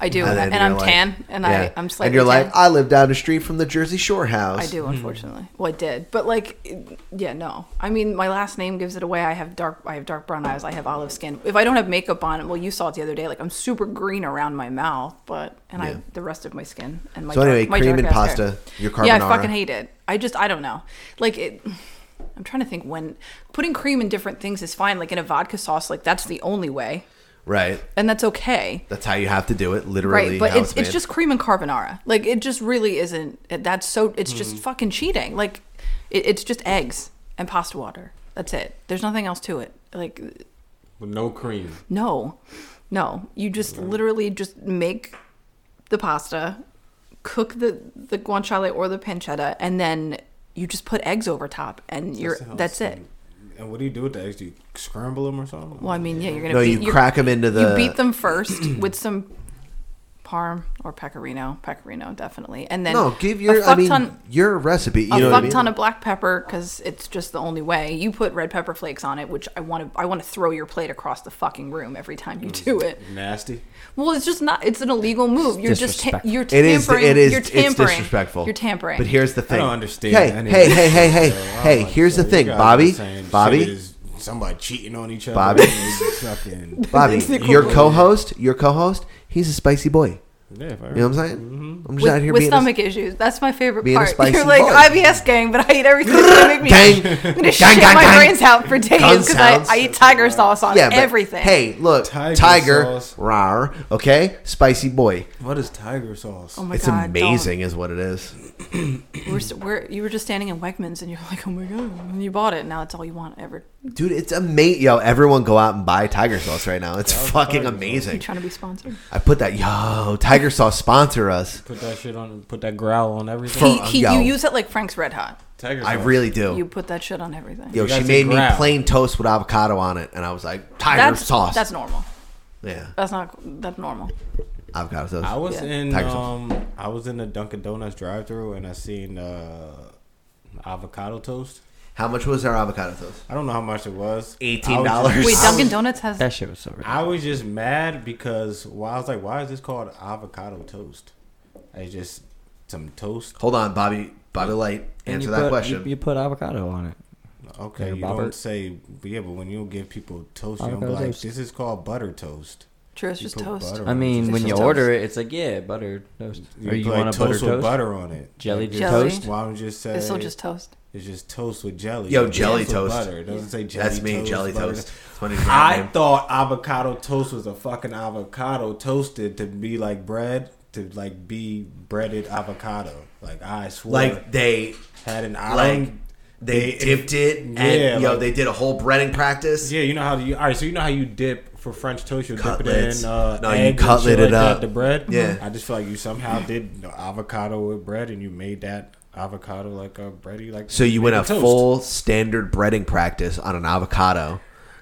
I do, and,
then you're
I'm
like-
tan, and
Yeah.
I I'm slightly.
And you're
tan.
like, Hmm. I live down the street from the Jersey Shore house.
I do, unfortunately. Well, I did, but like, it- yeah, no. I mean, my last name gives it away. I have dark, I have dark brown eyes. I have olive skin. If I don't have makeup on, well, you saw it the other day. Like, I'm super green around my mouth, but and I
Yeah.
the rest of my skin and my.
So
dark,
anyway,
my
cream
dark
and
ass hair.
pasta, your
Yeah, I
carbonara.
fucking hate it. I just, I don't know. Like it. I'm trying to think when putting cream in different things is fine. Like in a vodka sauce, like that's the only way,
Right.
and that's okay
That's how you have to do it. Literally.
right but
how
it's, it's
made.
just cream and carbonara like it just really isn't it- that's so it's just
Mhm.
fucking cheating like it, it's just eggs and pasta water that's it there's nothing else to it like
With no cream.
no no you just literally just make the pasta cook the the guanciale or the pancetta and then you just put eggs over top and you're
sounds
that's it
And what do you do with the eggs? Do you scramble them or something?
well i mean yeah you're gonna
No,
beat,
you
you're-
crack 'em into the-
you beat them first with some parm or pecorino, pecorino definitely, and then
no, give your.
a
I
fuck
mean,
ton,
your recipe. You know
a fuck
what I mean?
ton of black pepper because it's just the only way. You put red pepper flakes on it, which I want to. I want to throw your plate across the fucking room every time you do it.
Nasty.
Well, it's just not. It's an illegal move. You're just ta-
disrespectful.
you're
It is-
tampering.
it is-
You're
it's
tampering.
disrespectful.
You're tampering.
But here's the thing.
don't understand
Hey,
any of
hey,
this
hey, hey, hey,
shit, though. I'm
hey.
like,
Here's the
you
thing,
guys are
Bobby,
saying shit
Bobby,
is Somebody cheating on each other.
Bobby,
and it's fucking-
Bobby, your co-host, your co-host, he's a spicy boy.
Yeah, if I-
you know what I'm saying?
Mm-hmm.
I'm just
with,
out here
with
being
stomach issues. That's my favorite
being a
part.
spicy
You're like
boy.
IBS gang, but I eat everything. It's gonna make me.
Gang.
I'm gonna
Gang,
shit
gang,
my
gang.
brains out for days
Gun
because I,
sounds.
I eat tiger sauce
a,
on
yeah, but
everything.
Hey, look, tiger,
Tiger
tiger
sauce.
rar, okay, spicy boy.
What is tiger sauce?
Oh my
It's
God,
amazing, is what it is.
we're, s- we're, you were just standing in Wegmans and you're like, oh my god, and you bought it. And now it's all you want ever.
Dude, it's amazing. Yo, everyone go out and buy tiger sauce right now. It's fucking
You
amazing.
trying to be sponsored?
I put that, yo, tiger sauce sponsor us.
Put that shit on. Put that growl on everything.
He, he,
uh, yo.
you use it like Frank's Red Hot.
Tiger
I really do.
You put that shit on everything.
Yo,
You
she
guys
made
can
me
grab.
plain toast with avocado on it, and I was like, tiger
that's,
sauce.
That's normal.
Yeah,
That's not that's normal.
avocado toast.
I was
Yeah.
in
Tiger sauce.
um I was in the Dunkin' Donuts drive thru and I seen uh avocado toast.
How much was our avocado toast?
I don't know how much it was.
$18.
Wait, Dunkin' Donuts has
That shit was so ridiculous.
I was just mad because why I was like, why is this called avocado toast? It's just some toast.
Hold on, Bobby. Bobby Light,
And
answer
you
that
put-
question.
You, you put avocado on it.
Okay,
There,
you
Robert.
don't say yeah, but when you give people toast, you don't be
Avocado
like,
toast.
this is called butter toast.
True, it's
You
just
put
toast.
butter
I
on it.
mean,
It's
when
just
you
toast.
order it, it's like yeah, butter toast.
You
or you
put, like,
want a butter
toast with
toast?
butter on it.
Jelly
Like,
Jelly.
toast.
Why don't you just say
It's still just toast.
It's just toast with jelly.
Yo,
It's
jelly
with
toast.
Butter. It doesn't say jelly
That's me,
toast,
jelly
butter.
toast. That's my new brand
I
name.
thought avocado toast was a fucking avocado toasted to be like bread, to like be breaded avocado. Like I swore.
Like they
had an
like
island.
they
They-
dipped it, and
Yeah,
yo,
like-
they did a whole breading practice.
yeah, you know how you all right. So you know how you dip for French toast. You dip it
Cutlets.
in uh,
No, you
eggs and
cutlet
shit
it
like that,
up.
the bread.
Yeah.
I just feel like you somehow did the avocado with bread, and you made that avocado like a bready like.
So you went
made
a
a toast.
full standard breading practice on an avocado.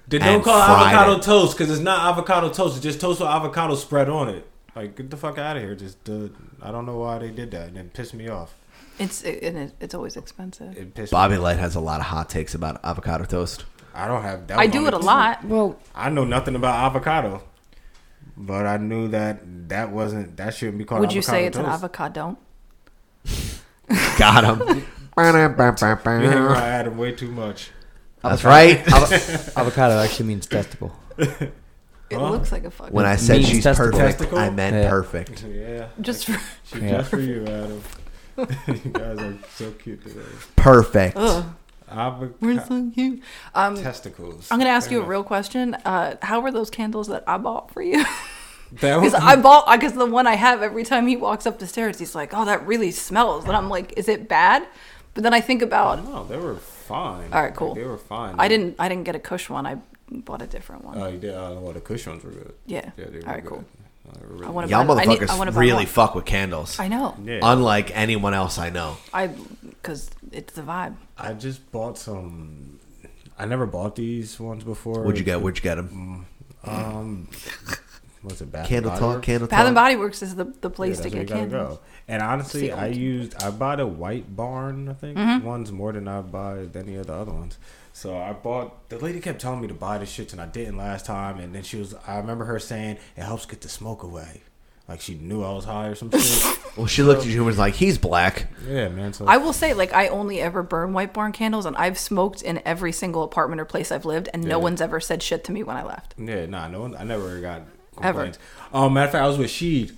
They
and
don't call it
fried
avocado
it.
toast because it's not avocado toast. It's just toast with avocado spread on it. Like get the fuck out of here. Just uh, I don't know why they did that and it pissed me off.
It's it, and it, it's always expensive.
It pissed
Bobby
me.
Light has a lot of hot takes about avocado toast.
off. I don't have that.
I
was
do
on
it a
the-
lot.
Well,
I know nothing about avocado, but I knew that that wasn't that shouldn't be called.
Would you say it's
toast.
an avocado?
Got him.
You hang around Adam way too much.
That's right.
Avo- avocado actually means testicle.
It
Huh?
looks like a fucking.
when I said
Means
she's
testicle.
perfect,
Testicle?
I meant
Yeah.
perfect.
Yeah,
just for,
she
Yeah.
just for you, Adam. you guys are so cute today.
Perfect.
ugh, we're
Avocado
so cute. Um,
testicles.
I'm gonna ask
Fair
you a
enough.
real question. Uh, how were those candles that I bought for you?
That was-
Because I bought, I guess the one I have every time he walks up the stairs, he's like, "Oh, that really smells," and I'm like, "Is it bad?" But then I think about,
No, they were fine.
all right, cool.
They were fine.
I didn't, I didn't get a Kush one. I bought a different one.
Oh, you did. Oh, well, the cushions were good.
Yeah.
they were
All right,
good.
cool.
Uh, they were really
I want to.
Y'all
buy, I need, I wanna
motherfuckers
buy
really
more.
fuck with candles.
I know.
good. Yeah.
Unlike anyone else I know.
I because it's the vibe.
I just bought some. I never bought these ones before.
What'd you get? Where'd you get
Mm,
them?
Um, what's it? Bath and
Candle
Body
talk.
Works?
Candle
Bath
talk.
and Body Works is the,
Yeah,
the place to
that's where
get
you gotta
candles.
go. And honestly, I
Sealed.
used I bought a White Barn. I think
Mm-hmm.
ones more than I buy any of the other ones. So I bought. The lady kept telling me to buy this shit, and I didn't last time. And then she was. I remember her saying it helps get the smoke away. Like she knew I was high or some shit.
Well, she looked at you and was like, "He's black."
yeah, man. So
I will say, like, I only ever burn White Barn candles, and I've smoked in every single apartment or place I've lived, and no
Yeah.
one's ever said shit to me when I left.
Yeah, nah, no one. I never got
Ever.
complaints. Um, matter of fact, I was with Sheed.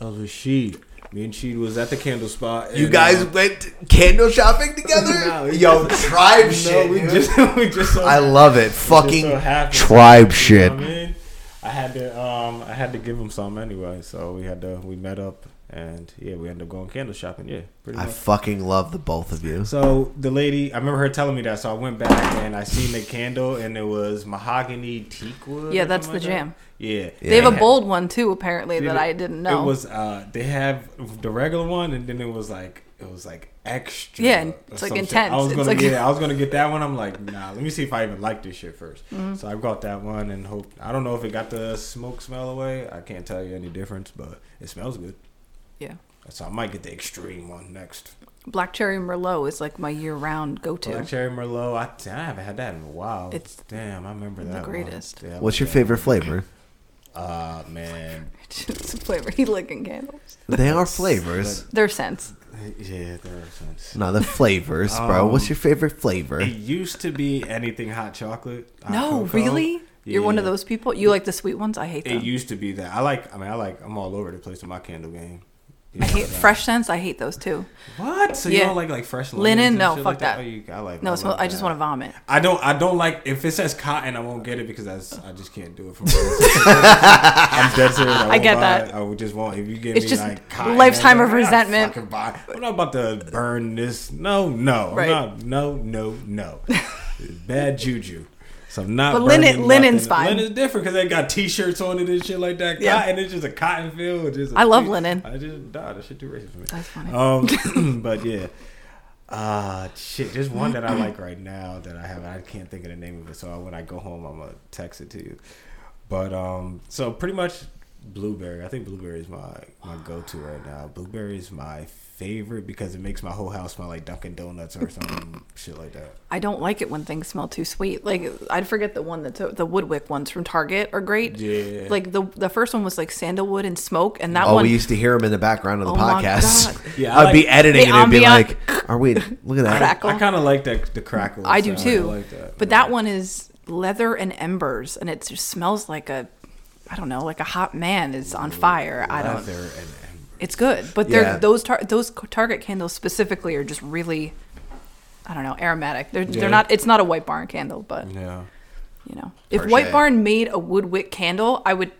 I was with Sheed. Me and Sheed was at the candle spot.
You
and,
guys
uh,
went candle shopping together?
No, we
Yo,
just-
tribe
no,
shit.
we
dude.
just, we just so
I love it.
we just
Fucking
happened.
tribe
You know
shit.
what I mean? I had to, um, I had to give him some anyway. So we had to, we met up, and yeah, we ended up going candle shopping. Yeah, pretty
I
much.
fucking love the both of you.
So the lady, I remember her telling me that. So I went back and I seen the candle, and it was mahogany teak wood.
Yeah,
or
that's
something
the
like that.
jam.
Yeah,
They have a
And-
bold one too, apparently,
Dude,
that I didn't
It
know.
was uh they have the regular one and then it was like it was like extra.
Yeah, and
or
it's, like,
some shit.
intense.
I was
It's
gonna
like-
get, I was gonna get that one. I'm like, nah, let me see if I even like this shit 1st
Mhm.
So I got that one and hope. I don't know if it got the smoke smell away. I can't tell you any difference, but it smells good.
Yeah.
So I might get the extreme one next.
Black cherry merlot is like my year-round go-to.
Black cherry merlot. I, damn, I haven't had that in a while.
It's
damn. I remember
the
that. one.
greatest.
Yeah, I
What's
like
your
that.
favorite flavor?
Uh man.
it's a flavor. He licking candles.
They are flavors.
They're scents.
Yeah, there are scents.
No, the flavors, bro.
Um,
What's your favorite flavor?
It used to be anything hot chocolate. hot
No,
cocoa.
really? You're one of
Yeah.
those people. You like the sweet ones. I hate
It
them.
used to be that. I like. I mean, I like. I'm all over the place with my candle game.
I hate fresh scents. I hate those too.
What? So you don't like, like, fresh linens
linen?
and
No,
shit
fuck
like that?
that.
Oh, you- I like-
No,
I
I, smell,
like
I just
that.
want to vomit.
I don't. I don't like. If it says cotton, I won't get it because that's. I just can't do it for. I'm dead serious.
I
won't
get
buy
that.
it. I would just want. If you give
It's
me
just
like cotton,
lifetime
I'm
of
like, "Ah, "I'm not
resentment."
fucking buying- I'm not about to burn this. No, no, I'm
Right.
not. No, no, no. Bad juju. So I'm not.
But linen-
burning
linen's
nothing.
fine.
Linen's different because they got t-shirts on it and shit like that.
Yeah.
Cotton, it's just a cotton field. Just a
I love
t-
linen.
I just died. That shit too racist for me.
That's funny.
Um, but yeah. Uh shit. There's one that I like right now that I have. I can't think of the name of it. So when I go home, I'm gonna text it to you. But um, so pretty much blueberry. I think blueberry is my my go to right now. Blueberry is my favorite because it makes my whole house smell like Dunkin' Donuts or something shit like that.
I don't like it when things smell too sweet. Like I'd forget the one that's the Woodwick ones from Target are great.
Yeah.
Like the the first one was like sandalwood and smoke, and that
oh,
one
we used to hear them in the background of the
Oh my
podcast.
God. Yeah,
I'd
I
be
like-
editing
The
and it'd be
ambient-
like, "Are we? Look at that."
Crackle.
I kind of like that the crackle.
I do
sound.
too.
I like that.
But that one is leather and embers, and it just smells like a, I don't know, like a hot man is on fire. I don't.
Mm, Leather and
It's good, but they're
Yeah.
those tar- those Target candles specifically are just really, I don't know, aromatic. They're
Yeah.
they're not. It's not a White Barn candle, but
yeah.
you know, if
Per se.
White Barn made a woodwick candle, I would.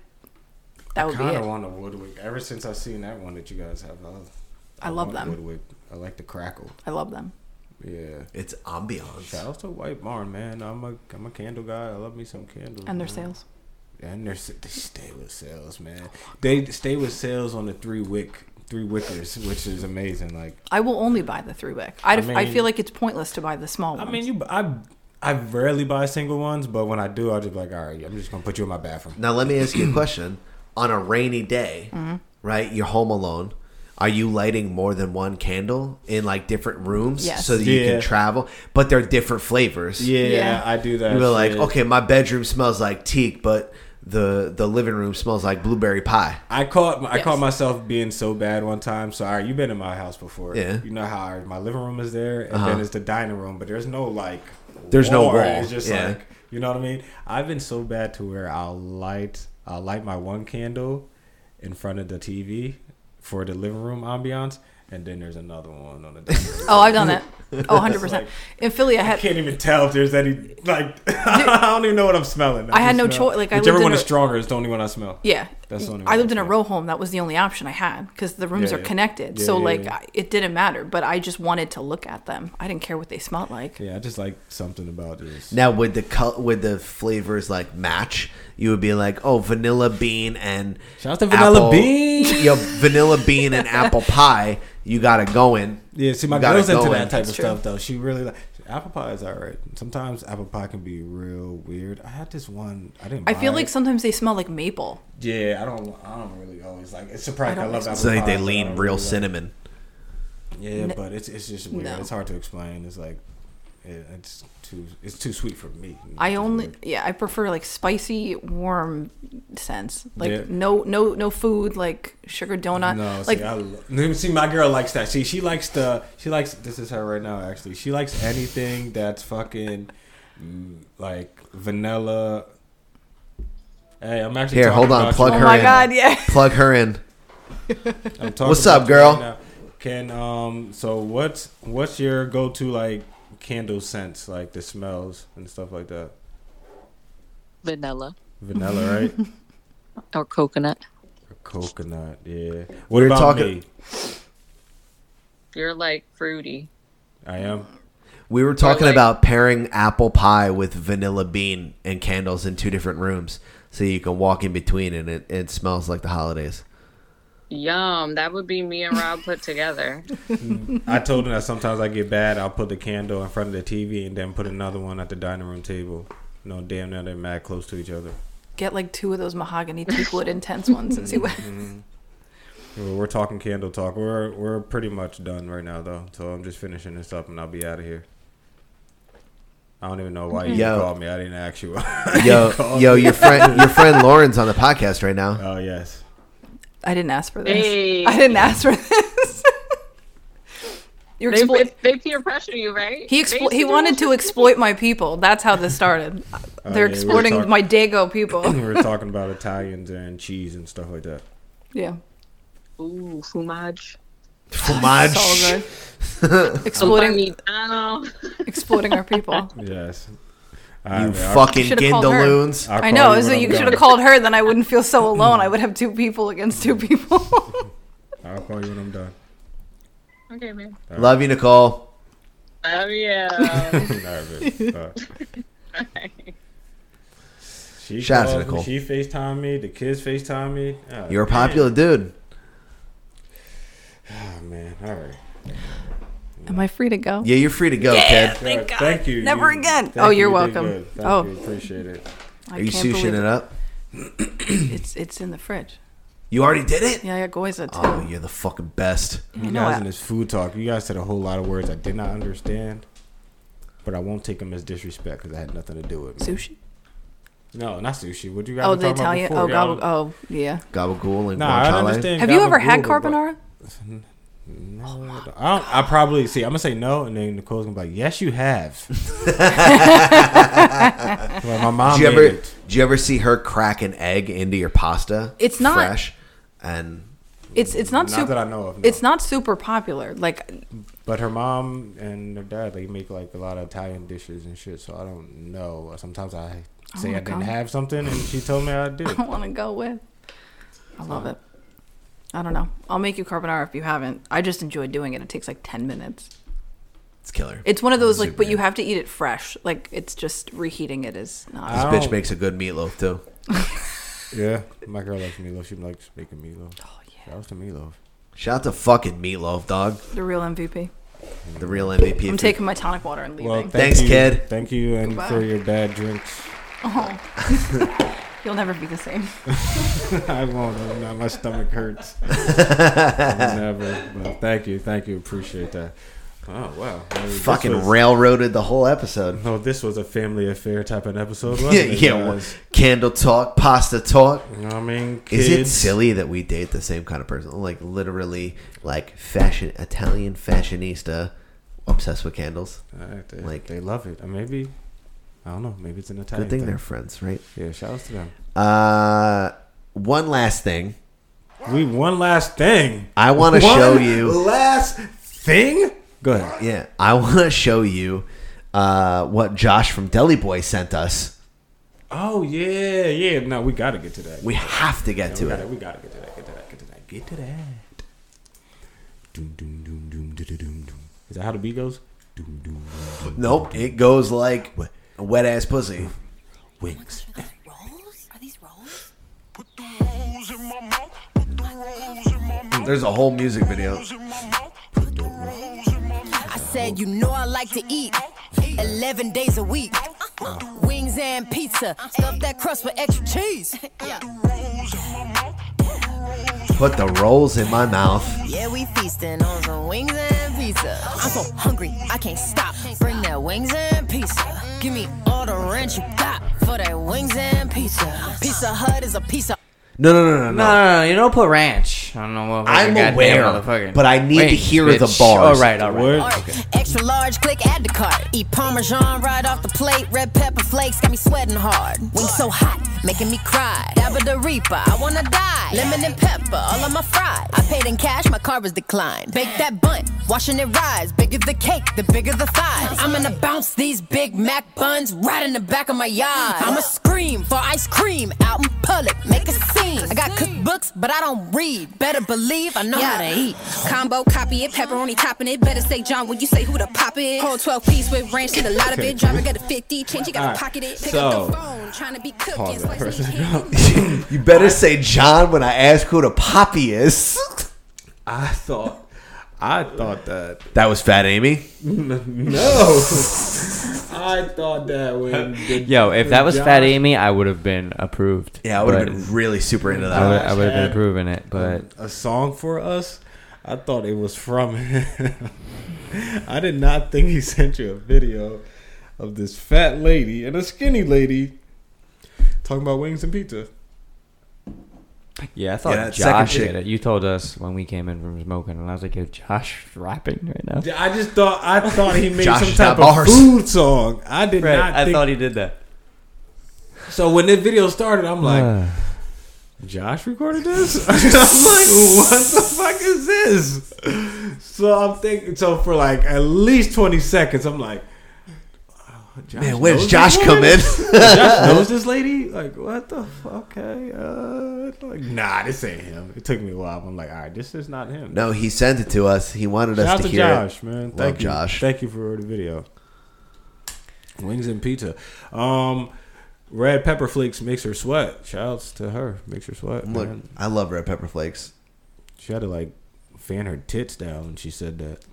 That would be
I kind
it.
of want a Woodwick. Ever since I've seen that one that you guys have, I've,
I love
want
them.
Woodwick. I like the crackle.
I love them.
Yeah,
it's ambiance.
Shout out to White Barn, man. I'm a I'm a candle guy. I love me some candles.
And their
man.
sales.
And their s- they stay with sales, man. They stay with sales on the three wick three wickers, which is amazing. Like
I will only buy the three wick. I,
I
d- I
mean-
feel like it's pointless to buy the small
I
ones.
mean, you I I rarely buy single ones, but when I do, I will just be like, all right, I'm just gonna put you in my bathroom.
Now let me ask you a question. On a rainy day,
Mhm.
right? You're home alone. Are you lighting more than one candle in like different rooms
Yes.
so that you
Yeah.
can travel? But they're different flavors.
Yeah, Yeah. I do that
You're like,
shit.
okay, my bedroom smells like teak, but the the living room smells like blueberry pie.
I caught I
Yes.
caught myself being so bad one time. So, all right, you've been in my house before.
Yeah.
You know how I- my living room is there, and
Uh-huh.
then it's the dining room, but there's no like.
There's no wall.
It's just
Yeah.
like you know what I mean. I've been so bad to where I'll light I'll light my one candle in front of the TV for the living room ambiance, and then there's another one on the. Dining room.
Oh, I've done that. Oh,
It's
100%. In Philly, I had-
can't even tell if there's any like. I don't even know what I'm smelling.
I had
just
no
smell-
choi- like, I
whichever
lived in
one is
a-
stronger is the only one I smell.
Yeah.
that's the only.
I
one.
lived in a row home. That was the only option I had because the rooms
Yeah,
are
yeah.
connected.
Yeah,
so,
yeah,
like,
yeah.
I, it didn't matter, but I just wanted to look at them. I didn't care what they smelled like.
Yeah, I just like something about this.
Now would the col- would the flavors like match? You would be like, oh, vanilla bean and
shout out to vanilla bean.
Yo, vanilla bean and apple pie. You got it going.
Yeah, see, my
You got it
girl's into
going.
that type of stuff though. She really like apple pie is all right. Sometimes apple pie can be real weird. I had this one. I didn't.
I
buy
feel
it.
like sometimes they smell like maple.
Yeah, I don't. I don't really always like. It's surprising. I,
I don't
love
like
apple
It's like
pie,
they
but I
lean
don't
real
really like-
cinnamon.
Yeah,
N-
but it's it's just weird.
No.
It's hard to explain. It's like it, it's too it's too sweet for me.
I only, yeah, I prefer like spicy, warm scents. Like,
Yeah.
no, no, no food, like sugar donut.
No,
like,
see, I lo- see, my girl likes that. See, she likes the. She likes. This is her right now. Actually, she likes anything that's fucking mm, like vanilla. Hey, I'm actually
Here,
talking
hold on.
about
Plug
you. Oh
her in. Plug her in.
I'm talking
What's up,
about you
girl?
right now. Can um. So what's what's your go to like candle scents like the smells and stuff like that?
Vanilla
Vanilla, right?
or coconut.
Coconut, yeah.
We
What
were
about
talking-
me?
You're like fruity.
I am.
We were talking
like-
about pairing apple pie with vanilla bean and candles in two different rooms, so you can walk in between, and it, it smells like the holidays.
Yum. Um, That would be me and Rob put together.
I told him that sometimes I get bad. I'll put the candle in front of the TV and then put another one at the dining room table. No, damn near they're mad close to each other.
Get like two of those mahogany teak wood intense ones and see what.
Mm-hmm.
Mhm. Well, We're talking candle talk. We're we're pretty much done right now though, so I'm just finishing this up and I'll be out of here. I don't even know why you
Yo.
called me. I didn't ask you.
Yo,
You called
yo,
me.
your friend, your friend Lauren's on the podcast right now.
Oh yes.
I didn't ask for this. I didn't ask for this. You're
they,
explo-
they, they peer pressure you, right? They
he explo-
used
he
do
wanted
that
to exploit my people. That's how this started.
Oh, yeah, we
They're
were
exploiting
talk-
my Dago people.
we were talking about Italians and cheese and stuff like that.
yeah.
shit. Ooh, fumage.
Fumage.
So
Oh,
good. exploiting,
Parmigiano.
exploiting our people.
Yes.
You fucking
Should've called her.
gindaloons.
I know. So you should have called her. Then I wouldn't feel so
Mm-hmm.
alone. I would have two people against two people.
I'll call you when I'm done.
Okay, man.
Love you, Nicole.
Love you.
Nervous. Uh, she
Shout out to
called me,
Nicole.
She FaceTime me. The kids FaceTime me. Oh,
You're a
man.
popular dude.
Oh, man. All right.
Am I free to go?
Yeah, you're free to go,
Yeah,
kid.
Thank God.
Thank you.
Never
You-
again.
thank
Oh, you're
you. You did
welcome.
good. Thank
oh,
you. Appreciate it.
I
Are you
can't
sushing
believe
it up?
it's it's in the fridge.
You already did it.
Yeah, I got goiza too.
Oh, you're the fucking best.
You
know
guys
what?
in this food talk, you guys said a whole lot of words I did not understand, but I won't take them as disrespect because I had nothing to do with it. man.
Sushi.
No, not sushi. What you guys?
Oh,
were
the
talking about
Italian.
before,
Oh,
y'all-
gobble, oh, yeah.
Gabagool and
Nah, I
guanciale.
understand.
Have you ever
gabagool,
had
but-
carbonara?
No, I, don't, I probably see. I'm gonna say no, and then Nicole's gonna be like, "Yes, you have." Like, my mom.
Did you
made
ever?
it.
Did you ever see her crack an egg into your pasta?
It's not-
fresh, and
It's it's not,
Not
super.
that I know of, no.
It's not super popular. Like
But her mom and her dad, they make like a lot of Italian dishes and shit. So I don't know. Sometimes I
I
say I,
wanna
didn't
go.
have something, and she told me I did.
I want to go with. I love it. I don't know. I'll make you carbonara if you haven't. I just enjoy doing it. It takes like ten minutes.
it's killer.
It's one of those like, but you have to eat it fresh. Like it's just reheating it is not.
This
I
bitch
don't-
makes a good meatloaf too.
yeah, my girl likes meatloaf. She likes making meatloaf. Oh yeah, that was the meatloaf.
Shout out to fucking meatloaf, dog.
the real MVP.
The real MVP.
I'm taking my tonic water and leaving.
Well, thank
Thanks,
you,
kid.
Thank you, and
Goodbye.
for your bad drinks.
oh, you'll never be the same.
I won't. Now my stomach hurts. Never. But thank you, thank you. Appreciate that. Oh wow. I mean, this
fucking
was-
railroaded the whole episode.
No, this was a family affair type of episode. Wasn't
Yeah,
it,
yeah. well,
guys?
Candle talk, pasta talk.
You know what I mean?
Is it
Kids.
silly that we date the same kind of person? Like literally, like fashion Italian fashionista, obsessed with candles.
Uh, they,
Like-
they love it. Uh, Maybe I don't know. Maybe it's an Italian.
Good thing
thing.
they're friends, right?
Yeah, shout out to them.
Uh, one last thing.
We one last thing.
I want to
One
show you.
last thing. Go ahead.
Yeah, I want to show you uh, what Josh from Deli Boy sent us.
Oh yeah, yeah. No, we gotta get to that.
We have to get
Yeah,
to
we
it.
Gotta, we gotta get to that. Get to that. Get to that. Get to that. Doom, doom, doom, doom, doom, doom, doom. Is that how the beat goes? Doom, doom, doom, doom.
Nope, it goes like a wet ass pussy.
Wings.
There's a whole music video.
I said, you know I like to eat 11 days a week.
Uh-huh.
Wings and pizza. Stuff that crust with extra cheese.
Put the rolls in my mouth.
Yeah, we feasting on some wings and pizza. I'm so hungry, I can't stop. Bring that wings and pizza. Give me all the ranch you got for that wings and pizza. Pizza Hut is a piece of
No, no, no, no,
No,
no.
no, no, you don't put ranch. I don't know what.
I'm
goddamn
aware,
motherfucking-
but I need to
Wings,
hear the
bitch.
bars.
Oh,
All right, all right.
Word.
Okay.
Extra large, click add to cart. Eat Parmesan right off the plate. Red pepper flakes got me sweating hard. Wings so hot, making me cry. Dabba the Reaper, I wanna die. Lemon and pepper, all on my fries. I paid in cash, my card was declined. Bake that bun, watching it rise. Bigger the cake, the bigger the thighs. I'm gonna bounce these Big Mac buns right in the back of my yard. I'ma scream for ice cream out in public, make a scene. I got cookbooks, but I don't read. Better believe I know how to eat.
Combo, copy it, pepperoni topping it. Better say John when you say who to pop it. Whole 12 piece with ranch, eat a lot of it. Driver got a 50, change you gotta
Alright,
pocket it. Pick
so-
up the phone, trying to be cooking.
Pause that for a second.
you better say John when I ask who the poppy is.
I thought, I thought that
That was Fat Amy.
no, I thought that when the-
Yo, if that was
Josh-
Fat Amy, I would have been approved.
Yeah, I would've
But
been really super into that.
I would, I would have been
Had
approving it, but
a song for us. I thought it was from him. I did not think he sent you a video of this fat lady and a skinny lady talking about wings and pizza.
yeah, I thought
Yeah, that second
Josh
chick-
did it. You told us when we came in from smoking, and I was like, "Yo, Josh rapping right now."
I just thought I thought he made
Josh
some
is
type
not
of
bars.
food song. I did
Right,
not.
I
Think,
thought he did that.
so when the video started, I'm like,
Uh.
Josh recorded this. I'm like, what the fuck is this? So I'm thinking. So for like at least 20 seconds, I'm like, "Oh, Josh
Man, where's
knows
Josh
this
come
woman?
in?
Josh knows this lady? Like, what the fuck? Okay. Uh, like, nah, this ain't him. It took me a while. but I'm like, all right, this is not him.
No, he sent it to us. He wanted
Shout
us
out
to,
to
hear
Josh,
it.
man.
Love
Thank you.
Josh.
Thank you for the video. Wings and pizza. Um, red pepper flakes makes her sweat. Shouts to her. Makes her sweat.
Look,
man.
I love red pepper flakes.
She had to like fan her tits down when she said that.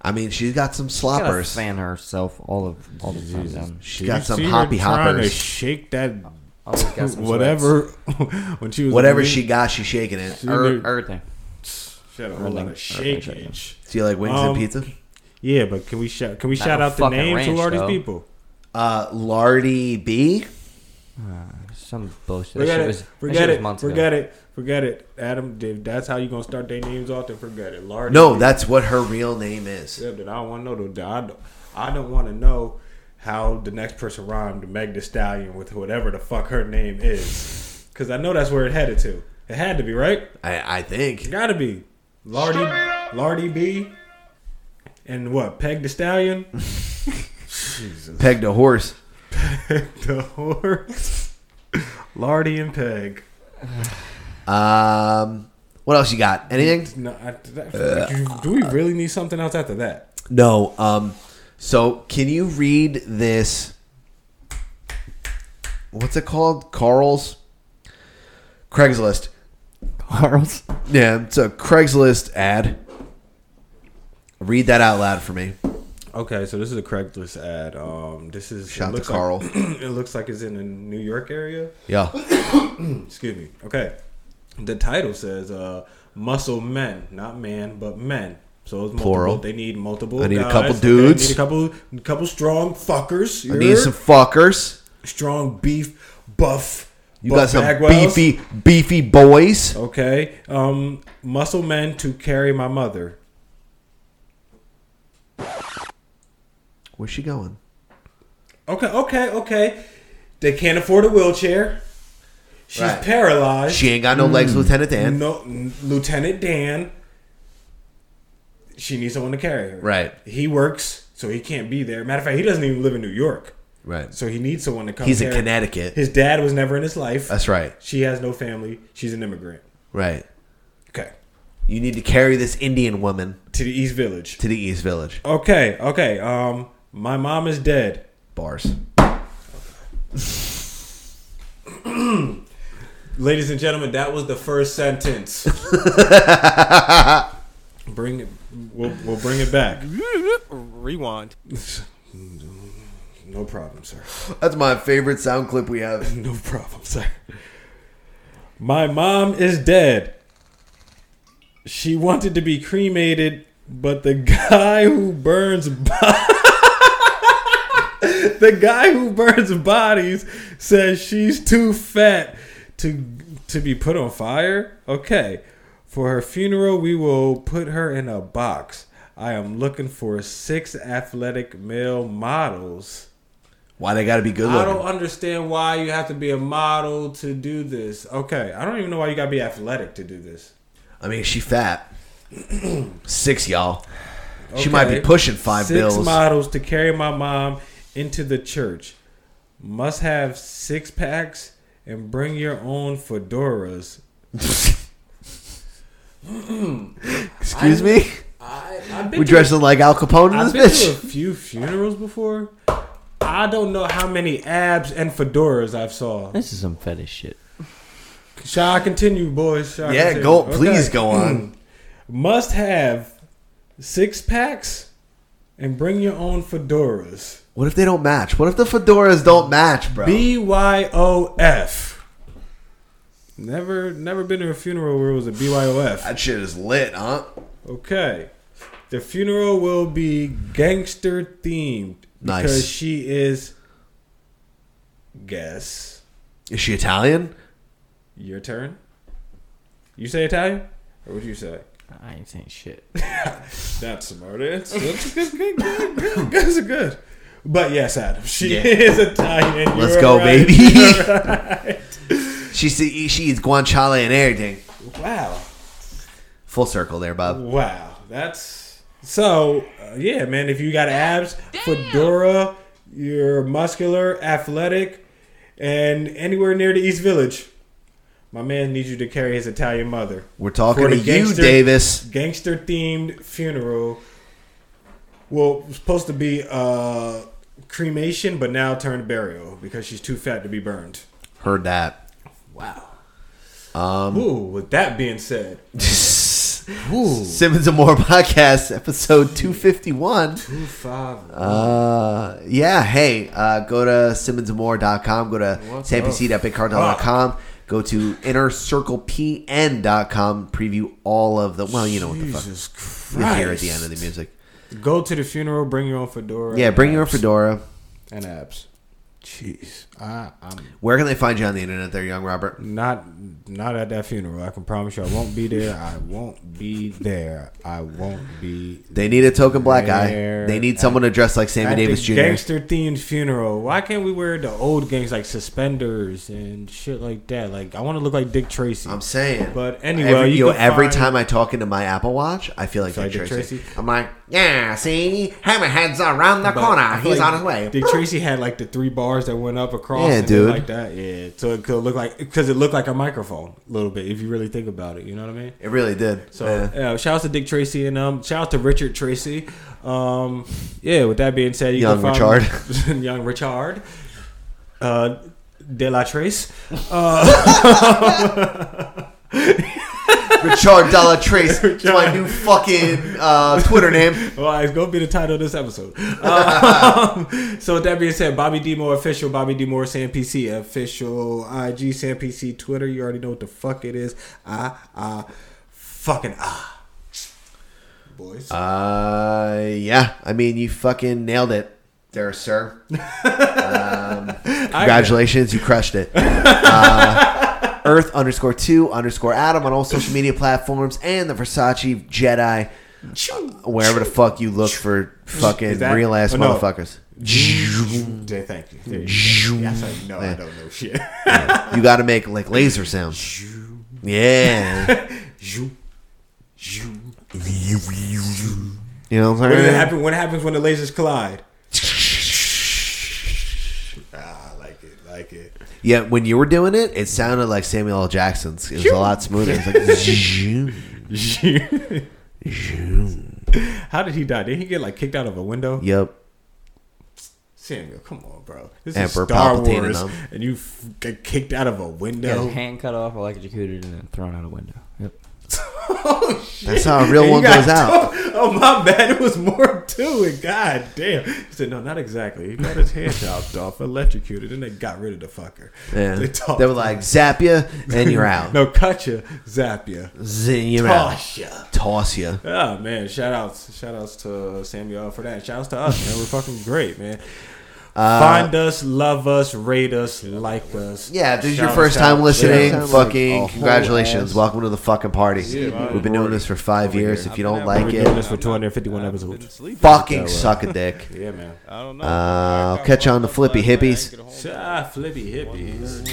I mean, she's got some sloppers.
fan herself all of all the time.
Jesus.
down.
She got
You
some
see her
hoppy
trying to
hoppers.
shake that.
Always got some
whatever. when she was
Whatever she got, she shaking it.
She
Er-
knew-
Everything.
She had a whole lot of
Everything, everything,
shakage.
Do you like wings and
Um,
pizza?
Yeah, but can we shout? Can we
Not
shout
no
out the
fucking
names? Who
ranch,
are these
though.
people?
Uh, Lardy B.
Some bullshit. That
Forget
shit
it.
was- that shit
forget
was
it.
months ago.
Forget it. Forget it. Adam, if that's how you gonna start their names off, then forget it. Lardy.
No, that's what her real name is.
Yeah, but I don't want to know. the- I don't, I don't want to know how the next person rhymed Meg The Stallion with whatever the fuck her name is, because I know that's where it headed to. It had to be right.
I, I think.
It gotta be Lardy, Lardy B, and what Peg The Stallion. Jesus.
Pegged a horse.
the horse. Lardy and Peg.
Um, what else you got? Anything?
No, I, that, do we really need something else after that?
No. Um, so can you read this? What's it called? Carl's Craigslist.
Carl's.
Yeah, it's a Craigslist ad. Read that out loud for me.
Okay, so this is a Craigslist ad. Um, this is it
Shout out to
looks
Carl.
Like, it looks like it's in the New York area.
Yeah.
Excuse me. Okay, the title says uh, "Muscle Men," not man, but men. So it's multiple.
Plural.
They need multiple.
I need a
guys.
couple
Okay,
dudes.
need a couple, couple strong fuckers.
I need
You're
some fuckers.
strong beef buff.
You
buff
got some
Bagwells.
beefy, beefy boys.
Okay, um, muscle men to carry my mother.
Where's she going?
Okay, okay, okay. They can't afford a wheelchair. She's
Right.
paralyzed.
She ain't got no legs, Lieutenant Dan.
Hmm. No, Lieutenant Dan. She needs someone to carry her.
Right.
He works, so he can't be there. Matter of fact, he doesn't even live in New York,
Right.
so he needs someone to come.
He's in
carry-
Connecticut.
His dad was never in his life.
That's right.
She has no family. She's an immigrant.
Right.
Okay.
You need to carry this Indian woman
To the East Village.
to the East Village.
Okay, okay. Um, my mom is dead.
Bars.
Ladies and gentlemen, that was the first sentence. bring it. We'll, we'll bring it back.
Rewind.
No problem, sir.
That's my favorite sound clip we have.
No problem, sir. My mom is dead. She wanted to be cremated, but the guy who burns bo- the guy who burns bodies says she's too fat to to be put on fire. Okay. For her funeral, we will put her in a box. I am looking for six athletic male models.
Why they gotta be good
I don't
looking?
understand why you have to be a model to do this. Okay, I don't even know why you gotta be athletic to do this.
I mean, she fat. Six, y'all. She might be pushing five
six
bills.
models to carry my mom into the church. Must have six packs and bring your own fedoras.
Excuse me?
I, I've been
We
to-
dressing like Al Capone
I've
in
been
this
to a
bitch.
few funerals before. I don't know how many abs and fedoras I've saw.
This is some fetish shit.
Shall I continue, boys? Shall I
Yeah,
continue?
go. Please go on.
Must have six packs and bring your own fedoras.
What if they don't match? What if the fedoras don't match, bro?
B Y O F. Never, never been to a funeral where it was a BYOF.
That shit is lit, huh?
Okay, the funeral will be gangster themed
Nice.
because she is. Guess
Is she Italian?
your turn. You say Italian, or would you say?
I ain't saying shit.
That's smart answer. That's good, good, good, good. Guys are good. But yes, Adam, she
Yeah.
is Italian.
Let's
You're
go,
right.
baby.
You're right.
She's she eats guanciale and everything.
Wow.
Full circle there, Bob.
Wow, that's so. Uh, yeah, man. If you got abs, fedora, you're muscular, athletic, and anywhere near the East Village, my man needs you to carry his Italian mother.
We're talking
For the
to you, Davis.
Gangster themed funeral. Well, it was supposed to be uh, cremation, but now turned burial because she's too fat to be burned.
Heard that.
Wow.
Um,
Ooh, with that being said, ooh,
Simmons and More podcast episode two fifty one.
two five.
Uh, yeah. Hey, uh, go to simmonsandmore.com. Go to
What's
sampc.bigcartel.com. Go to innercirclepn.com. Preview all of the. Well, you know what the fuck.
Jesus
You'll hear at the end
Christ.
of the music.
Go to the funeral. Bring your own fedora.
Yeah,
and
bring your
abs.
fedora.
and abs. Jeez, I, I'm
Where can they find you on the internet, there, young Robert?
not not at that funeral. I can promise you, I won't be there. I won't be there. I won't be.
They need a token black guy.
there
They need someone to dress like Sammy
at
Davis
the
Jr.
Gangster themed funeral. Why can't we wear the old gangs like suspenders and shit like that? Like I want to look like Dick Tracy. I'm
saying.
But anyway,
every,
you
yo,
can
every
find-
time I talk into my Apple Watch, I feel like
Feel like
Dick
Dick
Tracy.
Tracy.
I'm like, yeah, see, Hammerhead's around the
But
corner.
I feel
He's
like
on his way.
Dick Tracy had like the three bars that went up across,
Yeah,
and
dude.
dude, like that. Yeah, so it could look like because it looked like a microphone a little bit if you really think about it. You know what I mean?
It really did.
So
Yeah.
yeah, shout out to Dick Tracy and um, shout out to Richard Tracy. Um, yeah. With that being said, you
Young
can find Richard, young Richard, uh, De La Trace, uh,
Richard Della Trace. It's my new fucking uh, Twitter name.
Well, it's gonna be the title of this episode. Um, so with that being said, Bobby D Moore official, Bobby D Moore Sam PC official, IG Sam PC Twitter. You already know what the fuck it is. Ah ah, fucking ah. Boys,
Uh, yeah. I mean, you fucking nailed it there, sir. um, congratulations. You crushed it. Uh, Earth underscore two underscore Adam on all social media platforms and the Versace Jedi. uh, wherever the fuck you look for fucking
Is that-
real ass
oh, no.
motherfuckers.
Yeah, thank you. There you go. Yes, I know. I
Yeah.
don't know shit.
Yeah. You got to make like laser sounds. Yeah.
Zoom, zoom.
You know what
When
I'm
it
saying?
happen- when it happens when the lasers collide. ah, I like it, like it.
Yeah, when you were doing it, it sounded like Samuel L. Jackson's. It was a lot smoother. It was like, zoom, zoom.
How did he die? Did he get like kicked out of a window?
Yep.
Samuel, come on, bro. This
Emperor
is Star
Palpatine and
Wars,
them.
and you f- get kicked out of a
Got
window.
his hand cut off, electrocuted, and then thrown out a window. Yep.
Oh,
That's how a real
You
one
got
goes out.
to- oh my bad, it was more to it. God damn. He said, no, not exactly. He got his hand chopped off, electrocuted, and they got rid of the fucker.
Yeah.
They talked
They were like, zap you, and you're out.
no, cut you, zap you,
Zing, you're
toss you.
out. Toss you.
Oh man, shout outs, shout outs to Samuel for that. Shout outs to us, man. We're fucking great, man.
Uh,
Find us, love us, rate us, like us.
Yeah, if this is your
Shout
first
out,
time
shout
listening,
out.
fucking
Like a
congratulations.
whole ass-
Welcome to the fucking party.
Yeah, man.
We've been doing this for five years. If you don't like
We've been doing this
it,
for 251 episodes.
fucking suck a dick.
Yeah, man. I don't
Uh, I'll catch you on the flippy hippies.
Ah, flippy hippies.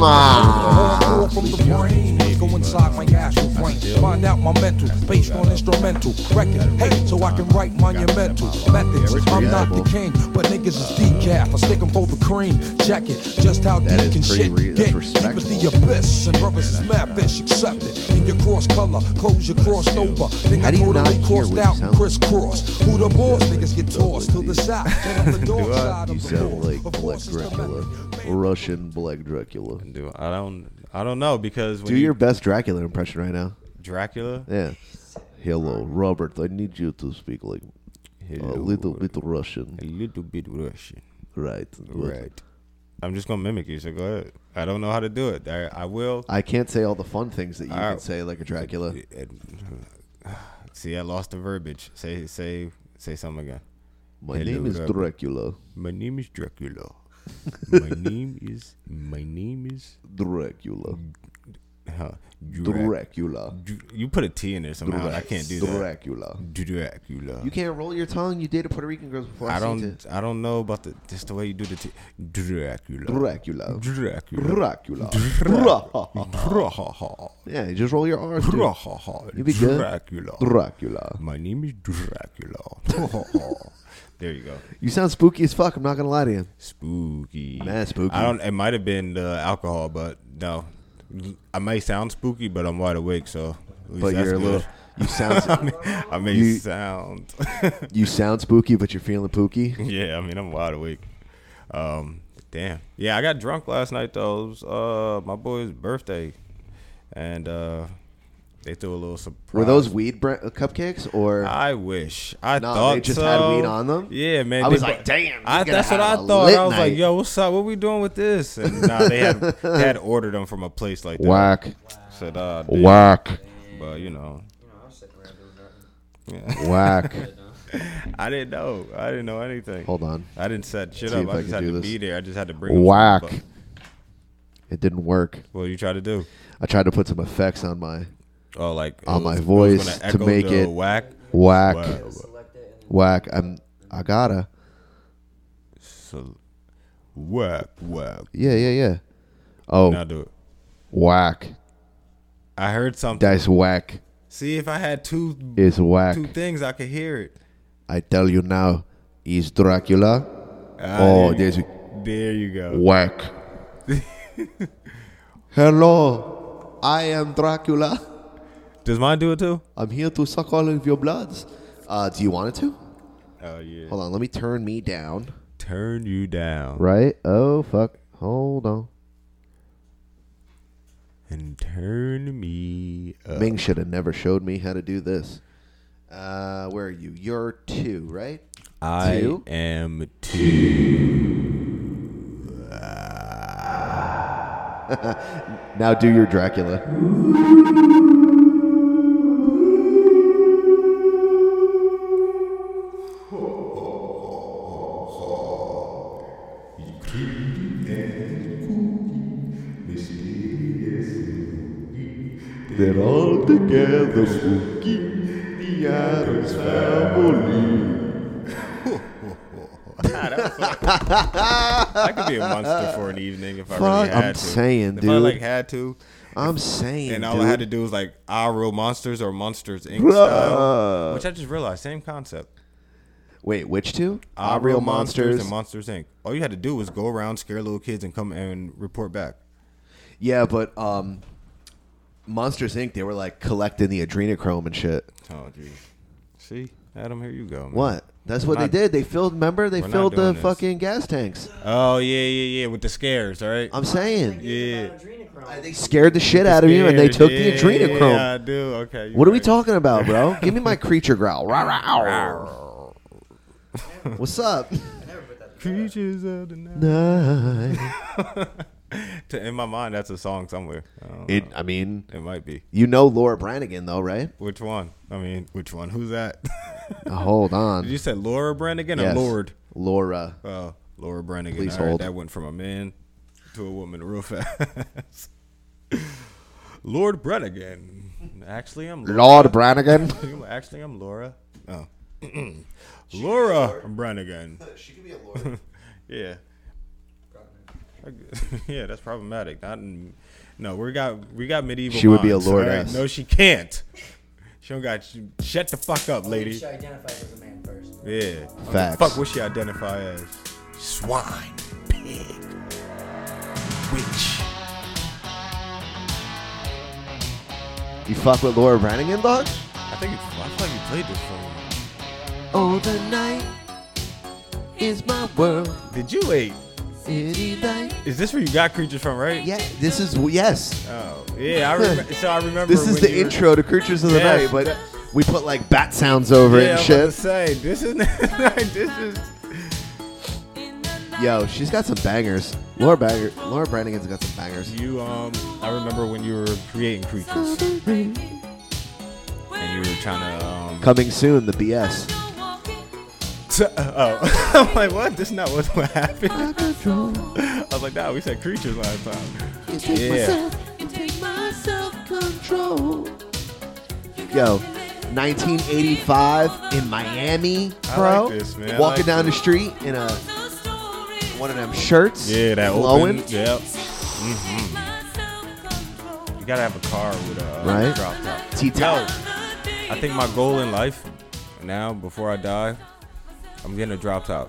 Hardcore from the brain. Go inside my astral brain. Find out my mental, based on instrumental. Record, hey, so I can write monumental methods. I'm not the king, but niggas is decaf. I stick 'em for the cream. Check it, just how deep can shit get. Deep as the abyss, and brothers is mad fish. Accept it. In your cross color, close your crossed over. Think
How
I
do you not
totally
hear
crossed
what you
out
sound
and
like?
crisscrossed. Who the boss? Niggas get tossed to the south. and I'm the dark side
You
of the
sound like Black Dracula, Russian Black Dracula.
I don't, I don't know because when
Do
you-
your best Dracula impression right now.
Dracula.
Yeah. Hello, Robert. I need you to speak like a little bit Russian.
A little bit Russian.
Right.
Right. I'm just gonna mimic you. So go ahead. I don't know how to do it. I, I will.
I can't say all the fun things that you
Ah.
I-
can say like a Dracula.
See, I lost the verbiage. Say say say something again.
My name is Dracula.
My name is Dracula. my name is my name is
Dracula.
Huh.
Dracula.
Dr- You put a T in there somehow. and I
Drac-
can't do that.
Dracula.
Dracula.
You can't roll your tongue. You dated Puerto Rican girls before.
I
I've seen
don't. I don't know about the just the way you do the t- Dracula.
Dracula.
Dracula.
Dracula.
Dracula.
Yeah, you just roll your R's. dude.
Dracula.
You be good.
Dracula.
Dracula.
My name is Dracula. there you go.
You sound spooky as fuck. I'm not gonna lie to you.
Spooky.
Man, spooky.
I don't. It might have been the alcohol, but no. I may sound spooky, but I'm wide awake, so. at least
But
that's
you're a
good.
little- you sound-
I may, I may
you-
sound.
you sound spooky, but you're feeling pooky.
yeah, I mean I'm wide awake. Um, damn. Yeah, I got drunk last night though. It was uh my boy's birthday, and uh they threw a little surprise.
Were those weed bre- cupcakes or?
I wish. I
No,
thought
they just
so.
had weed on them?
Yeah, man.
I
they
was
bu-
like, damn,
I,
he's gonna
that's what I
have a
thought.
lit
I was like,
night.
yo, what's up? What we doing with this? And nah, they had they had ordered them from a place like that.
Whack.
Said, uh, dude.
Whack.
But you know. Yeah.
Whack.
I didn't know. I didn't know anything.
Hold on.
I didn't set shit
See
up.
if
I,
I
just
can
had
do
to
this.
be there. I just had to bring. them
Whack.
something.
It didn't work.
But What you try to do?
I tried to put some effects on my
Oh, like it
on
was-
my
it was
voice
gonna
to
echo
make
the
it
whack?
whack,
Wow.
whack. I'm I gotta
So, whack, whack.
yeah yeah yeah. Oh,
Now do it.
whack.
I heard something.
That's whack.
See if I had two
It's whack.
two things, I could hear it.
I tell you now, is Dracula.
Ah,
oh,
there you-
there's
there you go.
Whack. Hello, I am Dracula.
Does mine do it too?
I'm here to suck all of your bloods. Uh, do you want it to?
Oh yeah.
Hold on, let me turn me down.
Turn you down.
Right? Oh fuck. Hold on.
And turn me up.
Ming should have never showed me how to do this. Uh, where are you? You're two, right?
I
Two?
am two. Ah,
now do your Dracula.
They're all together, spooky. The Adams family.
I could be a monster for an evening if I really
Fuck,
had
I'm
to.
saying,
if I like
dude.
had to.
I'm saying,
And all
dude.
I had to do was like I real monsters or monsters Inc.
Bruh.
style, which I just realized same concept.
Wait, which two?
I
Ah,
real monsters and Monsters Inc. All you had to do was go around, scare little kids, and come and report back.
yeah, but um, Monsters Inc. They were like collecting the adrenochrome and shit.
Oh geez. See, Adam, here you go. man.
What? That's what
We're
they
not-
did. They filled. Remember, they
we're not
filled the
doing this.
fucking gas tanks.
Oh yeah, yeah, yeah. With the scares, all right.
I'm saying.
Yeah.
They scared the shit out of you, and they
scares,
took the
yeah,
adrenochrome.
yeah, I do. Okay, you're
What are we
right.
talking about, bro? Give me my creature growl. Rah, rah, ow. What's up?
Creatures of the night. To- In my mind, that's a song somewhere. I don't
It.
know.
I mean,
It might be.
You know Laura Branigan though, right?
Which one? I mean, which one? Who's that?
Now, Uh, hold on.
you said Laura Branigan
Yes.
or Lord?
Laura.
Oh, Laura Branigan.
Please
All right,
hold.
that went from a man to a woman real fast. Lord Branigan. Actually, I'm Laura.
Lord Branigan?
Actually, I'm Laura. Oh. Laura Branigan. She could be a Laura. yeah. yeah, that's problematic. Not in, no, we got we got medieval.
She would be a
minds, all right?
lordess.
No, she can't. She don't got. She, shut the fuck up, lady.
She identifies as a man first.
Yeah. What the
Facts.
Fuck what she identify as. Swine. Pig. Witch.
You fuck with Laura Branigan, dog?
I think it's, I feel like you played this song.
Oh, the night is my world.
Did you wait?
city light.
Is this where you got creatures from, right?
Yeah. This is yes.
Oh, yeah. I remember. so I remember.
This is
when
the
you were-
intro to Creatures of the
Yes,
Night, but
that-
we put like bat sounds over
yeah,
it and
I'm about to
shit.
say this is this is.
Yo, she's got some bangers. Laura Banger, Laura Brannigan's got some bangers.
You um, I remember when you were creating creatures and you were trying to um.
Coming soon, the BS.
t- oh, I'm like, what? This is not what's what happened. I was like, nah, we said creatures last time. Yeah.
Yo, 1985 in Miami,
I
bro.
like this, man. I
Walking
like
down
this.
the street in a one of them shirts.
Yeah, that
glowing.
open. Yep. Mhm. You gotta have a car with a uh,
Right.
drop top.
T-top.
Yo, I think my goal in life now, before I die, I'm getting a drop top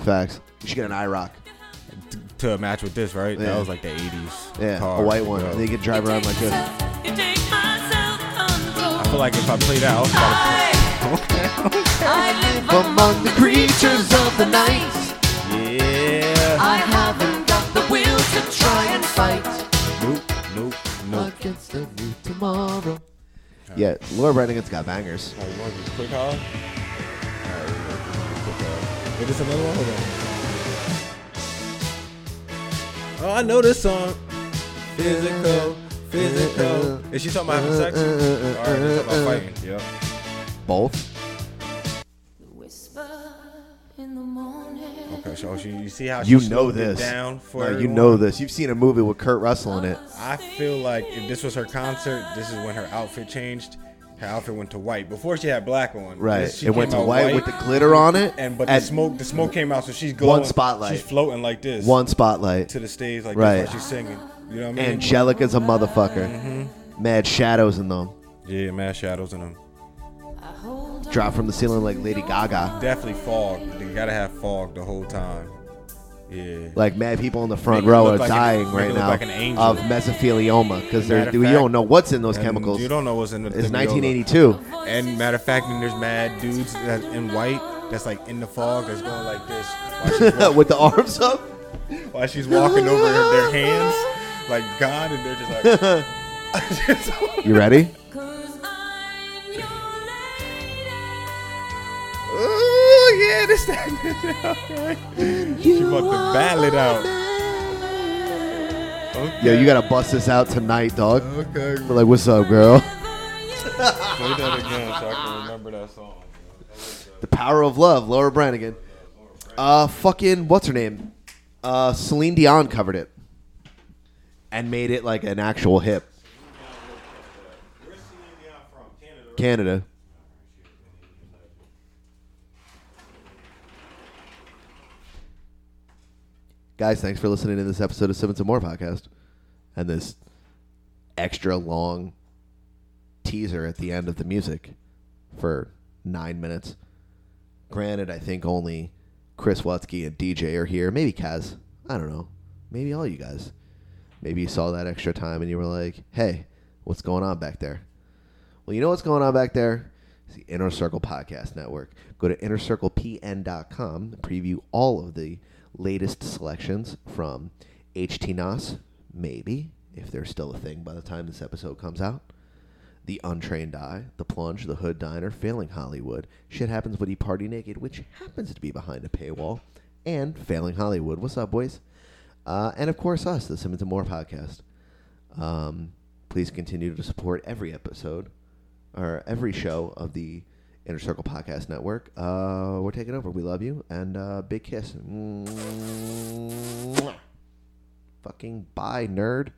Facts. You should get an IROC.
t- to match with this. Right?
Yeah.
That was like the '80s.
Yeah,
car.
a white one. They could drive around like this.
I feel like if I play that, I'll
Among the creatures of the night,
Yeah.
I haven't got the will to try and fight.
Nope, nope, nope.
Against the new tomorrow. Yeah, Laura Brannigan's got bangers.
Alright, you want to do a quick haul? Alright, we're gonna do a quick haul. Wait, there's another one? Hold on. Oh, I know this song. Physical, physical. Is she talking about having
Uh,
sex? Alright, they're talking about fighting. Yep.
Both.
Okay, so she, you see how she
You know
slowed it
this.
down for
No, you
everyone?
know this. You've seen a movie with Kurt Russell in it.
I feel like if this was her concert, this is when her outfit changed. Her outfit went to white. Before she had black on.
Right.
This- she
It went
came
to
out
white with the glitter on it,
And but the
and-
smoke, the smoke came out, so she's glowing.
One spotlight.
She's floating like this.
One spotlight.
to the stage like
Right.
this while she's singing. You know what Mm-hmm. I mean?
Angelica's a motherfucker. Mad shadows in them.
Yeah, mad shadows in them.
Drop from the ceiling like Lady Gaga.
Definitely fog. You gotta have fog the whole time. Yeah.
Like mad people in the front
Make it
row
look
are
like an-
dying
make it
right
look
now
like an angel.
of mesothelioma because
Matter of
you
fact-
don't know what's in those
and
chemicals.
You don't know what's in the.
It's
thimiola.
1982.
And matter of fact, then there's mad dudes that in white that's like in the fog that's going like this while she's walking-
With the arms up.
while she's walking over her, their hands like God, and they're just like.
You ready?
Ooh, "Oh, yeah, this that. she about to battle it out. Okay.
Yo, you gotta bust this out tonight, dog.
Okay.
We're like, what's up, girl?
Play that again so I can remember that song.
The power of love, Laura Branigan. Uh, fucking what's her name? Uh, Celine Dion covered it and made it like an actual hip. Canada. Guys, thanks for listening to this episode of Simmons and More podcast and this extra long teaser at the end of the music for nine minutes. Granted, I think only Chris Watsky and DJ are here. Maybe Kaz. I don't know. Maybe all you guys. Maybe you saw that extra time and you were like, hey, what's going on back there? Well, you know what's going on back there? It's the Inner Circle Podcast Network. Go to innercirclepn.com, preview all of the latest selections from HT Nas, maybe, if they're still a thing by the time this episode comes out. The Untrained Eye, The Plunge, The Hood Diner, Failing Hollywood, Shit Happens When You Party Naked, which happens to be behind a paywall, and Failing Hollywood. What's up, boys? Uh, and of course, us, the Simmons and More podcast. Um, please continue to support every episode or every show of the Inner Circle Podcast Network. Uh, we're taking over. We love you. And uh, big kiss. Mwah. Fucking bye, nerd.